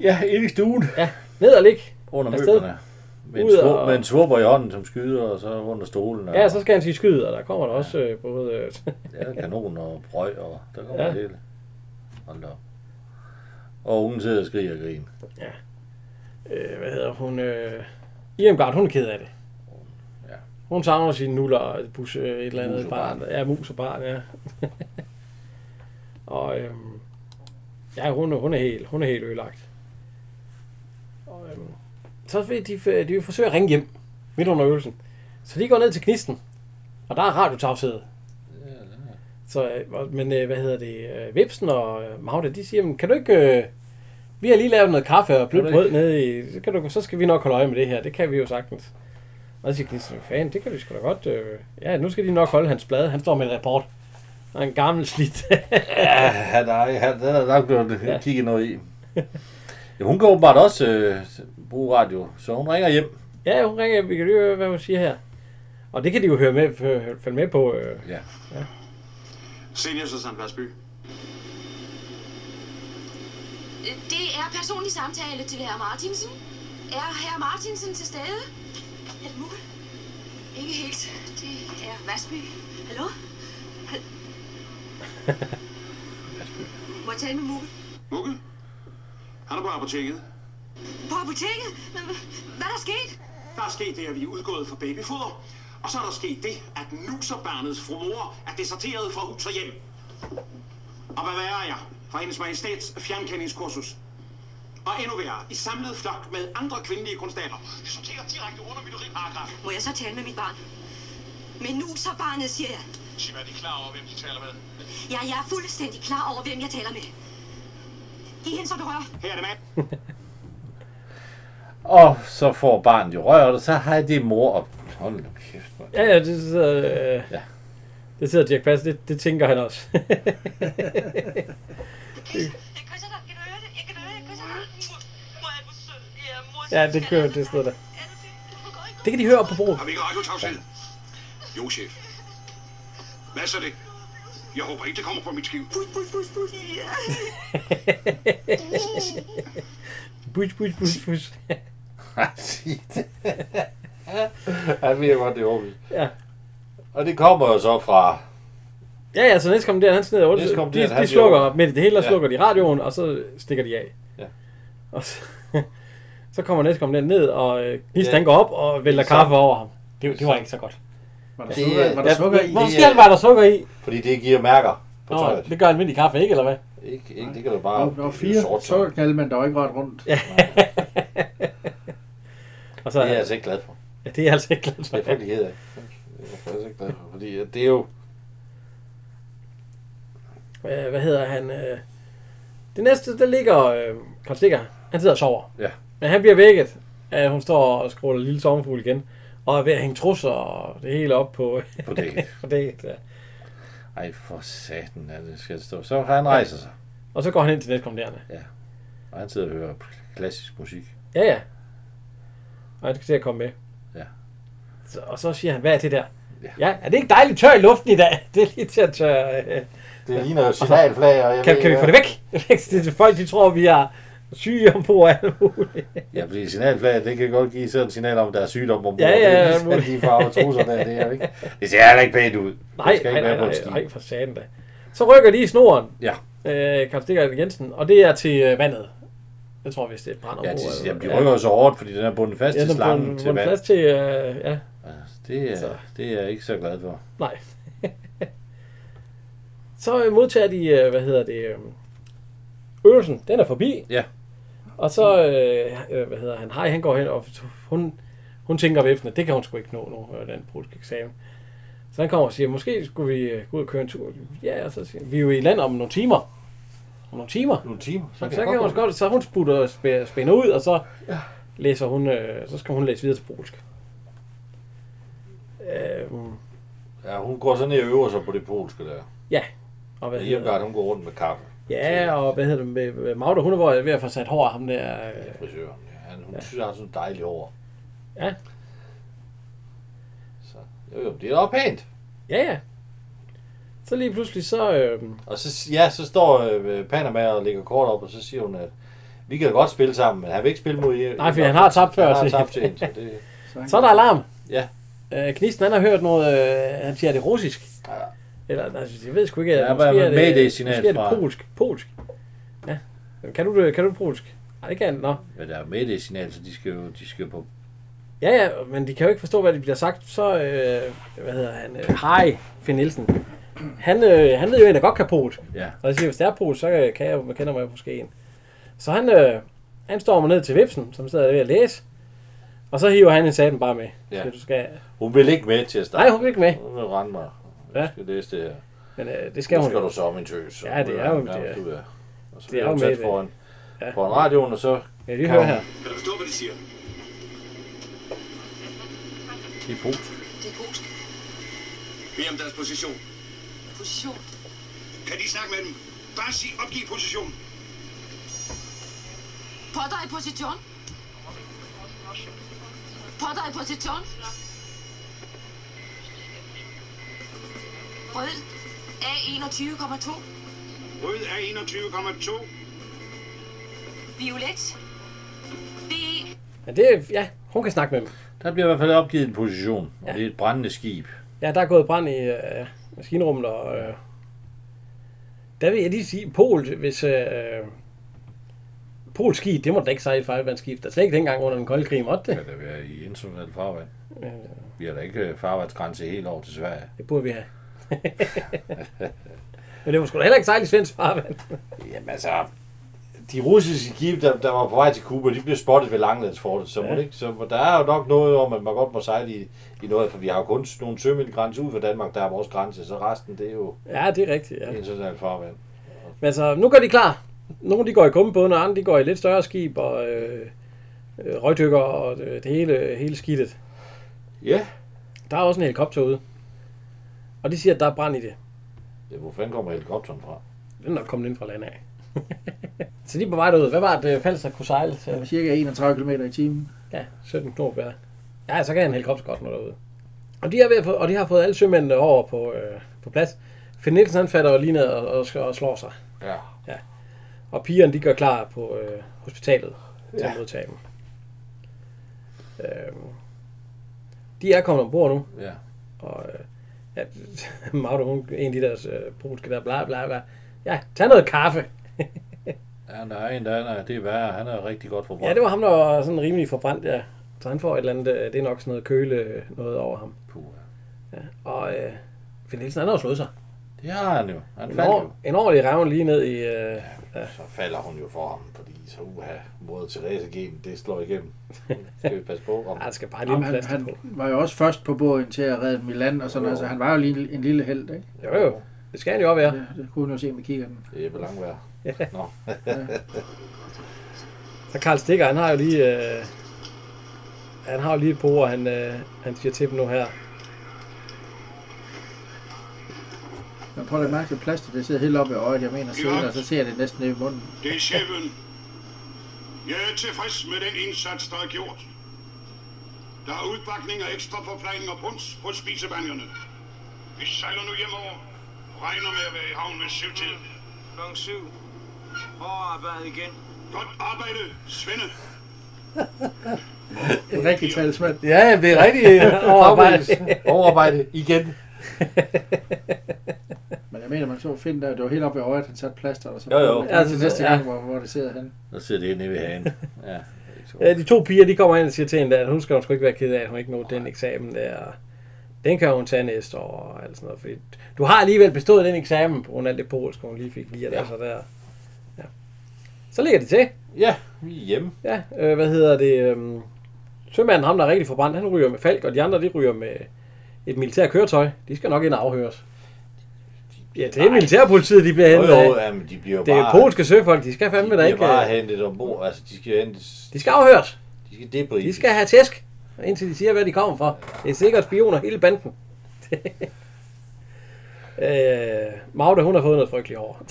Speaker 2: Ja, inde i stuen.
Speaker 1: Ja, ned og ligge.
Speaker 2: Under
Speaker 1: Afsted.
Speaker 2: møblerne. Med en,
Speaker 1: Ud
Speaker 2: svur,
Speaker 1: og-
Speaker 2: med en svurper i hånden, som skyder, og så under stolen. Og,
Speaker 1: Ja, så skal han sige skyd, og der kommer der også øh, både... Øh,
Speaker 2: ja, kanon og røg, og der kommer
Speaker 1: Ja.
Speaker 2: ja. det hele. Hold da op. Og ungen sidder og skriger og griner.
Speaker 1: øh, hvad hedder hun? Øh, Irmgard, hun er ked af det.
Speaker 2: Ja.
Speaker 1: Hun savner sin nuller og et bus, øh, et eller
Speaker 2: Mus
Speaker 1: andet
Speaker 2: og
Speaker 1: barn. Ja, mus og barn, ja. og øhm, ja, hun, er- hun er helt, hun er helt ødelagt. Og, så vil de, de vil forsøge at ringe hjem midt under øvelsen. Så de går ned til knisten, og der er radiotavshed. Så, øh, og- men øh, hvad hedder det, øh, Vipsen og øh, Magda, de siger, "Men kan du ikke, øh, vi har lige lavet noget kaffe og blødt
Speaker 2: Kan du
Speaker 1: brød
Speaker 2: ikke?"
Speaker 1: nede i, så, kan du, så skal vi nok holde øje med det her, det kan vi jo sagtens. Og så siger Knisten, fan, det kan vi sgu da godt, øh. ja, nu skal de nok holde hans blade, han står med en rapport. Og en gammel slidt.
Speaker 2: Ja, han er, han er nok blevet ja. kigget noget i. Ja, hun kan åbenbart også øh, bruge radio, så hun ringer hjem.
Speaker 1: ja, hun ringer, vi kan lige høre, hvad hun siger her. Og det kan de jo høre med, øh, følge med på. Øh.
Speaker 2: Ja.
Speaker 5: Senior Susanne Vasby.
Speaker 7: Øh, Det er personlig samtale til herr Martinsen. Er herr Martinsen til stede? Er det muligt? Ikke helt. Det er Vasby. Hallo? Hal- Må jeg tale med Mugge?
Speaker 5: Mugge? Han er på apoteket.
Speaker 7: På apoteket? Men hva- Hvad er der sket?
Speaker 5: Der er sket det, at vi er udgået fra babyfoder. Og så er der sket det, at nuserbarnets fru mor er deserteret fra hus og hjem. Og hvad værre er, fra hendes majestæts fjernkendingskursus. Og endnu værre, i samlet flok med andre kvindelige konstater. Det sorterer direkte under mytteriparagrafen.
Speaker 7: Må jeg så tale med mit barn? Men nu så barnet, siger jeg.
Speaker 5: Sig mig, er de klar over, hvem de taler med?
Speaker 7: Ja, jeg er fuldstændig klar over, hvem jeg taler med. Giv hende så det rør.
Speaker 5: Her er det mand.
Speaker 2: Og så får barnet jo rørt, og så har det mor op. Hold nu kæft, mand.
Speaker 1: Ja, ja, det sidder, øh, ja.
Speaker 2: Ja.
Speaker 1: det sidder Dirk Passer, det, det tænker han også.
Speaker 8: Jeg kysser dig. Kan du høre det? Jeg kan høre det. Jeg kysser dig. Mor, er du sød. Ja, mor,
Speaker 1: Ja, det kører, det står der.
Speaker 8: Er du det? Du går ikke
Speaker 1: Det kan de høre op på bordet.
Speaker 5: Har vi ikke radiotavshed? Jo, chef. Hvad så det? Jeg håber ikke, det kommer på mit skib.
Speaker 1: Bush, bush, bush, bush.
Speaker 2: Nej, sig det. Han ved godt, det er overvist.
Speaker 1: Ja.
Speaker 2: Og det kommer jo så fra...
Speaker 1: Ja, ja, så næste der, han snider otte.
Speaker 2: Næste kom
Speaker 1: De,
Speaker 2: der, han
Speaker 1: de
Speaker 2: bliver
Speaker 1: slukker
Speaker 2: over.
Speaker 1: midt i det hele, og
Speaker 2: Ja.
Speaker 1: slukker de radioen, og så stikker de af.
Speaker 2: Ja.
Speaker 1: Og så, så kommer næste kom der ned, og øh, Gnist,
Speaker 2: Ja.
Speaker 1: han går op og vælter
Speaker 2: Så-
Speaker 1: kaffe over ham. Det, det var ikke så godt.
Speaker 3: Var der
Speaker 2: Det-
Speaker 3: sukker, var der
Speaker 2: ja,
Speaker 3: sukker i? øh,
Speaker 2: hvor-
Speaker 1: Måske han var der sukker i.
Speaker 2: Fordi det giver mærker på
Speaker 1: Nå,
Speaker 2: tøjet.
Speaker 1: det gør almindelig kaffe, ikke, eller hvad?
Speaker 2: Ikke, ikke, det kan du
Speaker 3: Der
Speaker 2: bare...
Speaker 3: var- Der var
Speaker 2: det er
Speaker 3: fire
Speaker 2: sort tøj.
Speaker 3: sukkerknalde, men der var ikke rørt rundt.
Speaker 1: Og så,
Speaker 2: Det er jeg
Speaker 1: ja,
Speaker 2: altså ikke glad for.
Speaker 1: det er altså ikke glad
Speaker 2: Det er jeg
Speaker 1: for.
Speaker 2: faktisk ked af. Det er jeg faktisk ikke glad for. Fordi at det er jo...
Speaker 1: Øh, hvad hedder han? Øh, det næste, der ligger øh, Karl Stikker. Han sidder og sover.
Speaker 2: Ja.
Speaker 1: Men han bliver vækket, at hun står og skråler lille sommerfugl igen. Og er ved at hænge trusser og det hele op på,
Speaker 2: På det.
Speaker 1: på det. Ja.
Speaker 2: Ej, for satan, ja, det skal stå. Så han rejser sig,
Speaker 1: Og så går han ind til næstkommanderende.
Speaker 2: og han sidder og hører klassisk musik.
Speaker 1: Ja, ja. Og han skal til at komme med.
Speaker 2: Ja.
Speaker 1: Så, og så siger han, hvad er det der?
Speaker 2: Ja.
Speaker 1: ja, er det ikke dejligt tør i luften i dag? Det er lige til at tørre. Øh,
Speaker 2: Det ligner jo signalflag, og jeg øh,
Speaker 1: kan, kan vi få det væk? det er, folk, de tror, vi er syge ombord og alt muligt.
Speaker 2: Ja, fordi signalflag, det kan godt give sådan et signal om, at der er sygdom ombord.
Speaker 1: Ja, ja,
Speaker 2: Det er
Speaker 1: ja,
Speaker 2: lige sådan, de farver trusser der, det er jo ikke. Det ser heller ikke pænt ud.
Speaker 1: Nej,
Speaker 2: det skal
Speaker 1: nej,
Speaker 2: ikke
Speaker 1: nej,
Speaker 2: være på
Speaker 1: nej,
Speaker 2: et skib.
Speaker 1: nej, for satan da. Så rykker de i snoren,
Speaker 2: Ja,
Speaker 1: øh, Karl Stikker Jensen, og det er til øh, vandet. Jeg tror, hvis det er brænder
Speaker 2: ja de, jamen, de rykker jo så hårdt, fordi den er bundet fast
Speaker 1: ja,
Speaker 2: til
Speaker 1: til
Speaker 2: slangen til vand.
Speaker 1: fast til, øh, ja,
Speaker 2: Det
Speaker 1: Så.
Speaker 2: er, det er jeg ikke så glad for.
Speaker 1: nej. så øh, modtager de, øh, hvad hedder det, øh, øvelsen, den er forbi.
Speaker 2: Ja.
Speaker 1: Og så, øh, øh, hvad hedder han, Hej, han går hen, og hun, hun tænker ved at det kan hun sgu ikke nå nu, øh, den polske eksamen. Så han kommer og siger, måske skulle vi øh, gå ud og køre en tur. Ja, og så siger han, vi er jo i land om nogle timer. Om nogle timer.
Speaker 2: Nogle timer,
Speaker 1: Mm. Så, så kan hun også godt, så hun sputter spæ- spænder ud, og så ja. læser hun, øh, så skal hun læse videre til polsk. Øh,
Speaker 2: Ja, hun går så ned og øver sig på det polske der.
Speaker 1: og hvad hedder,
Speaker 2: Hjemgard, hun går rundt med kaffe.
Speaker 1: ja, og hvad hedder det med, med Magda, hun var ved at få sat hår af ham der. Øh,
Speaker 2: Frisøren. ja. Han, hun synes, han har sådan en dejlig hår.
Speaker 1: Ja.
Speaker 2: Så, jo, jo, det er da pænt.
Speaker 1: ja, ja. Så lige pludselig, så, øh,
Speaker 2: Og så, ja, så står øh, Panama og lægger kort op, og så siger hun, at vi kan da godt spille sammen, men han vil ikke spille mod jer.
Speaker 1: Nej, for han har tabt før
Speaker 2: Han har
Speaker 1: til-
Speaker 2: tabt til hende, så det...
Speaker 1: så er der alarm.
Speaker 2: Ja.
Speaker 1: Øh, Knisten, han har hørt noget, øh, han siger, er det russisk? Ja. Eller, altså, jeg ved sgu ikke,
Speaker 2: Ja,
Speaker 1: ja,
Speaker 2: hvad er
Speaker 1: måske, er det,
Speaker 2: mayday-signal
Speaker 1: måske er
Speaker 2: fra?
Speaker 1: det polsk. Polsk. Ja. Kan du, det- kan du polsk? Nej, det kan jeg. Nå.
Speaker 2: Men der er med i det signal, så de skal jo, de skal jo på...
Speaker 1: Ja, ja, men de kan jo ikke forstå, hvad det bliver sagt. Så, øh, hvad hedder han? Øh, Hej, Finn Nielsen. Han, øh, han ved jo en, der godt kan polsk.
Speaker 2: Ja.
Speaker 1: Og jeg siger, hvis det er polsk, så øh, kan jeg, jo- kender mig jo måske en. Så han, øh, han stormer ned til Vipsen, som sidder ved at læse. Og så hiver han en satan bare med.
Speaker 2: Ja.
Speaker 1: Så du skal...
Speaker 2: Hun vil ikke med til at starte.
Speaker 1: Nej, hun vil ikke med.
Speaker 2: Hun vil rende mig.
Speaker 1: Ja.
Speaker 2: Jeg skal læse det her.
Speaker 1: Men øh, det skal
Speaker 2: Nu
Speaker 1: hun.
Speaker 2: skal du så, min tøs.
Speaker 1: Ja, det er jo-
Speaker 2: Ja,
Speaker 1: det er-
Speaker 2: du er. Og
Speaker 1: det
Speaker 2: så
Speaker 1: er
Speaker 2: bliver
Speaker 1: jo med
Speaker 2: hun sat
Speaker 1: i det.
Speaker 2: foran,
Speaker 1: Ja.
Speaker 2: foran radioen, og så
Speaker 1: Ja, vi
Speaker 2: kan
Speaker 1: hører
Speaker 2: hun-
Speaker 1: her.
Speaker 5: Kan du forstå, hvad de siger?
Speaker 2: i pose.
Speaker 7: Det er polsk
Speaker 5: Mere om deres position.
Speaker 7: position.
Speaker 5: Kan de snakke med dem? Bare sig, opgiv position.
Speaker 7: Podaj position. Podaj position. Rød A21,2.
Speaker 5: Rød er 21,2.
Speaker 7: Violet. BE
Speaker 1: Ja, det, ja, hun kan snakke med dem.
Speaker 2: Der bliver i hvert fald opgivet en position. Ja. Det er et brændende skib.
Speaker 1: Ja, der er gået brand i øh, maskinrummet, og øh, der vil jeg lige sige, Pol, hvis øh, Pols skib, det må da ikke sejle fejlvandsskib. Der er slet ikke dengang under den kolde krig, måtte det.
Speaker 2: Kan det være i internationalt farvand?
Speaker 1: Ja.
Speaker 2: Vi har da ikke øh, farvandsgrænse helt over til Sverige.
Speaker 1: Det burde vi have. Men det var sgu da heller ikke sejle i svensk farvand.
Speaker 2: Jamen altså, de russiske skibe, der, der var på vej til Cuba, de blev spottet ved Langlandsfortet, så, ja. det ikke, så der er jo nok noget om, at man godt må sejle i, i noget, for vi har jo kun nogle sømilgrænser ud for Danmark, der er vores grænse, så resten det er jo
Speaker 1: Ja, det er rigtigt. Ja.
Speaker 2: internationalt farvand.
Speaker 1: Men altså, nu går de klar. Nogle de går i gummibåden, og andre de går i lidt større skib, og øh, øh, røgdykker, og øh, det hele, hele skidtet.
Speaker 2: Ja.
Speaker 1: Der er også en helikopter ude. Og de siger, at der er brand i det.
Speaker 2: ja hvor fanden kommer helikopteren fra?
Speaker 1: Den er nok kommet ind fra landet af. så de er på vej derud. Hvad var det, øh, Falster kunne sejle? til?
Speaker 3: Cirka 31 km i timen.
Speaker 1: Ja, 17 knop hver. Ja, så kan en helikopter godt nå derude. Og de, er ved at få, og de har fået alle sømændene over på, øh, på plads. Finn Nielsen han fatter jo lige ned og, og, og slår sig.
Speaker 2: Ja.
Speaker 1: Og pigerne, de gør klar på øh, hospitalet til ja. at modtage dem. Øh, de er kommet ombord nu,
Speaker 2: Ja.
Speaker 1: og øh, ja, Magda, hun, en af de der øh, polske der, bla bla bla. Ja, tag noget kaffe.
Speaker 2: Ja, der er en, der er, nej, det er værre. Han er rigtig godt forbrændt.
Speaker 1: Ja, det var ham, der var sådan rimelig forbrændt, ja. Så han får et eller andet, øh, det er nok sådan noget køle øh, noget over ham.
Speaker 2: Puh, ja.
Speaker 1: Og øh, Finn Nielsen, han har jo slået sig.
Speaker 2: Det har han jo. Han
Speaker 1: En,
Speaker 2: faldt
Speaker 1: år,
Speaker 2: jo.
Speaker 1: en ordentlig revn lige ned i... Øh,
Speaker 2: Så falder hun jo for ham, fordi så uha, mod Therese gen, det slår igennem. Skal vi passe på om.
Speaker 1: ej, der ah, skal bare lige
Speaker 3: Jamen,
Speaker 1: en
Speaker 3: han,
Speaker 1: plads
Speaker 3: han
Speaker 1: på.
Speaker 3: var jo også først på båden til at redde Milan, og sådan, altså, han var jo lige en lille held, ikke?
Speaker 1: Jo, jo. Det skal han jo også være.
Speaker 3: Det, det kunne hun jo se med kiggerten.
Speaker 2: Det er på langvejr. Nå,
Speaker 1: Så Karl Stikker, han har jo lige... Øh, han har jo lige et par ord, han, øh, han siger til dem nu her.
Speaker 3: Men prøv at lægge mærke til plaster, det sidder helt oppe i øjet, jeg mener siden, og så ser jeg det næsten ned i munden.
Speaker 5: Det er chefen. Jeg er tilfreds med den indsats, der er gjort. Der er udbakning og ekstra forplejning og punds på spisebanjerne. Vi sejler nu hjemover og regner med at være i havn ved syvtid.
Speaker 6: Klokken syv. Hårdt arbejde igen.
Speaker 5: Godt arbejde, Svende.
Speaker 3: En rigtig talsmand.
Speaker 2: Ja, det er rigtig
Speaker 1: øh, Overarbejde.
Speaker 2: fagbevægelse. Overarbejde igen.
Speaker 3: Men jeg mener, man så Finn der, det var helt oppe i øjet, han satte plaster, og så
Speaker 2: Jo, jo.
Speaker 3: Ja, til
Speaker 1: Ja, altså,
Speaker 3: næste
Speaker 1: ja.
Speaker 3: gang, hvor, hvor det sidder han.
Speaker 2: Så sidder det nede ved hagen. Ja.
Speaker 1: Øh, de to piger, de kommer ind og siger til hende, at hun skal hun sgu ikke være ked af, at hun ikke nåede den eksamen der. Den kan hun tage næste år og alt sådan noget. Fordi du har alligevel bestået den eksamen på grund af alt det polsk, hun lige fik lige at
Speaker 2: Ja.
Speaker 1: ja. der. Ja. Så ligger de til.
Speaker 2: Ja, vi er hjemme.
Speaker 1: Ja, øh, hvad hedder det? Øh, sømanden, ham der er rigtig forbrændt, han ryger med falk, og de andre, de ryger med et militært køretøj. De skal nok ind og afhøres. Ja, det er
Speaker 2: Nej.
Speaker 1: militærpolitiet, de bliver
Speaker 2: Jo,
Speaker 1: hentet
Speaker 2: jo,
Speaker 1: af.
Speaker 2: jamen, de bliver jo
Speaker 1: Det er
Speaker 2: bare...
Speaker 1: polske søfolk, de skal fandme da
Speaker 2: de
Speaker 1: ikke...
Speaker 2: bliver bare
Speaker 1: øh,
Speaker 2: hentet ombord. Altså, de skal hentes...
Speaker 1: De skal afhøres.
Speaker 2: De skal debriefes.
Speaker 1: De skal have tæsk, indtil de siger, hvad de kommer for. Det er sikkert spioner hele banden. øh, Magda, hun har fået noget frygteligt hår.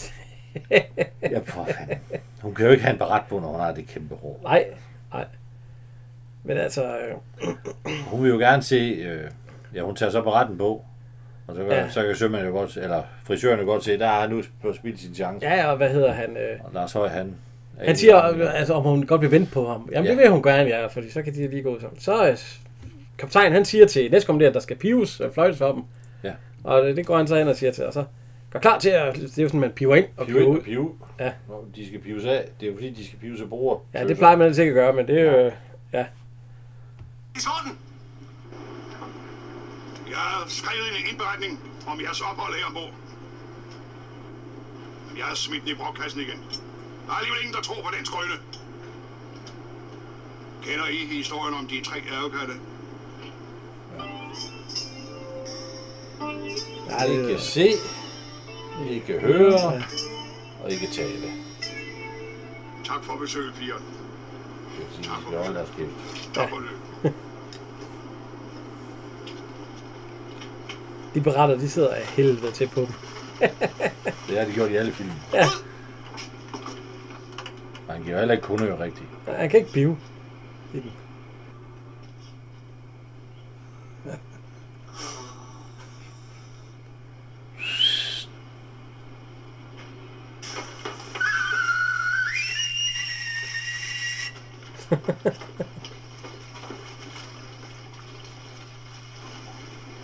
Speaker 2: Ja, for fanden. Hun kan jo ikke have en barat på, når hun har det kæmpe hår.
Speaker 1: nej, nej. Men altså, øh,
Speaker 2: Hun vil jo gerne se... Øh, ja, hun tager så baretten på. Og så kan, ja.
Speaker 1: Ja.
Speaker 2: så kan sømanden jo godt... se- Eller frisøren jo godt se, der har han nu på spil sin chance. Ja.
Speaker 1: ja, og hvad hedder han? Øh,
Speaker 2: Og Lars Høj, han... er
Speaker 1: Han
Speaker 2: ikke-
Speaker 1: siger, øh, altså, om hun godt vil vente på ham. Jamen, ja. det
Speaker 2: Ja.
Speaker 1: vil hun gerne, ja, fordi så kan de lige gå ud sammen. Så øh, kaptajn, han siger til næstkommanderende, at der skal pives og fløjtes for dem.
Speaker 2: Ja.
Speaker 1: Og det, det går han så hen og siger til, og så gør klar til at, det er jo sådan, man piver ind og
Speaker 2: Pive
Speaker 1: piver
Speaker 2: ind og
Speaker 1: ud.
Speaker 2: pive.
Speaker 1: øh, Ja.
Speaker 2: Nå, De skal pives af. Det er jo fordi, de skal pives af bordet.
Speaker 1: Ja, det plejer man altså ikke at gøre, men det er jo... Ja,
Speaker 5: I sådan. Jeg har skrevet en indberetning om jeres ophold her ombord. Jeg har smidt den i brokkassen igen. Der er alligevel ingen, der tror på den skrøne. Kender I historien om de tre ærgekatte?
Speaker 1: Ja,
Speaker 2: I
Speaker 1: det
Speaker 2: kan
Speaker 1: er
Speaker 2: se, I kan høre, og I kan tale.
Speaker 5: Tak for besøget, piger.
Speaker 2: Det vil sige, I skal holde jeres kæft.
Speaker 5: Tak for det.
Speaker 1: de beretter, de sidder af helvede til på dem.
Speaker 2: Det har de gjort i alle film. Og Han giver jo heller ikke kun høre rigtigt.
Speaker 1: Nej, Han kan ikke bive. i den.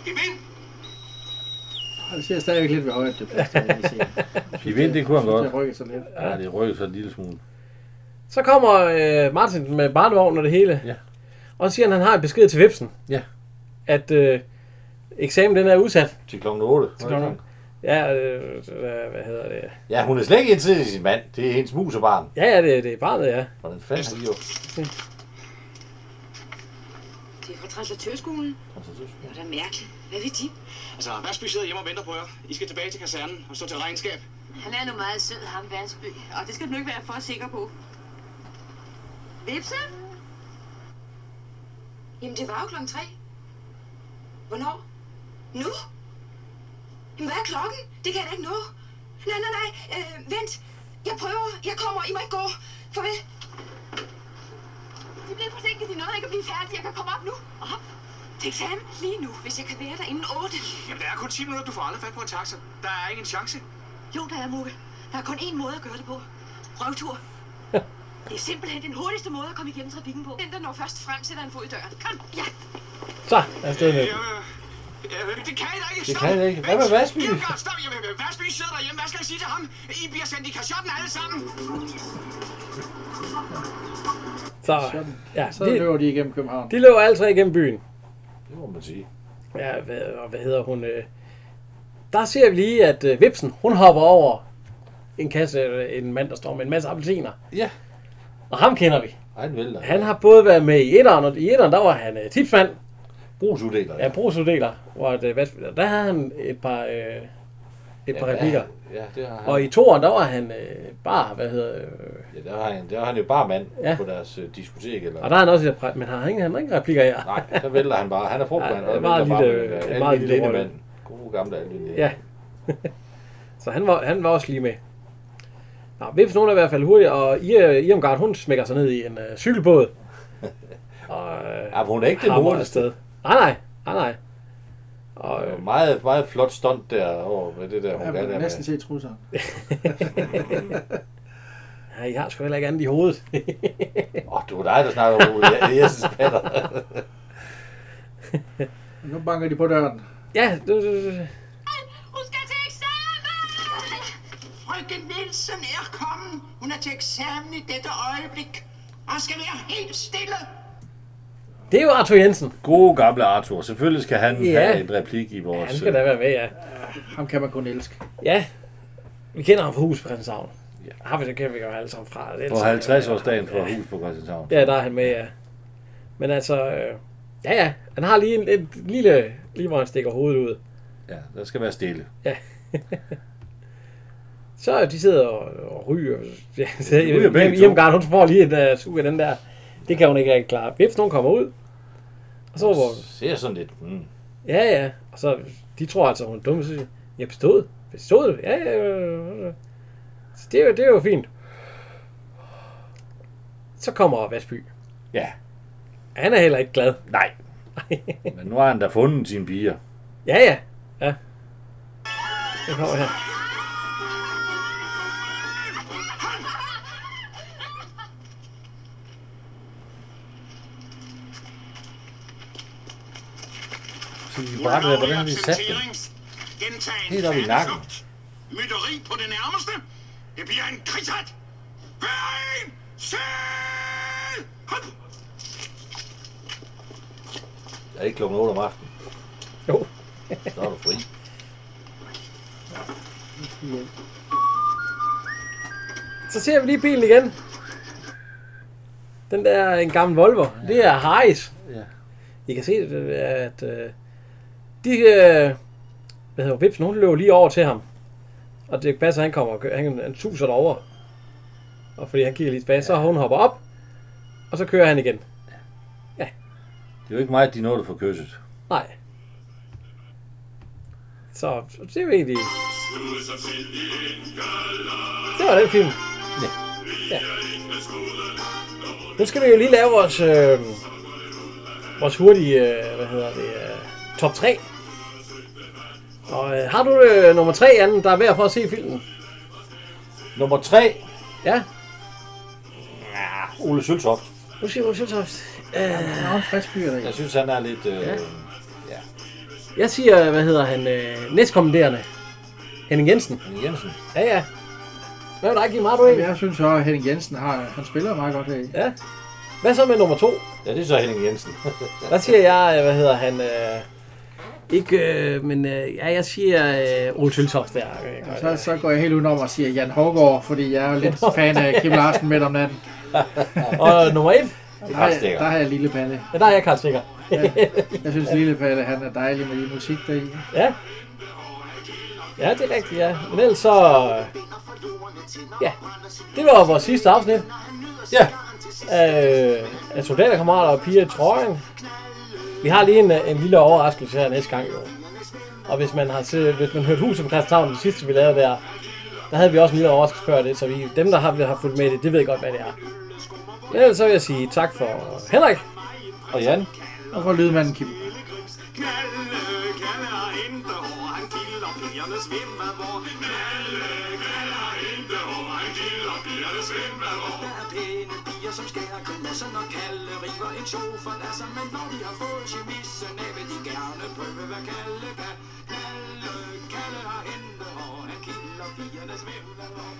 Speaker 5: Evin!
Speaker 3: Og det ser stadigvæk lidt ved højt, det plads, der, vil jeg sige.
Speaker 2: I vind, det kunne han
Speaker 3: Jeg synes,
Speaker 2: godt.
Speaker 3: det rykker sig lidt.
Speaker 2: Ja, det rykker sig en lille smule.
Speaker 1: Så kommer øh, Martin med barnevogn og det hele.
Speaker 2: Ja.
Speaker 1: Og så siger han, at han har en besked til Vipsen.
Speaker 2: Ja.
Speaker 1: At øh, eksamen den er udsat.
Speaker 2: Til klokken 8.
Speaker 1: Ja, øh, øh, hvad hedder det?
Speaker 2: Ja, hun er slet ikke interesseret i sin mand. Det er hendes mus og barn.
Speaker 1: Ja, ja, det, det er barnet, ja.
Speaker 2: Hvordan fanden har de gjort?
Speaker 7: Det er fra translatørskolen.
Speaker 2: Altså,
Speaker 7: Det var da mærkeligt. Hvad ved de?
Speaker 5: Altså, Vasby sidder hjemme og venter på jer. I skal tilbage til kasernen og stå til regnskab.
Speaker 7: Han er nu meget sød, ham Vansby. Og det skal du ikke være for sikker på. Vipse? Jamen, det var jo klokken tre. Hvornår? Nu? Jamen, hvad er klokken? Det kan jeg da ikke nå. Nej, nej, nej. Øh, vent. Jeg prøver. Jeg kommer. I må ikke gå. Farvel. De bliver forsinket. De nåede ikke at blive færdige. Jeg kan komme op nu. Op. Til eksamen lige nu, hvis jeg kan være der inden 8.
Speaker 5: Jamen, der er kun 10 minutter, du får aldrig fat på en taxa. Der er ingen chance.
Speaker 7: Jo, der er Mugge. Der er kun én måde at gøre det på. Røvtur. Det er simpelthen den hurtigste måde at komme igennem trafikken på. Den, der når først frem, sætter en fod i døren. Kom, ja.
Speaker 1: Så afsted med.
Speaker 5: Jeg, øh, det kan I da ikke.
Speaker 2: Det
Speaker 5: Stop.
Speaker 2: kan I da ikke. Hvad med
Speaker 5: Vent.
Speaker 2: Vasby?
Speaker 5: Kirkegaard, Stop. Jamen, øh, Vasby sidder derhjemme. Hvad skal jeg sige til ham? I bliver sendt i kashotten alle sammen.
Speaker 1: Så,
Speaker 3: Sådan.
Speaker 1: ja,
Speaker 3: Så
Speaker 1: de,
Speaker 3: løber de igennem København.
Speaker 1: de løber alle tre igennem byen.
Speaker 2: Det må man sige.
Speaker 1: Ja, hvad, og hvad hedder hun? Øh, der ser vi lige, at øh, Vipsen, hun hopper over en kasse, øh, en mand, der står med en masse appelsiner.
Speaker 2: Ja.
Speaker 1: Og ham kender vi.
Speaker 2: Ej, den vælter.
Speaker 1: Han har både været med i etteren, og i etteren, der var han øh, tipsmand.
Speaker 2: brugsuddeler.
Speaker 1: Ja, brugsuddeler. Hvor at, øh, hvad, der havde han et par, øh, et par replikker.
Speaker 2: Ja, det har han.
Speaker 1: Og i toeren, der var han øh, bare, hvad hedder... Øh,
Speaker 2: Ja, der har han, der har han jo bare mand
Speaker 1: Ja.
Speaker 2: ja. på deres øh, diskotek. Eller...
Speaker 1: og der er han også et par, men han har ingen, han har ingen replikker her.
Speaker 2: Nej, der vælter han bare. Han er frugtmand.
Speaker 1: Ja,
Speaker 2: og
Speaker 1: bare
Speaker 2: vælter
Speaker 1: lille-
Speaker 2: med den der
Speaker 1: en
Speaker 2: almindelig
Speaker 1: meget lille
Speaker 2: lille
Speaker 1: rolle.
Speaker 2: mand. God gamle almindelig.
Speaker 1: Ja. Så han var, han var også lige med. Nå, Vips, nogen er i hvert fald hurtig, og I- Irmgard, hun smækker sig ned i en øh, cykelbåd. Og øh,
Speaker 2: Ja, men hun er ikke den
Speaker 1: hamrer
Speaker 2: hurtigste.
Speaker 1: afsted. Nej, nej, nej, nej. Og,
Speaker 2: Det
Speaker 1: øh,
Speaker 2: var Meget, meget flot stunt der over med det der, hun
Speaker 3: Ja,
Speaker 2: ja,
Speaker 3: man
Speaker 2: gør der
Speaker 3: kan næsten
Speaker 2: med.
Speaker 3: se trusserne.
Speaker 1: ja, I har sgu heller ikke andet i hovedet.
Speaker 2: Åh, oh, det var dig, der snakker om Ole Jessens patter.
Speaker 3: Men Nu banker de på døren.
Speaker 1: ja, det, det, det.
Speaker 8: Hun skal til eksamen!
Speaker 5: Frøken Nielsen er kommet. Hun er til eksamen i dette øjeblik. Og skal være helt stille.
Speaker 1: det er jo Arthur Jensen.
Speaker 2: God gamle Arthur. Selvfølgelig skal han
Speaker 1: Ja.
Speaker 2: ja. have en replik i vores...
Speaker 1: Han skal da være med, ja.
Speaker 3: Ham kan man kun elske.
Speaker 1: Ja, vi kender ham fra Hus på Christianshavn. Ja. Har vi det kender vi jo alle sammen fra. Det er
Speaker 2: øh, på
Speaker 1: altid-
Speaker 2: 50-årsdagen for hus på Christianshavn.
Speaker 1: Ja, der er han med, ja. Men altså, øh, ja ja, han har lige en, en lille, lige hvor han stikker hovedet ud.
Speaker 2: Ja, der skal være stille.
Speaker 1: Så øh, de sidder og, og ryger. Ja, så,
Speaker 2: ryger
Speaker 1: Hjem-
Speaker 2: begge to.
Speaker 1: Hjemgard, hun får lige en uh, sug af den der. Det kan hun ikke rigtig klare. Vips, nogen kommer ud. Og så råber hun,
Speaker 2: Ser sådan lidt. Mm.
Speaker 1: ja ja. Og så, de tror altså, hun er dum. Så siger, de, jeg bestod. Bestod du? Ja, ja, ja. ja." Så det, er jo- det er jo fint. Så kommer Vasby.
Speaker 2: Ja,
Speaker 1: Han er heller ikke glad.
Speaker 2: nej. Men nu har han da fundet sine piger.
Speaker 1: Ja, ja. Ja. Jeg kommer her.
Speaker 2: Så de brækker der, hvordan har de sat det?
Speaker 5: Gentagen
Speaker 2: Helt op i nakken.
Speaker 5: faldeflugt. Mytteri på det nærmeste. Det bliver en krigshat. Hver en selv! Hop!
Speaker 2: Er det ikke klokken 8 om aftenen?
Speaker 1: Jo.
Speaker 2: Så er du fri.
Speaker 1: Så ser vi lige bilen igen. Den der er en gammel Volvo. Ja. Det er Harris.
Speaker 2: Ja.
Speaker 1: I kan se, at øh, de, øh, hvad hedder Vips, hun løber lige over til ham. Og det passer, han kommer og kører, han, han suser derover. Og fordi han kigger lige tilbage, ja. så hun hopper op, og så kører han igen.
Speaker 2: Det er jo ikke mig, at de nåede at få kysset.
Speaker 1: Nej. Så, så det er jo egentlig... Det var den film.
Speaker 2: Ja.
Speaker 1: ja. Nu skal vi jo lige lave vores, øh, vores hurtige, øh, hvad hedder det, øh, top 3. Og øh, har du øh, nummer 3, Anden, der er værd for at se filmen?
Speaker 2: Nummer 3.
Speaker 1: Ja,
Speaker 2: Ole Søltoft.
Speaker 1: nu siger Øh, Ole Søltoft.
Speaker 3: Han er en frisk fyr, der.
Speaker 2: Jeg synes, han er lidt... Øh, ja. ja.
Speaker 1: Jeg siger, hvad hedder han, øh, næstkommanderende. Henning Jensen.
Speaker 2: Men Jensen.
Speaker 1: Ja, ja. Hvad med dig, Kim? Har du en?
Speaker 3: Jeg synes også, at Henning Jensen har, han spiller meget godt her. i.
Speaker 1: Ja. Hvad så med nummer to?
Speaker 2: Ja, det er så Henning Jensen.
Speaker 1: Der siger jeg, øh, hvad hedder han... Øh, ikke, øh, men øh, ja, jeg siger øh, Ole Søltoft der. Øh,
Speaker 3: Og
Speaker 1: godt,
Speaker 3: så,
Speaker 1: ja.
Speaker 3: så går jeg helt udenom og siger Jan Hågaard, fordi jeg er lidt fan af Kim Larsen midt om natten.
Speaker 1: Og nummer et,
Speaker 3: Der har, jeg,
Speaker 2: stikker.
Speaker 3: der har jeg Lille Palle.
Speaker 1: ja, der er jeg Karl Stikker.
Speaker 3: Jeg synes, Lille Palle han er dejlig med de musik deri.
Speaker 1: Ja. Ja, det er rigtigt, ja. Men ellers så... øh, Ja, det var vores sidste afsnit
Speaker 2: ja.
Speaker 1: af, af Soldaterkammerater og Pia i Trøjen. Vi har lige en, øh, en lille overraskelse her næste gang, jo. Og hvis man har se, hvis man hørt huset på Christianshavn, det sidste vi lavede der, der havde vi også en lille overraskelse før det, så vi, dem, der har, har fulgt med i det, det ved godt, hvad det er. Men ellers så vil jeg sige tak for Henrik.
Speaker 2: Og Jan.
Speaker 3: Og for lydmanden Kim.
Speaker 5: Kalle, Kalle har intet hår, han kilder pigerne svind hvad hvor. Kalle, Kalle har intet hår, han kilder pigerne svind hvad hvor. Der er pæne piger, som skærer grimassen, og Kalle river en sofa af sig, men når de har fået chemissen af, vil de gerne prøve, hvad Kalle kan. Kalle, Kalle har intet hår, han kilder pigerne svind hvad hvor.